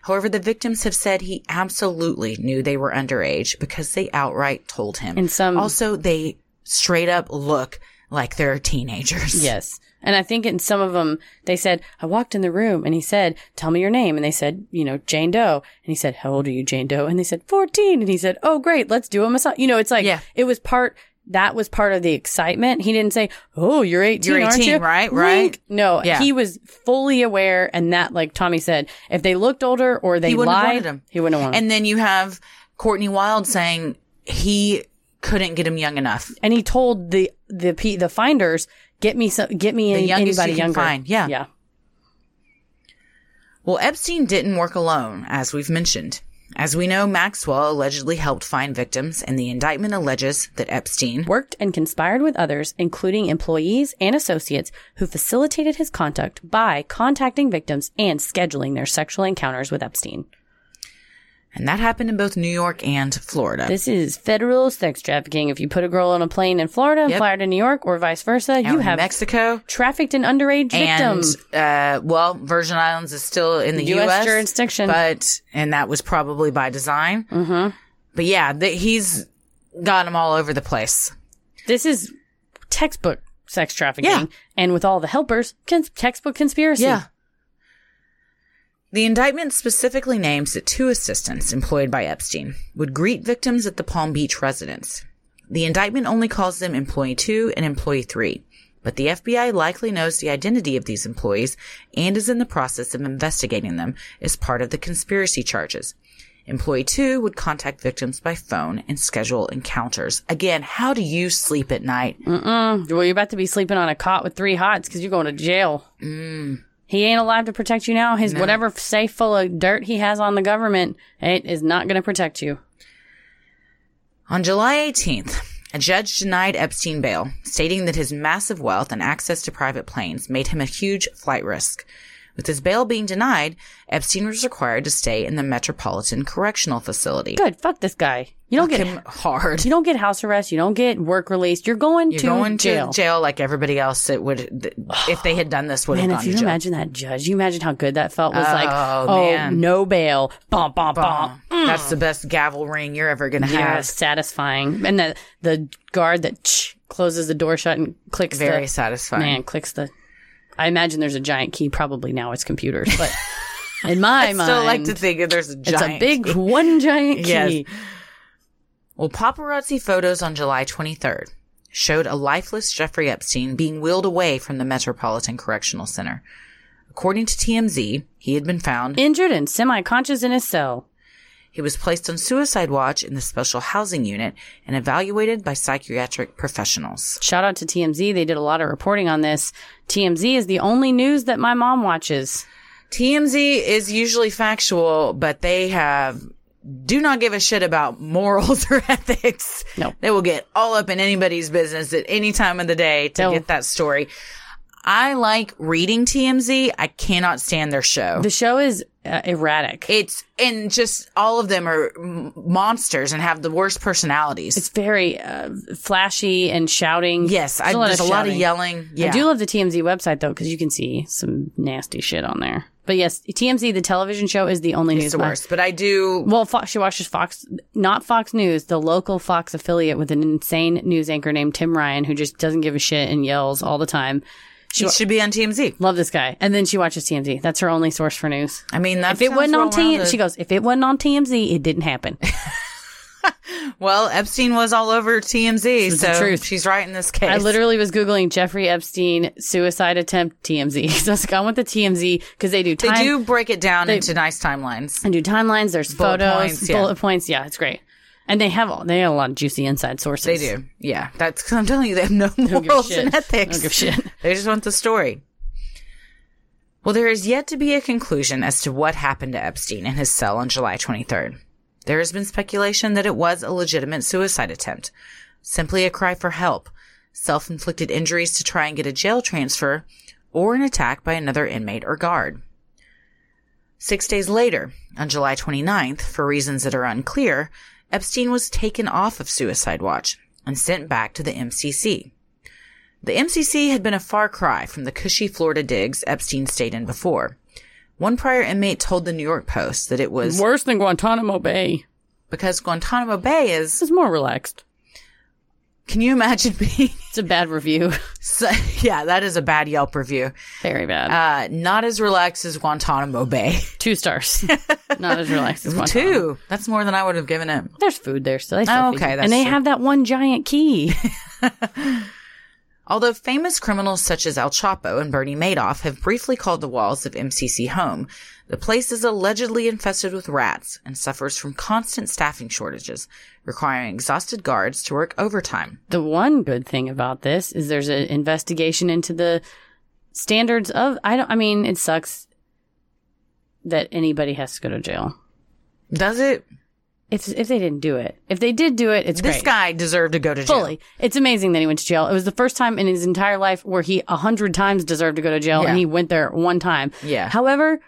D: However, the victims have said he absolutely knew they were underage because they outright told him.
B: And some-
D: also they straight up look like they're teenagers.
B: Yes. And I think in some of them, they said, I walked in the room and he said, Tell me your name. And they said, You know, Jane Doe. And he said, How old are you, Jane Doe? And they said, 14. And he said, Oh, great. Let's do a massage. You know, it's like,
D: Yeah.
B: it was part, that was part of the excitement. He didn't say, Oh, you're 18.
D: You're
B: aren't
D: 18,
B: you?
D: right?
B: Wink.
D: Right?
B: No,
D: Yeah.
B: he was fully aware. And that, like Tommy said, if they looked older or they
D: He wouldn't
B: lied,
D: have wanted him.
B: he wouldn't want
D: And then you have Courtney Wilde saying he couldn't get him young enough.
B: And he told the, the, P- the finders, Get me some, get me any-
D: youngest
B: anybody
D: you can
B: younger.
D: find. Yeah.
B: Yeah.
D: Well, Epstein didn't work alone, as we've mentioned. As we know, Maxwell allegedly helped find victims, and the indictment alleges that Epstein
B: worked and conspired with others, including employees and associates, who facilitated his conduct by contacting victims and scheduling their sexual encounters with Epstein.
D: And that happened in both New York and Florida.
B: This is federal sex trafficking. If you put a girl on a plane in Florida and
D: Yep.
B: fly her to New York or vice versa,
D: Out
B: you
D: in
B: have
D: Mexico
B: trafficked an underage victim.
D: and uh, well, Virgin Islands is still in the
B: US
D: U.S.
B: jurisdiction.
D: but and that was probably by design. Mm-hmm. But yeah, th- he's got them all over the place.
B: This is textbook sex trafficking.
D: Yeah.
B: And with all the helpers, cons- textbook conspiracy.
D: The indictment specifically names that two assistants employed by Epstein would greet victims at the Palm Beach residence. The indictment only calls them employee two and employee three, but the FBI likely knows the identity of these employees and is in the process of investigating them as part of the conspiracy charges. Employee two would contact victims by phone and schedule encounters. Again, how do you sleep at night?
B: Well, you're about to be sleeping on a cot with three hots because you're going to jail. Mm. He ain't alive to protect you now. His whatever safe full of dirt he has on the government, it is not going to protect you.
D: On July 18th, a judge denied Epstein bail, stating that his massive wealth and access to private planes made him a huge flight risk. With his bail being denied, Epstein was required to stay in the Metropolitan Correctional Facility.
B: Good. Fuck this guy. You don't
D: Fuck
B: get
D: him hard.
B: you don't get house arrest. You don't get work release. You're going
D: You're
B: to
D: going
B: jail.
D: to jail like everybody else that would, th- if they had done this, would have
B: Man,
D: gone
B: if
D: to
B: you
D: jail.
B: imagine that judge, you imagine how good that felt. Was like,
D: Oh,
B: oh,
D: man.
B: no bail, bum bum
D: Bah,
B: bum.
D: That's the best gavel ring you're ever going to
B: Yeah,
D: have.
B: satisfying. And the the guard that tch, closes the door shut and clicks
D: Very
B: the
D: satisfying.
B: man clicks the. I imagine there's a giant key. Probably now it's computers, but in my
D: I
B: mind,
D: still like to think that there's a
B: it's
D: giant.
B: a big one giant key.
D: Yes. Well, paparazzi photos on July 23rd showed a lifeless Jeffrey Epstein being wheeled away from the Metropolitan Correctional Center. According to TMZ, he had been found.
B: Injured and semi-conscious in his cell.
D: He was placed on suicide watch in the special housing unit and evaluated by psychiatric professionals.
B: Shout out to TMZ. They did a lot of reporting on this. TMZ is the only news that my mom watches.
D: TMZ is usually factual, but they have do not give a shit about morals or ethics.
B: No.
D: They will get all up in anybody's business at any time of the day to
B: They'll-
D: get that story. I like reading TMZ. I cannot stand their show.
B: The show is uh, erratic.
D: It's and just all of them are m- monsters and have the worst personalities.
B: It's very uh, flashy and shouting.
D: yes, I,
B: a lot
D: there's a
B: of
D: lot of
B: shouting.
D: yelling. Yeah.
B: I do love the TMZ website though, because you can see some nasty shit on there. But yes, TMZ, the television show, is the only news.
D: it's the
B: my-
D: worst, but I do
B: Well, Fox, she watches Fox, not Fox News, the local Fox affiliate with an insane news anchor named Tim Ryan, who just doesn't give a shit and yells all the time.
D: she should be on TMZ.
B: Love this guy. And then she watches TMZ. That's her only source for news.
D: I mean, that
B: If it
D: sounds
B: wasn't on
D: well-rounded.
B: TMZ, she goes, if it wasn't on TMZ, it didn't happen.
D: Well, Epstein was all over TMZ,
B: the
D: so
B: truth.
D: she's right in this case.
B: I literally was Googling Jeffrey Epstein suicide attempt TMZ. So I was like, I want the TMZ because they do
D: they
B: time.
D: do break it down into nice timelines.
B: and do timelines. There's
D: Bullet
B: photos,
D: points, yeah.
B: bullet points. Yeah, it's great. And they have all, they have a lot of juicy inside sources.
D: They do, yeah. That's because I'm telling you, they have no morals
B: shit.
D: and ethics.
B: Don't give a shit.
D: They just want the story. Well, there is yet to be a conclusion as to what happened to Epstein in his cell on July 23rd. There has been speculation that it was a legitimate suicide attempt, simply a cry for help, self inflicted injuries to try and get a jail transfer, or an attack by another inmate or guard. Six days later, on July 29th, for reasons that are unclear, Epstein was taken off of suicide watch and sent back to the MCC. The MCC had been a far cry from the cushy Florida digs Epstein stayed in before. One prior inmate told the New York Post that it was
B: Worse than Guantanamo Bay.
D: because Guantanamo Bay
B: This
D: is.
B: is more relaxed.
D: Can you imagine being?
B: It's a bad review.
D: So, yeah, that is a bad Yelp review.
B: Very bad.
D: Uh, not as relaxed as Guantanamo Bay.
B: Two stars. Not as relaxed as Guantanamo.
D: Two. That's more than I would have given it.
B: There's food there, so they still
D: Oh,
B: feed
D: okay,
B: you.
D: that's
B: and they
D: true.
B: have that one giant key.
D: Although famous criminals such as Al Chapo and Bernie Madoff have briefly called the walls of MCC home, the place is allegedly infested with rats and suffers from constant staffing shortages, requiring exhausted guards to work overtime.
B: the one good thing about this is there's an investigation into the standards of. I don't. I mean, it sucks that anybody has to go to jail
D: Does it?
B: if if they didn't do it. If they did do it, it's
D: This
B: great.
D: guy deserved to go to jail.
B: Fully. It's amazing that he went to jail. It was the first time in his entire life where he a hundred times deserved to go to jail,
D: Yeah.
B: and he went there one time.
D: Yeah.
B: However,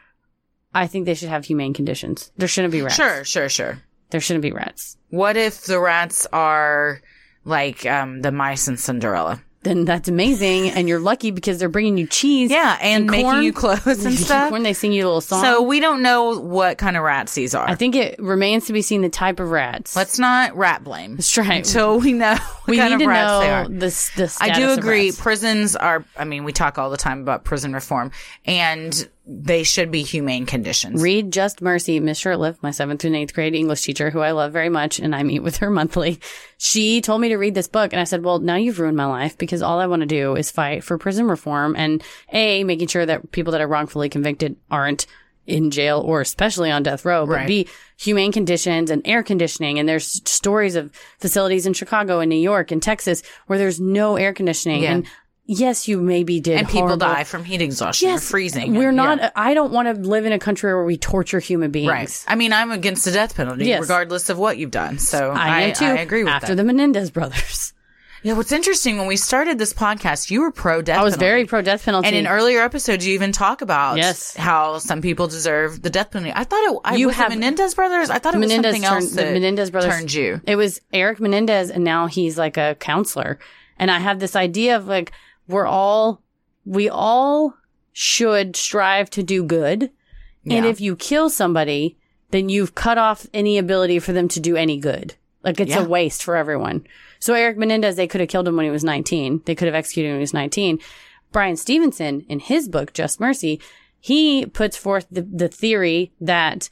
B: I think they should have humane conditions. There shouldn't be rats.
D: Sure, sure, sure.
B: There shouldn't be rats.
D: What if the rats are like um, the mice in Cinderella?
B: Then that's amazing, and you're lucky because they're bringing you cheese.
D: Yeah, and, making
B: corn.
D: you clothes and stuff.
B: When they sing you a little song.
D: So we don't know what kind of rats these are.
B: I think it remains to be seen the type of rats.
D: Let's not rat blame
B: That's right.
D: until we know what
B: we
D: kind
B: need
D: of
B: to
D: rats they
B: know
D: are.
B: the, s- the
D: I do
B: status of
D: agree.
B: rats.
D: Prisons are, I mean, we talk all the time about prison reform and they should be humane conditions.
B: Read Just Mercy, Miss Shirtliff, my seventh and eighth grade English teacher, who I love very much, and I meet with her monthly. She told me to read this book, and I said, "Well, now you've ruined my life because all I want to do is fight for prison reform and a making sure that people that are wrongfully convicted aren't in jail or especially on death row, but
D: Right.
B: b humane conditions and air conditioning. And there's stories of facilities in Chicago and New York and Texas where there's no air conditioning,
D: Yeah.
B: and yes, you maybe did
D: and people
B: horrible-
D: die from heat exhaustion or freezing. Yeah.
B: We're not. I don't want to live in a country where we torture human beings.
D: Right. I mean, I'm against the death penalty
B: Yes.
D: regardless of what you've done. So
B: I,
D: I,
B: am too.
D: I agree with
B: after
D: that.
B: the Menendez brothers.
D: Yeah, what's interesting when we started this podcast, you were pro death.
B: I was very
D: penalty.
B: pro death penalty.
D: And in earlier episodes, you even talk about
B: Yes.
D: how some people deserve the death penalty. I thought it. I,
B: You
D: you have
B: have-
D: Menendez brothers. I thought it
B: Menendez
D: was something
B: turned
D: else.
B: the
D: that
B: Menendez brothers
D: turned you.
B: It was Eric Menendez, and now he's like a counselor. And I have this idea of like we're all we all should strive to do good.
D: Yeah.
B: And if you kill somebody, then you've cut off any ability for them to do any good. Like it's
D: Yeah.
B: a waste for everyone. So Eric Menendez, they could have killed him when he was 19. They could have executed him when he was 19. Brian Stevenson, in his book, Just Mercy, he puts forth the, the theory that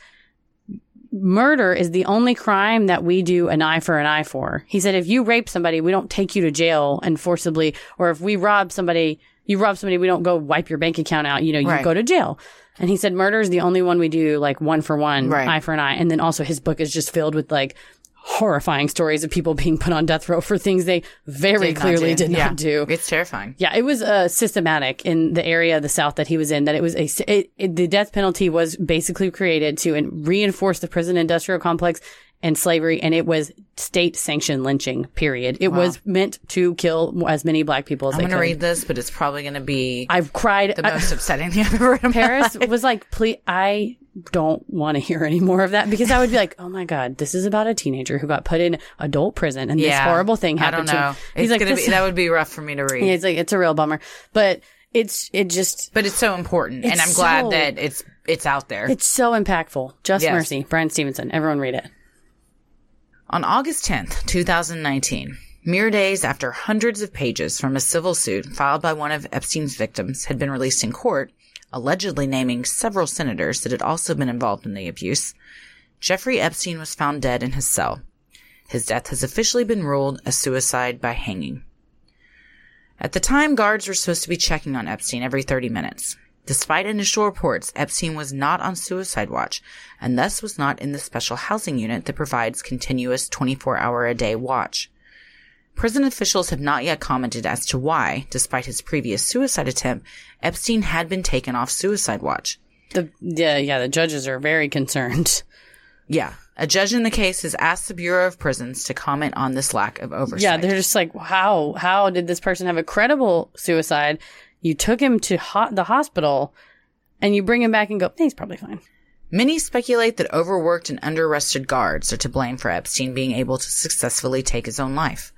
B: murder is the only crime that we do an eye for an eye for. He said, if you rape somebody, we don't take you to jail and forcibly, or if we rob somebody, you rob somebody, we don't go wipe your bank account out. You know, you
D: Right.
B: go to jail. And he said, murder is the only one we do like one for one,
D: Right.
B: eye for an eye. And then also his book is just filled with like horrifying stories of people being put on death row for things they very
D: Did not
B: clearly
D: do.
B: did
D: Yeah.
B: not do.
D: It's terrifying.
B: Yeah, it was uh, systematic in the area of the South that he was in. That it was a it, it- the death penalty was basically created to en- reinforce the prison industrial complex and slavery, and it was state sanctioned lynching. Period. It was meant to kill as many black people as
D: I'm
B: they
D: going to
B: could.
D: read this, but it's probably going to be
B: I've cried.
D: the
B: I-
D: most upsetting thing I've ever read. in my
B: Paris
D: life.
B: was like, please, I don't want to hear any more of that because I would be like, oh my God, this is about a teenager who got put in adult prison and this horrible thing happened
D: I don't know.
B: to him.
D: It's
B: He's like,
D: gonna
B: this-
D: be, that would be rough for me to read.
B: Yeah, it's like, it's a real bummer. But it's, it just,
D: but it's so important, and
B: It's
D: I'm glad
B: so-
D: that it's it's out there.
B: It's so impactful. Just
D: Yes.
B: Mercy, Brian Stevenson. Everyone read it.
D: On August 10th, 2019, mere days after hundreds of pages from a civil suit filed by one of Epstein's victims had been released in court, allegedly naming several senators that had also been involved in the abuse, Jeffrey Epstein was found dead in his cell. His death has officially been ruled a suicide by hanging. At the time, guards were supposed to be checking on Epstein every 30 minutes. Despite initial reports, Epstein was not on suicide watch and thus was not in the special housing unit that provides continuous 24 hour a day watch. Prison officials have not yet commented as to why, despite his previous suicide attempt, Epstein had been taken off suicide watch.
B: The yeah, yeah, the judges are very concerned.
D: Yeah. A judge in the case has asked the Bureau of Prisons to comment on this lack of oversight.
B: Yeah, they're just like, how how did this person have a credible suicide? You took him to ho- the hospital, and you bring him back and go, "Eh, he's probably fine.
D: Many speculate that overworked and underrested guards are to blame for Epstein being able to successfully take his own life.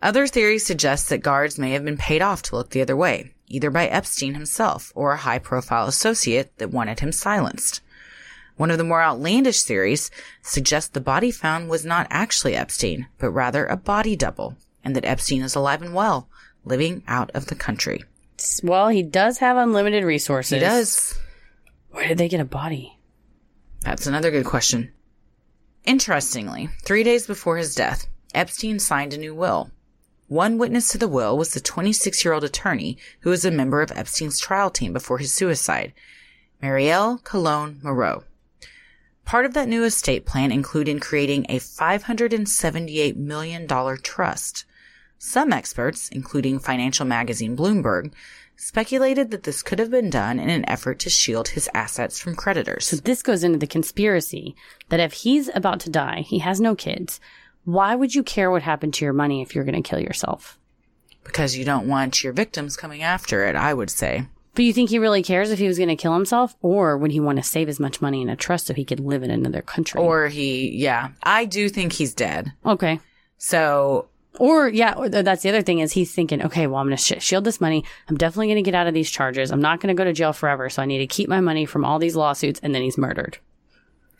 D: Other theories suggest that guards may have been paid off to look the other way, either by Epstein himself or a high profile associate that wanted him silenced. One of the more outlandish theories suggests the body found was not actually Epstein, but rather a body double, and that Epstein is alive and well, living out of the country.
B: S- Well, he does have unlimited resources.
D: He does.
B: Where did they get a body?
D: That's another good question. Interestingly, three days before his death, Epstein signed a new will. One witness to the will was the 26 year old attorney who was a member of Epstein's trial team before his suicide, Marielle Cologne Moreau. Part of that new estate plan included creating a $578 million trust. Some experts, including financial magazine Bloomberg, speculated that this could have been done in an effort to shield his assets from creditors.
B: So this goes into the conspiracy that if he's about to die, he has no kids. Why would you care what happened to your money if you're going to kill yourself?
D: because you don't want your victims coming after it, I would say.
B: But you think he really cares if he was going to kill himself, or would he want to save as much money in a trust so he could live in another country?
D: Or he, yeah, I do think he's dead.
B: okay,
D: So,
B: or yeah, or th- that's the other thing is he's thinking, okay, well I'm going to sh- shield this money. I'm definitely going to get out of these charges. I'm not going to go to jail forever, so I need to keep my money from all these lawsuits. And then he's murdered.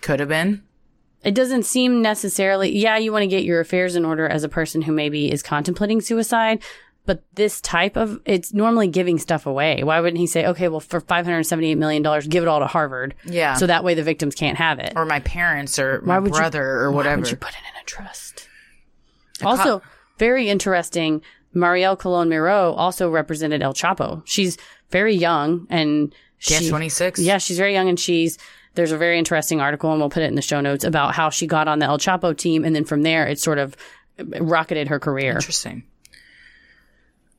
D: could have been.
B: It doesn't seem necessarily. Yeah, you want to get your affairs in order as a person who maybe is contemplating suicide. But this type of it's normally giving stuff away. Why wouldn't he say, okay, well, for five hundred seventy-eight million dollars, give it all to Harvard,
D: Yeah.
B: so that way the victims can't have it.
D: Or my parents or my
B: Why would you-
D: brother or whatever.
B: Why would you put it in a trust? also, very interesting. Marielle Colon Miro also represented El Chapo. She's very young and
D: Guess
B: she's
D: 26?
B: Yeah, she's very young and she's. There's a very interesting article, and we'll put it in the show notes about how she got on the El Chapo team, and then from there it sort of rocketed her career.
D: Interesting.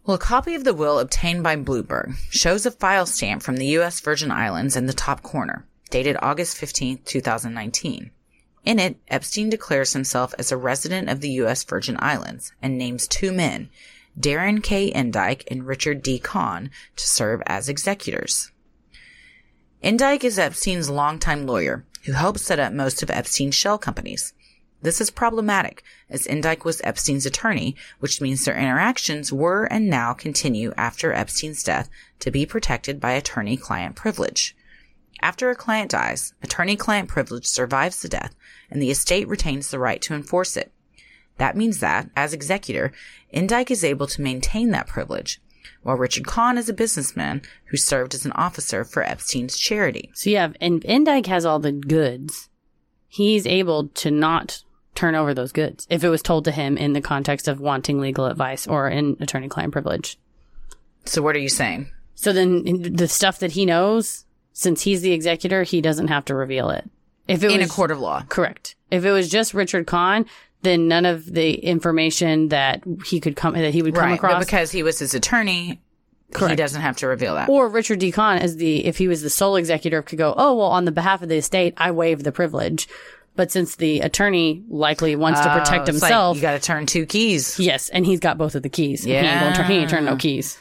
D: Well, a copy of the will obtained by Bloomberg shows a file stamp from the U.S. Virgin Islands in the top corner, dated August 15, 2019. In it, Epstein declares himself as a resident of the U.S. Virgin Islands and names two men, Darren K. Endike and Richard D. Kahn, to serve as executors. Endike is Epstein's longtime lawyer who helped set up most of Epstein's shell companies. This is problematic as Endike was Epstein's attorney, which means their interactions were and now continue after Epstein's death to be protected by attorney-client privilege. After a client dies, attorney-client privilege survives the death and the estate retains the right to enforce it. That means that, as executor, Endike is able to maintain that privilege, while Richard Kahn is a businessman who served as an officer for Epstein's charity.
B: So you have, and Endike has all the goods. He's able to not turn over those goods if it was told to him in the context of wanting legal advice or in attorney client privilege.
D: So what are you saying?
B: So then in- the stuff that he knows, since he's the executor, he doesn't have to reveal it. If it
D: In
B: was
D: a court of law.
B: correct, if it was just Richard Kahn, then none of the information that he could come that he would come
D: Right. But
B: across
D: because he was his attorney, he doesn't have to reveal that.
B: Or Richard D. Kahn, as the if he was the sole executor, could go, oh well, on the behalf of the estate, I waive the privilege. But since the attorney likely wants to
D: Oh,
B: protect
D: Uh, It's like,
B: himself,
D: you got to turn two keys.
B: yes, and he's got both of the keys. Yeah, he ain't, gonna turn, he ain't
D: Ah.
B: turning no keys.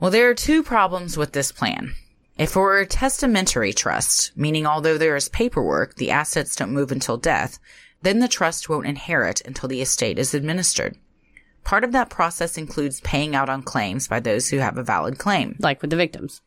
D: Well, there are two problems with this plan. If it were a testamentary trust, meaning although there is paperwork, the assets don't move until death, then the trust won't inherit until the estate is administered. Part of that process includes paying out on claims by those who have a valid claim.
B: Like with the victims,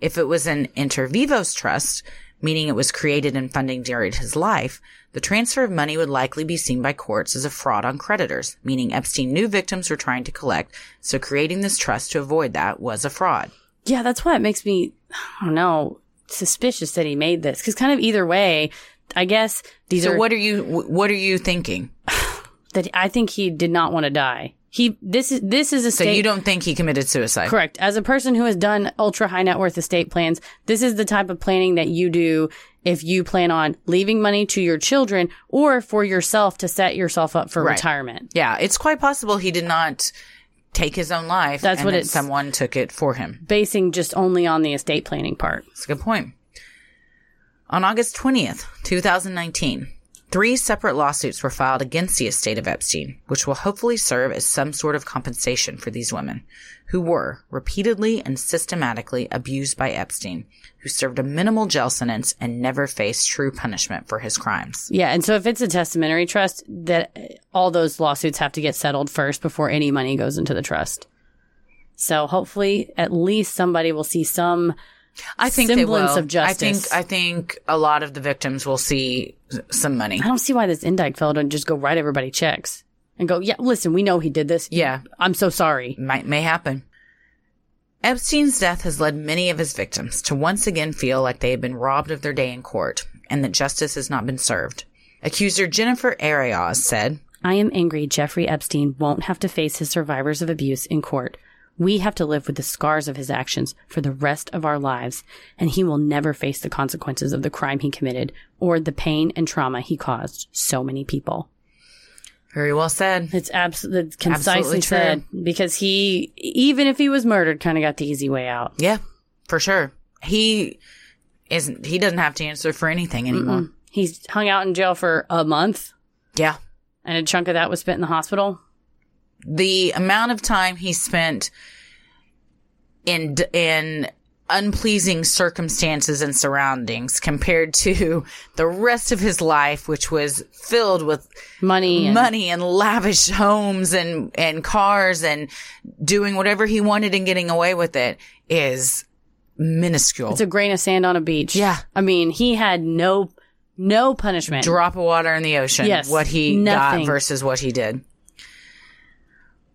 D: If it was an inter vivos trust, meaning it was created and funding during his life, the transfer of money would likely be seen by courts as a fraud on creditors, meaning Epstein knew victims were trying to collect, so creating this trust to avoid that was a fraud.
B: yeah, that's why it makes me, I don't know, suspicious that he made this because kind of either way, I guess these
D: So
B: are
D: what are you wh- what are you thinking?
B: that I think he did not want to die. He this is this is a
D: So
B: state.
D: you don't think he committed suicide?
B: Correct. As a person who has done ultra high net worth estate plans, this is the type of planning that you do if you plan on leaving money to your children or for yourself to set yourself up for
D: Right.
B: retirement.
D: Yeah, it's quite possible he did not take his own life.
B: That's
D: and
B: what
D: that
B: it's-
D: someone took it for him.
B: Basing just only on the estate planning part.
D: That's a good point. On August 20th, 2019, three separate lawsuits were filed against the estate of Epstein, which will hopefully serve as some sort of compensation for these women, who were repeatedly and systematically abused by Epstein, who served a minimal jail sentence and never faced true punishment for his crimes.
B: Yeah. And so if it's a testamentary trust, that uh, all those lawsuits have to get settled first before any money goes into the trust. So hopefully at least somebody will see some
D: I think
B: Semblance
D: they will.
B: of justice.
D: I think I think a lot of the victims will see s- some money.
B: I don't see why this Indike fellow don't just go write everybody checks and go, yeah, listen, we know he did this.
D: Yeah,
B: I'm so sorry.
D: might may happen. Epstein's death has led many of his victims to once again feel like they have been robbed of their day in court and that justice has not been served. Accuser Jennifer Arias said,
F: I am angry Jeffrey Epstein won't have to face his survivors of abuse in court. We have to live with the scars of his actions for the rest of our lives, and he will never face the consequences of the crime he committed or the pain and trauma he caused so many people.
D: Very well said.
B: It's absolutely concisely
D: Absolutely true.
B: said because he, even if he was murdered, kind of got the easy way out.
D: Yeah, for sure. He isn't he doesn't have to answer for anything anymore.
B: He's hung out in jail for a month,
D: Yeah.
B: and a chunk of that was spent in the hospital.
D: the amount of time he spent in in unpleasing circumstances and surroundings compared to the rest of his life which was filled with
B: Money, and
D: money and lavish homes and and cars and doing whatever he wanted and getting away with it is minuscule
B: It's a grain of sand on a beach.
D: Yeah.
B: I mean, he had no, no punishment.
D: drop of water in the ocean.
B: Yes,
D: what he
B: nothing.
D: got versus what he did.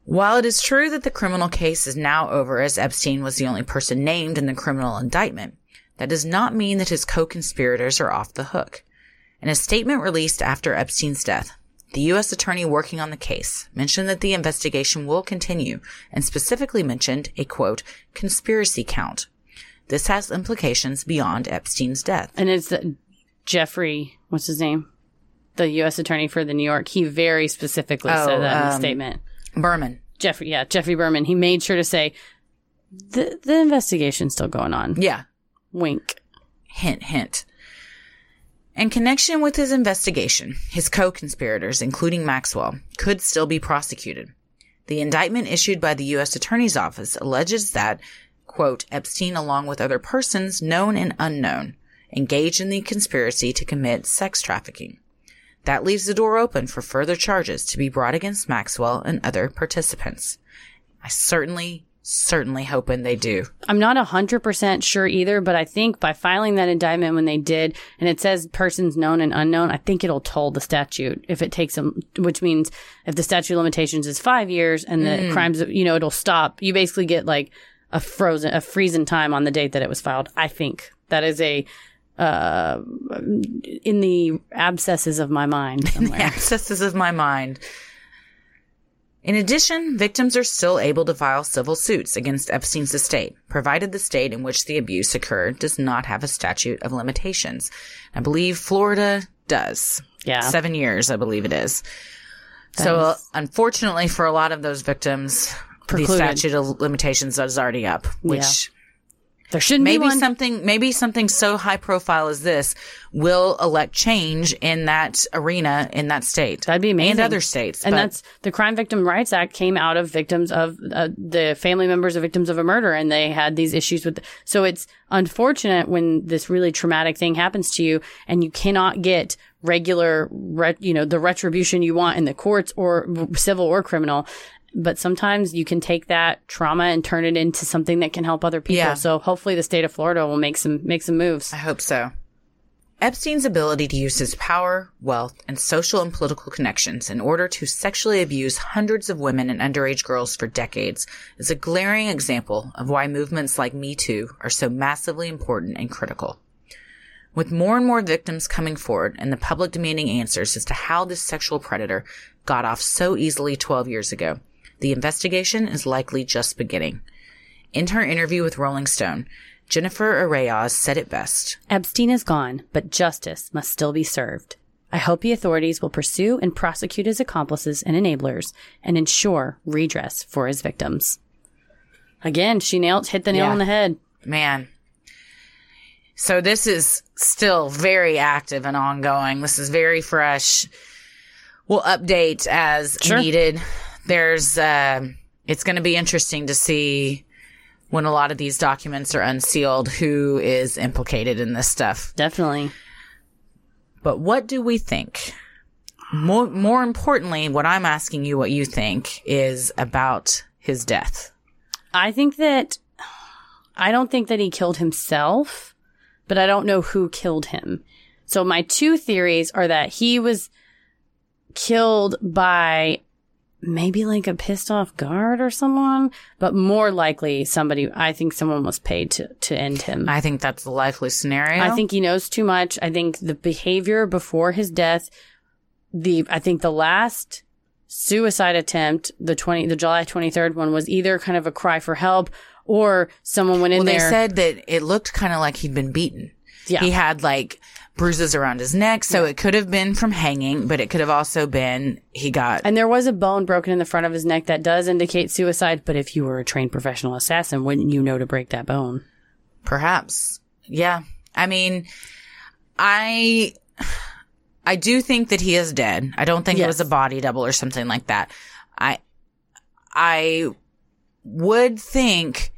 D: While it is true that the criminal case is now over, as Epstein was the only person named in the criminal indictment, that does not mean that his co-conspirators are off the hook. In a statement released after Epstein's death, the U.S. attorney working on the case mentioned that the investigation will continue and specifically mentioned a quote, conspiracy count. This has implications beyond Epstein's death.
B: and it's the- Jeffrey, what's his name? The U.S. attorney for the New York. He very specifically
D: Oh,
B: said that in the
D: um,
B: statement.
D: Berman.
B: Jeffrey, yeah, Jeffrey Berman. He made sure to say the the investigation's still going on.
D: Yeah.
B: Wink.
D: Hint, hint. In connection with his investigation, his co conspirators, including Maxwell, could still be prosecuted. The indictment issued by the U.S. Attorney's Office alleges that, quote, Epstein, along with other persons known and unknown, engaged in the conspiracy to commit sex trafficking. That leaves the door open for further charges to be brought against Maxwell and other participants. I certainly, certainly hoping they do.
B: I'm not 100% sure either, but I think by filing that indictment when they did, and it says persons known and unknown, I think it'll toll the statute if it takes them, which means if the statute of limitations is five years and the
D: Mm.
B: crimes, you know, it'll stop. You basically get like a frozen, a freezing time on the date that it was filed. I think that is a, uh, in the abscesses of my mind somewhere.
D: Abscesses of my mind. In addition, victims are still able to file civil suits against Epstein's estate, provided the state in which the abuse occurred does not have a statute of limitations. I believe Florida does.
B: Yeah.
D: Seven years, I believe it is. so, uh, unfortunately, for a lot of those victims, the
B: Precluded.
D: statute of limitations is already up, which
B: There shouldn't be
D: maybe
B: one.
D: something maybe something so high profile as this will elect change in that arena in that state
B: That'd be amazing.
D: and other states
B: And
D: but
B: that's the Crime Victim Rights Act came out of victims of uh, the family members of victims of a murder, and they had these issues with. So it's unfortunate when this really traumatic thing happens to you, and you cannot get regular, re- you know, the retribution you want in the courts or civil or criminal. But sometimes you can take that trauma and turn it into something that can help other people.
D: Yeah.
B: So hopefully, the state of Florida will make some make some moves.
D: I hope so. Epstein's ability to use his power, wealth, and social and political connections in order to sexually abuse hundreds of women and underage girls for decades is a glaring example of why movements like Me Too are so massively important and critical. With more and more victims coming forward and the public demanding answers as to how this sexual predator got off so easily 12 years ago, the investigation is likely just beginning. In her interview with Rolling Stone, Jennifer Arrayoz said it best.
F: Epstein is gone, but justice must still be served. I hope the authorities will pursue and prosecute his accomplices and enablers and ensure redress for his victims.
B: Again, she nailed hit the nail
D: Yeah.
B: on the head.
D: Man. So this is still very active and ongoing. This is very fresh. We'll update as needed. There's, um it's going to be interesting to see when a lot of these documents are unsealed who is implicated in this stuff.
B: Definitely.
D: But what do we think? More, more importantly, what I'm asking you what you think is about his death.
B: I think that I don't think that he killed himself, but I don't know who killed him. So my two theories are that he was killed by maybe like a pissed off guard or someone, but more likely somebody I think someone was paid to to end him.
D: I think that's the likely scenario.
B: I think he knows too much. I think the behavior before his death, the I think the last suicide attempt, the twenty, the July twenty third one, was either kind of a cry for help or someone went in
D: Well, they
B: there.
D: said that it looked kind of like he'd been beaten.
B: Yeah.
D: He had like bruises around his neck, so it could have been from hanging, but it could have also been he got.
B: and there was a bone broken in the front of his neck that does indicate suicide. But if you were a trained professional assassin, wouldn't you know to break that bone?
D: Perhaps. Yeah. I mean, I I do think that he is dead. I don't think it
B: Yes.
D: was a body double or something like that. I I would think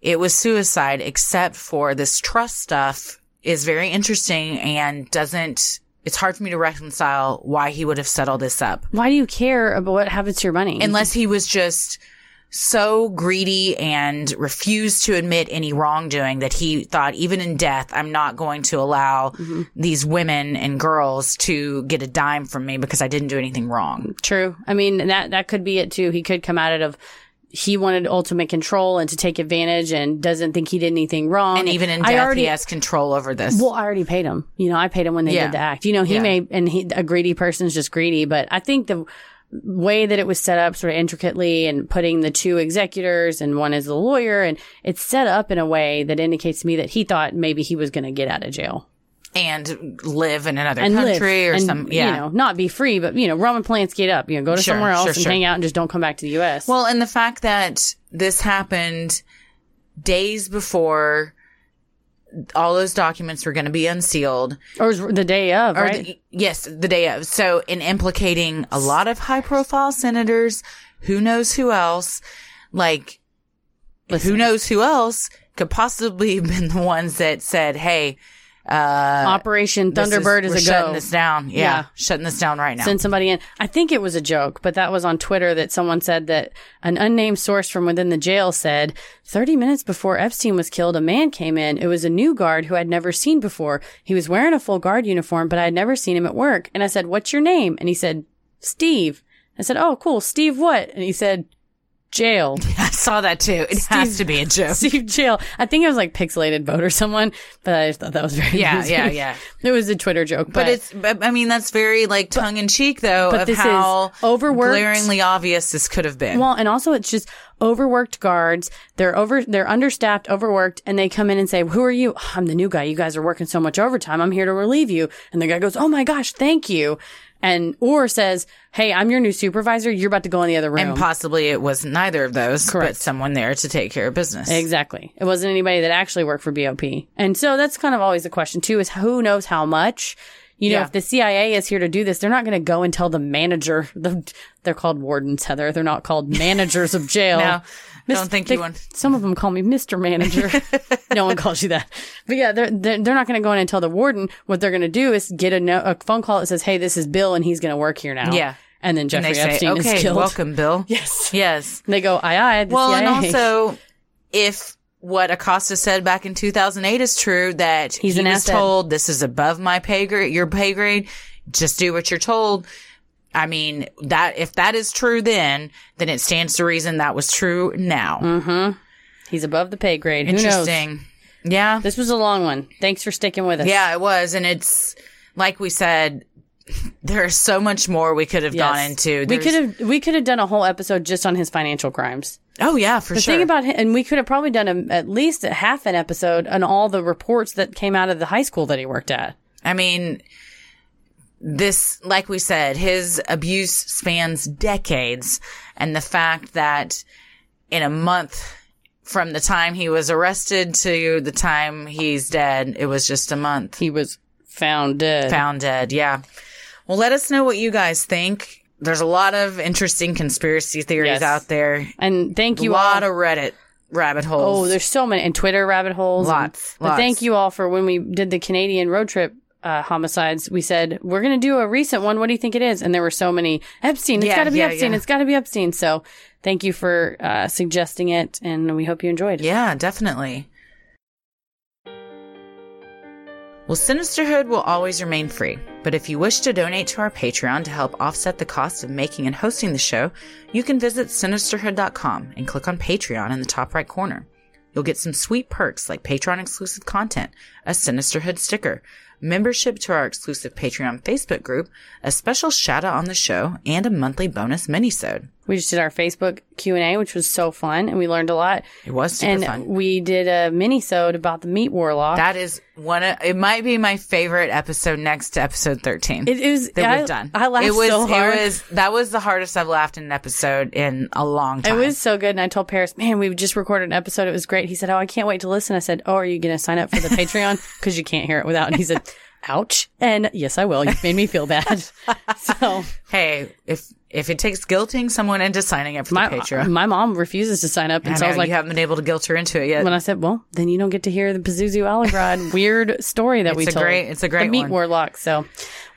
D: it was suicide except for this trust stuff is very interesting and doesn't it's hard for me to reconcile why he would have set all this up
B: Why do you care about what happens to your money?
D: unless he was just so greedy and refused to admit any wrongdoing that he thought even in death I'm not going to allow
B: Mm-hmm.
D: these women and girls to get a dime from me because I didn't do anything wrong.
B: True. I mean that that could be it too. He could come at it of he wanted ultimate control and to take advantage and doesn't think he did anything wrong.
D: And even in death
B: I already,
D: he has control over this.
B: Well, I already paid him. You know, I paid him when they
D: Yeah.
B: did the act. You know, he
D: Yeah.
B: may and he a greedy person's just greedy, but I think the way that it was set up sort of intricately and putting the two executors and one is the lawyer and it's set up in a way that indicates to me that he thought maybe he was going to get out of jail
D: and live in another
B: and
D: country
B: live
D: or
B: and,
D: some yeah.
B: you know not be free but you know Roman Polanski it up you know go to
D: Sure,
B: somewhere else
D: sure,
B: and
D: sure.
B: hang out and just don't come back to the US
D: Well, and the fact that this happened days before all those documents were going to be unsealed.
B: Or is the day of,
D: Or
B: right?
D: the, yes, the day of. So, in implicating a lot of high profile senators, who knows who else, like, who knows who else could possibly have been the ones that said, hey, uh,
B: Operation
D: this
B: Thunderbird is,
D: we're
B: a go.
D: shutting this down. Yeah,
B: Yeah.
D: Shutting this down right now.
B: send somebody in. I think it was a joke, but that was on Twitter that someone said that an unnamed source from within the jail said 30 minutes before Epstein was killed, a man came in. It was a new guard who I'd never seen before. He was wearing a full guard uniform, but I had never seen him at work. And I said, What's your name? And he said, Steve. I said, Oh, cool. Steve what? And he said, Jail.
D: I saw that too. It has to be a joke.
B: Steve Jail. I think it was like Pixelated Vote or someone, but I just thought that was very
D: Yeah,
B: amusing.
D: yeah, yeah.
B: It was a Twitter joke, but,
D: But it's, but, I mean, that's very like tongue in cheek though
B: but
D: of
B: this is
D: how
B: overworked-
D: glaringly obvious this could have been.
B: Well, and also it's just overworked guards. They're over, they're understaffed, overworked, and they come in and say, "Who are you? "Oh, I'm the new guy. You guys are working so much overtime. I'm here to relieve you." And the guy goes, "Oh my gosh, thank you," and or says, "Hey, I'm your new supervisor. You're about to go in the other room."
D: and possibly it was neither of those, but someone there to take care of business.
B: Exactly. It wasn't anybody that actually worked for BOP. And so that's kind of always the question too is who knows how much? You know,
D: Yeah.
B: if the CIA is here to do this, they're not going to go and tell the manager. The, they're called wardens, Heather. They're not called managers of jail.
D: No, don't think you want-
B: Some of them call me Mr. Manager. no one calls you that. But yeah, they're, they're, they're not going to go in and tell the warden. What they're going to do is get a, no, a phone call that says, hey, this is Bill and he's going to work here now.
D: Yeah.
B: And then
D: And
B: Jeffrey
D: they say,
B: Epstein is
D: okay,
B: killed.
D: welcome, Bill.
B: Yes.
D: Yes.
B: And they go, aye, aye. the
D: Well, and
B: CIA."
D: also, if what Acosta said back in 2008 is true, that
B: He's
D: he
B: an
D: was
B: asset.
D: told this is above my pay grade, your pay grade, just do what you're told. I mean, that if that is true then, then it stands to reason that was true
B: Mm,
D: now.
B: he's above the pay grade. Who knows?
D: Interesting. Yeah.
B: This was a long one. Thanks for sticking with us.
D: Yeah, it was. And it's like we said, there's so much more we could have
B: Yes.
D: gone into.
B: We
D: There's-
B: could have we could have done a whole episode just on his financial crimes.
D: Oh, yeah, for
B: The
D: sure.
B: thing about him, and we could have probably done a, at least a half an episode on all the reports that came out of the high school that he worked at.
D: I mean, this, like we said, his abuse spans decades. And the fact that in a month from the time he was arrested to the time he's dead, it was just a month.
B: He was found dead.
D: Found dead, yeah. Well, let us know what you guys think. There's a lot of interesting conspiracy theories
B: Yes.
D: out there.
B: And thank
D: a
B: you all.
D: lot of Reddit rabbit holes.
B: oh, there's so many and Twitter rabbit holes. and-
D: Lots,
B: But thank
D: lots.
B: you all for when we did the Canadian road trip. Uh, homicides. We said we're going to do a recent one. What do you think it is? And there were so many Epstein. It's
D: Yeah,
B: got to be
D: yeah,
B: Epstein.
D: yeah.
B: It's got to be Epstein. So thank you for uh, suggesting it, and we hope you enjoyed.
D: Yeah, definitely. Well, Sinisterhood will always remain free, but if you wish to donate to our Patreon to help offset the cost of making and hosting the show, you can visit sinisterhood.com and click on Patreon in the top right corner. You'll get some sweet perks like Patreon exclusive content, a Sinisterhood sticker, membership to our exclusive Patreon Facebook group, a special shout out on the show, and a monthly bonus minisode.
B: We just did our Facebook Q and A, which was so fun, and we learned a lot.
D: It was super
B: and
D: fun.
B: we did a mini-sode about the meat warlock.
D: That is one of it might be my favorite episode next to episode thirteen.
B: it, it was
D: that
B: I,
D: we've done.
B: I laughed
D: it was,
B: so hard.
D: It was that was the hardest I've laughed in an episode in a long
B: It
D: time.
B: was so good. And I told Paris, man, we just recorded an episode. It was great. He said, Oh, I can't wait to listen. I said, Oh, are you going to sign up for the Patreon? Because you can't hear it without. And he said, Ouch. And yes, I will. You've made me feel bad. So
D: Hey, if if it takes guilting someone into signing up for
B: my,
D: the Patreon,
B: my mom refuses to sign up. And
D: I
B: so I
D: know,
B: was like,
D: you haven't been able to guilt her into it yet.
B: when I said, Well, then you don't get to hear the Pazuzu Allegrod weird story that we
D: It's a
B: told.
D: great- it's a great
B: The meat
D: one.
B: warlock. So,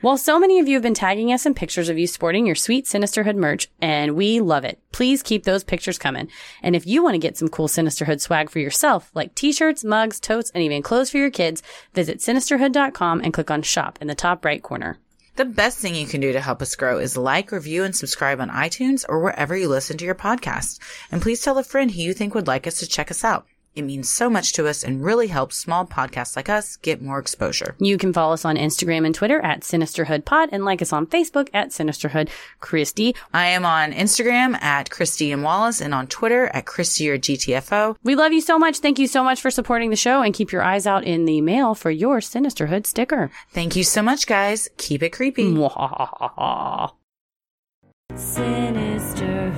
B: well, so many of you have been tagging us in pictures of you sporting your sweet Sinisterhood merch, and we love it. Please keep those pictures coming. And if you want to get some cool Sinisterhood swag for yourself, like t-shirts, mugs, totes, and even clothes for your kids, visit sinisterhood.com and click on shop in the top right corner.
D: The best thing you can do to help us grow is like, review, and subscribe on iTunes or wherever you listen to your podcast. And please tell a friend who you think would like us to check us out. It means so much to us and really helps small podcasts like us get more exposure.
B: You can follow us on Instagram and Twitter at Sinisterhood Pod and like us on Facebook at Sinisterhood. Christy,
D: I am on Instagram at Christy and Wallace and on Twitter at Christy or GTFO.
B: We love you so much. Thank you so much for supporting the show and keep your eyes out in the mail for your Sinisterhood sticker.
D: Thank you so much, guys. Keep it creepy.
B: Mwahahaha.
C: Sinister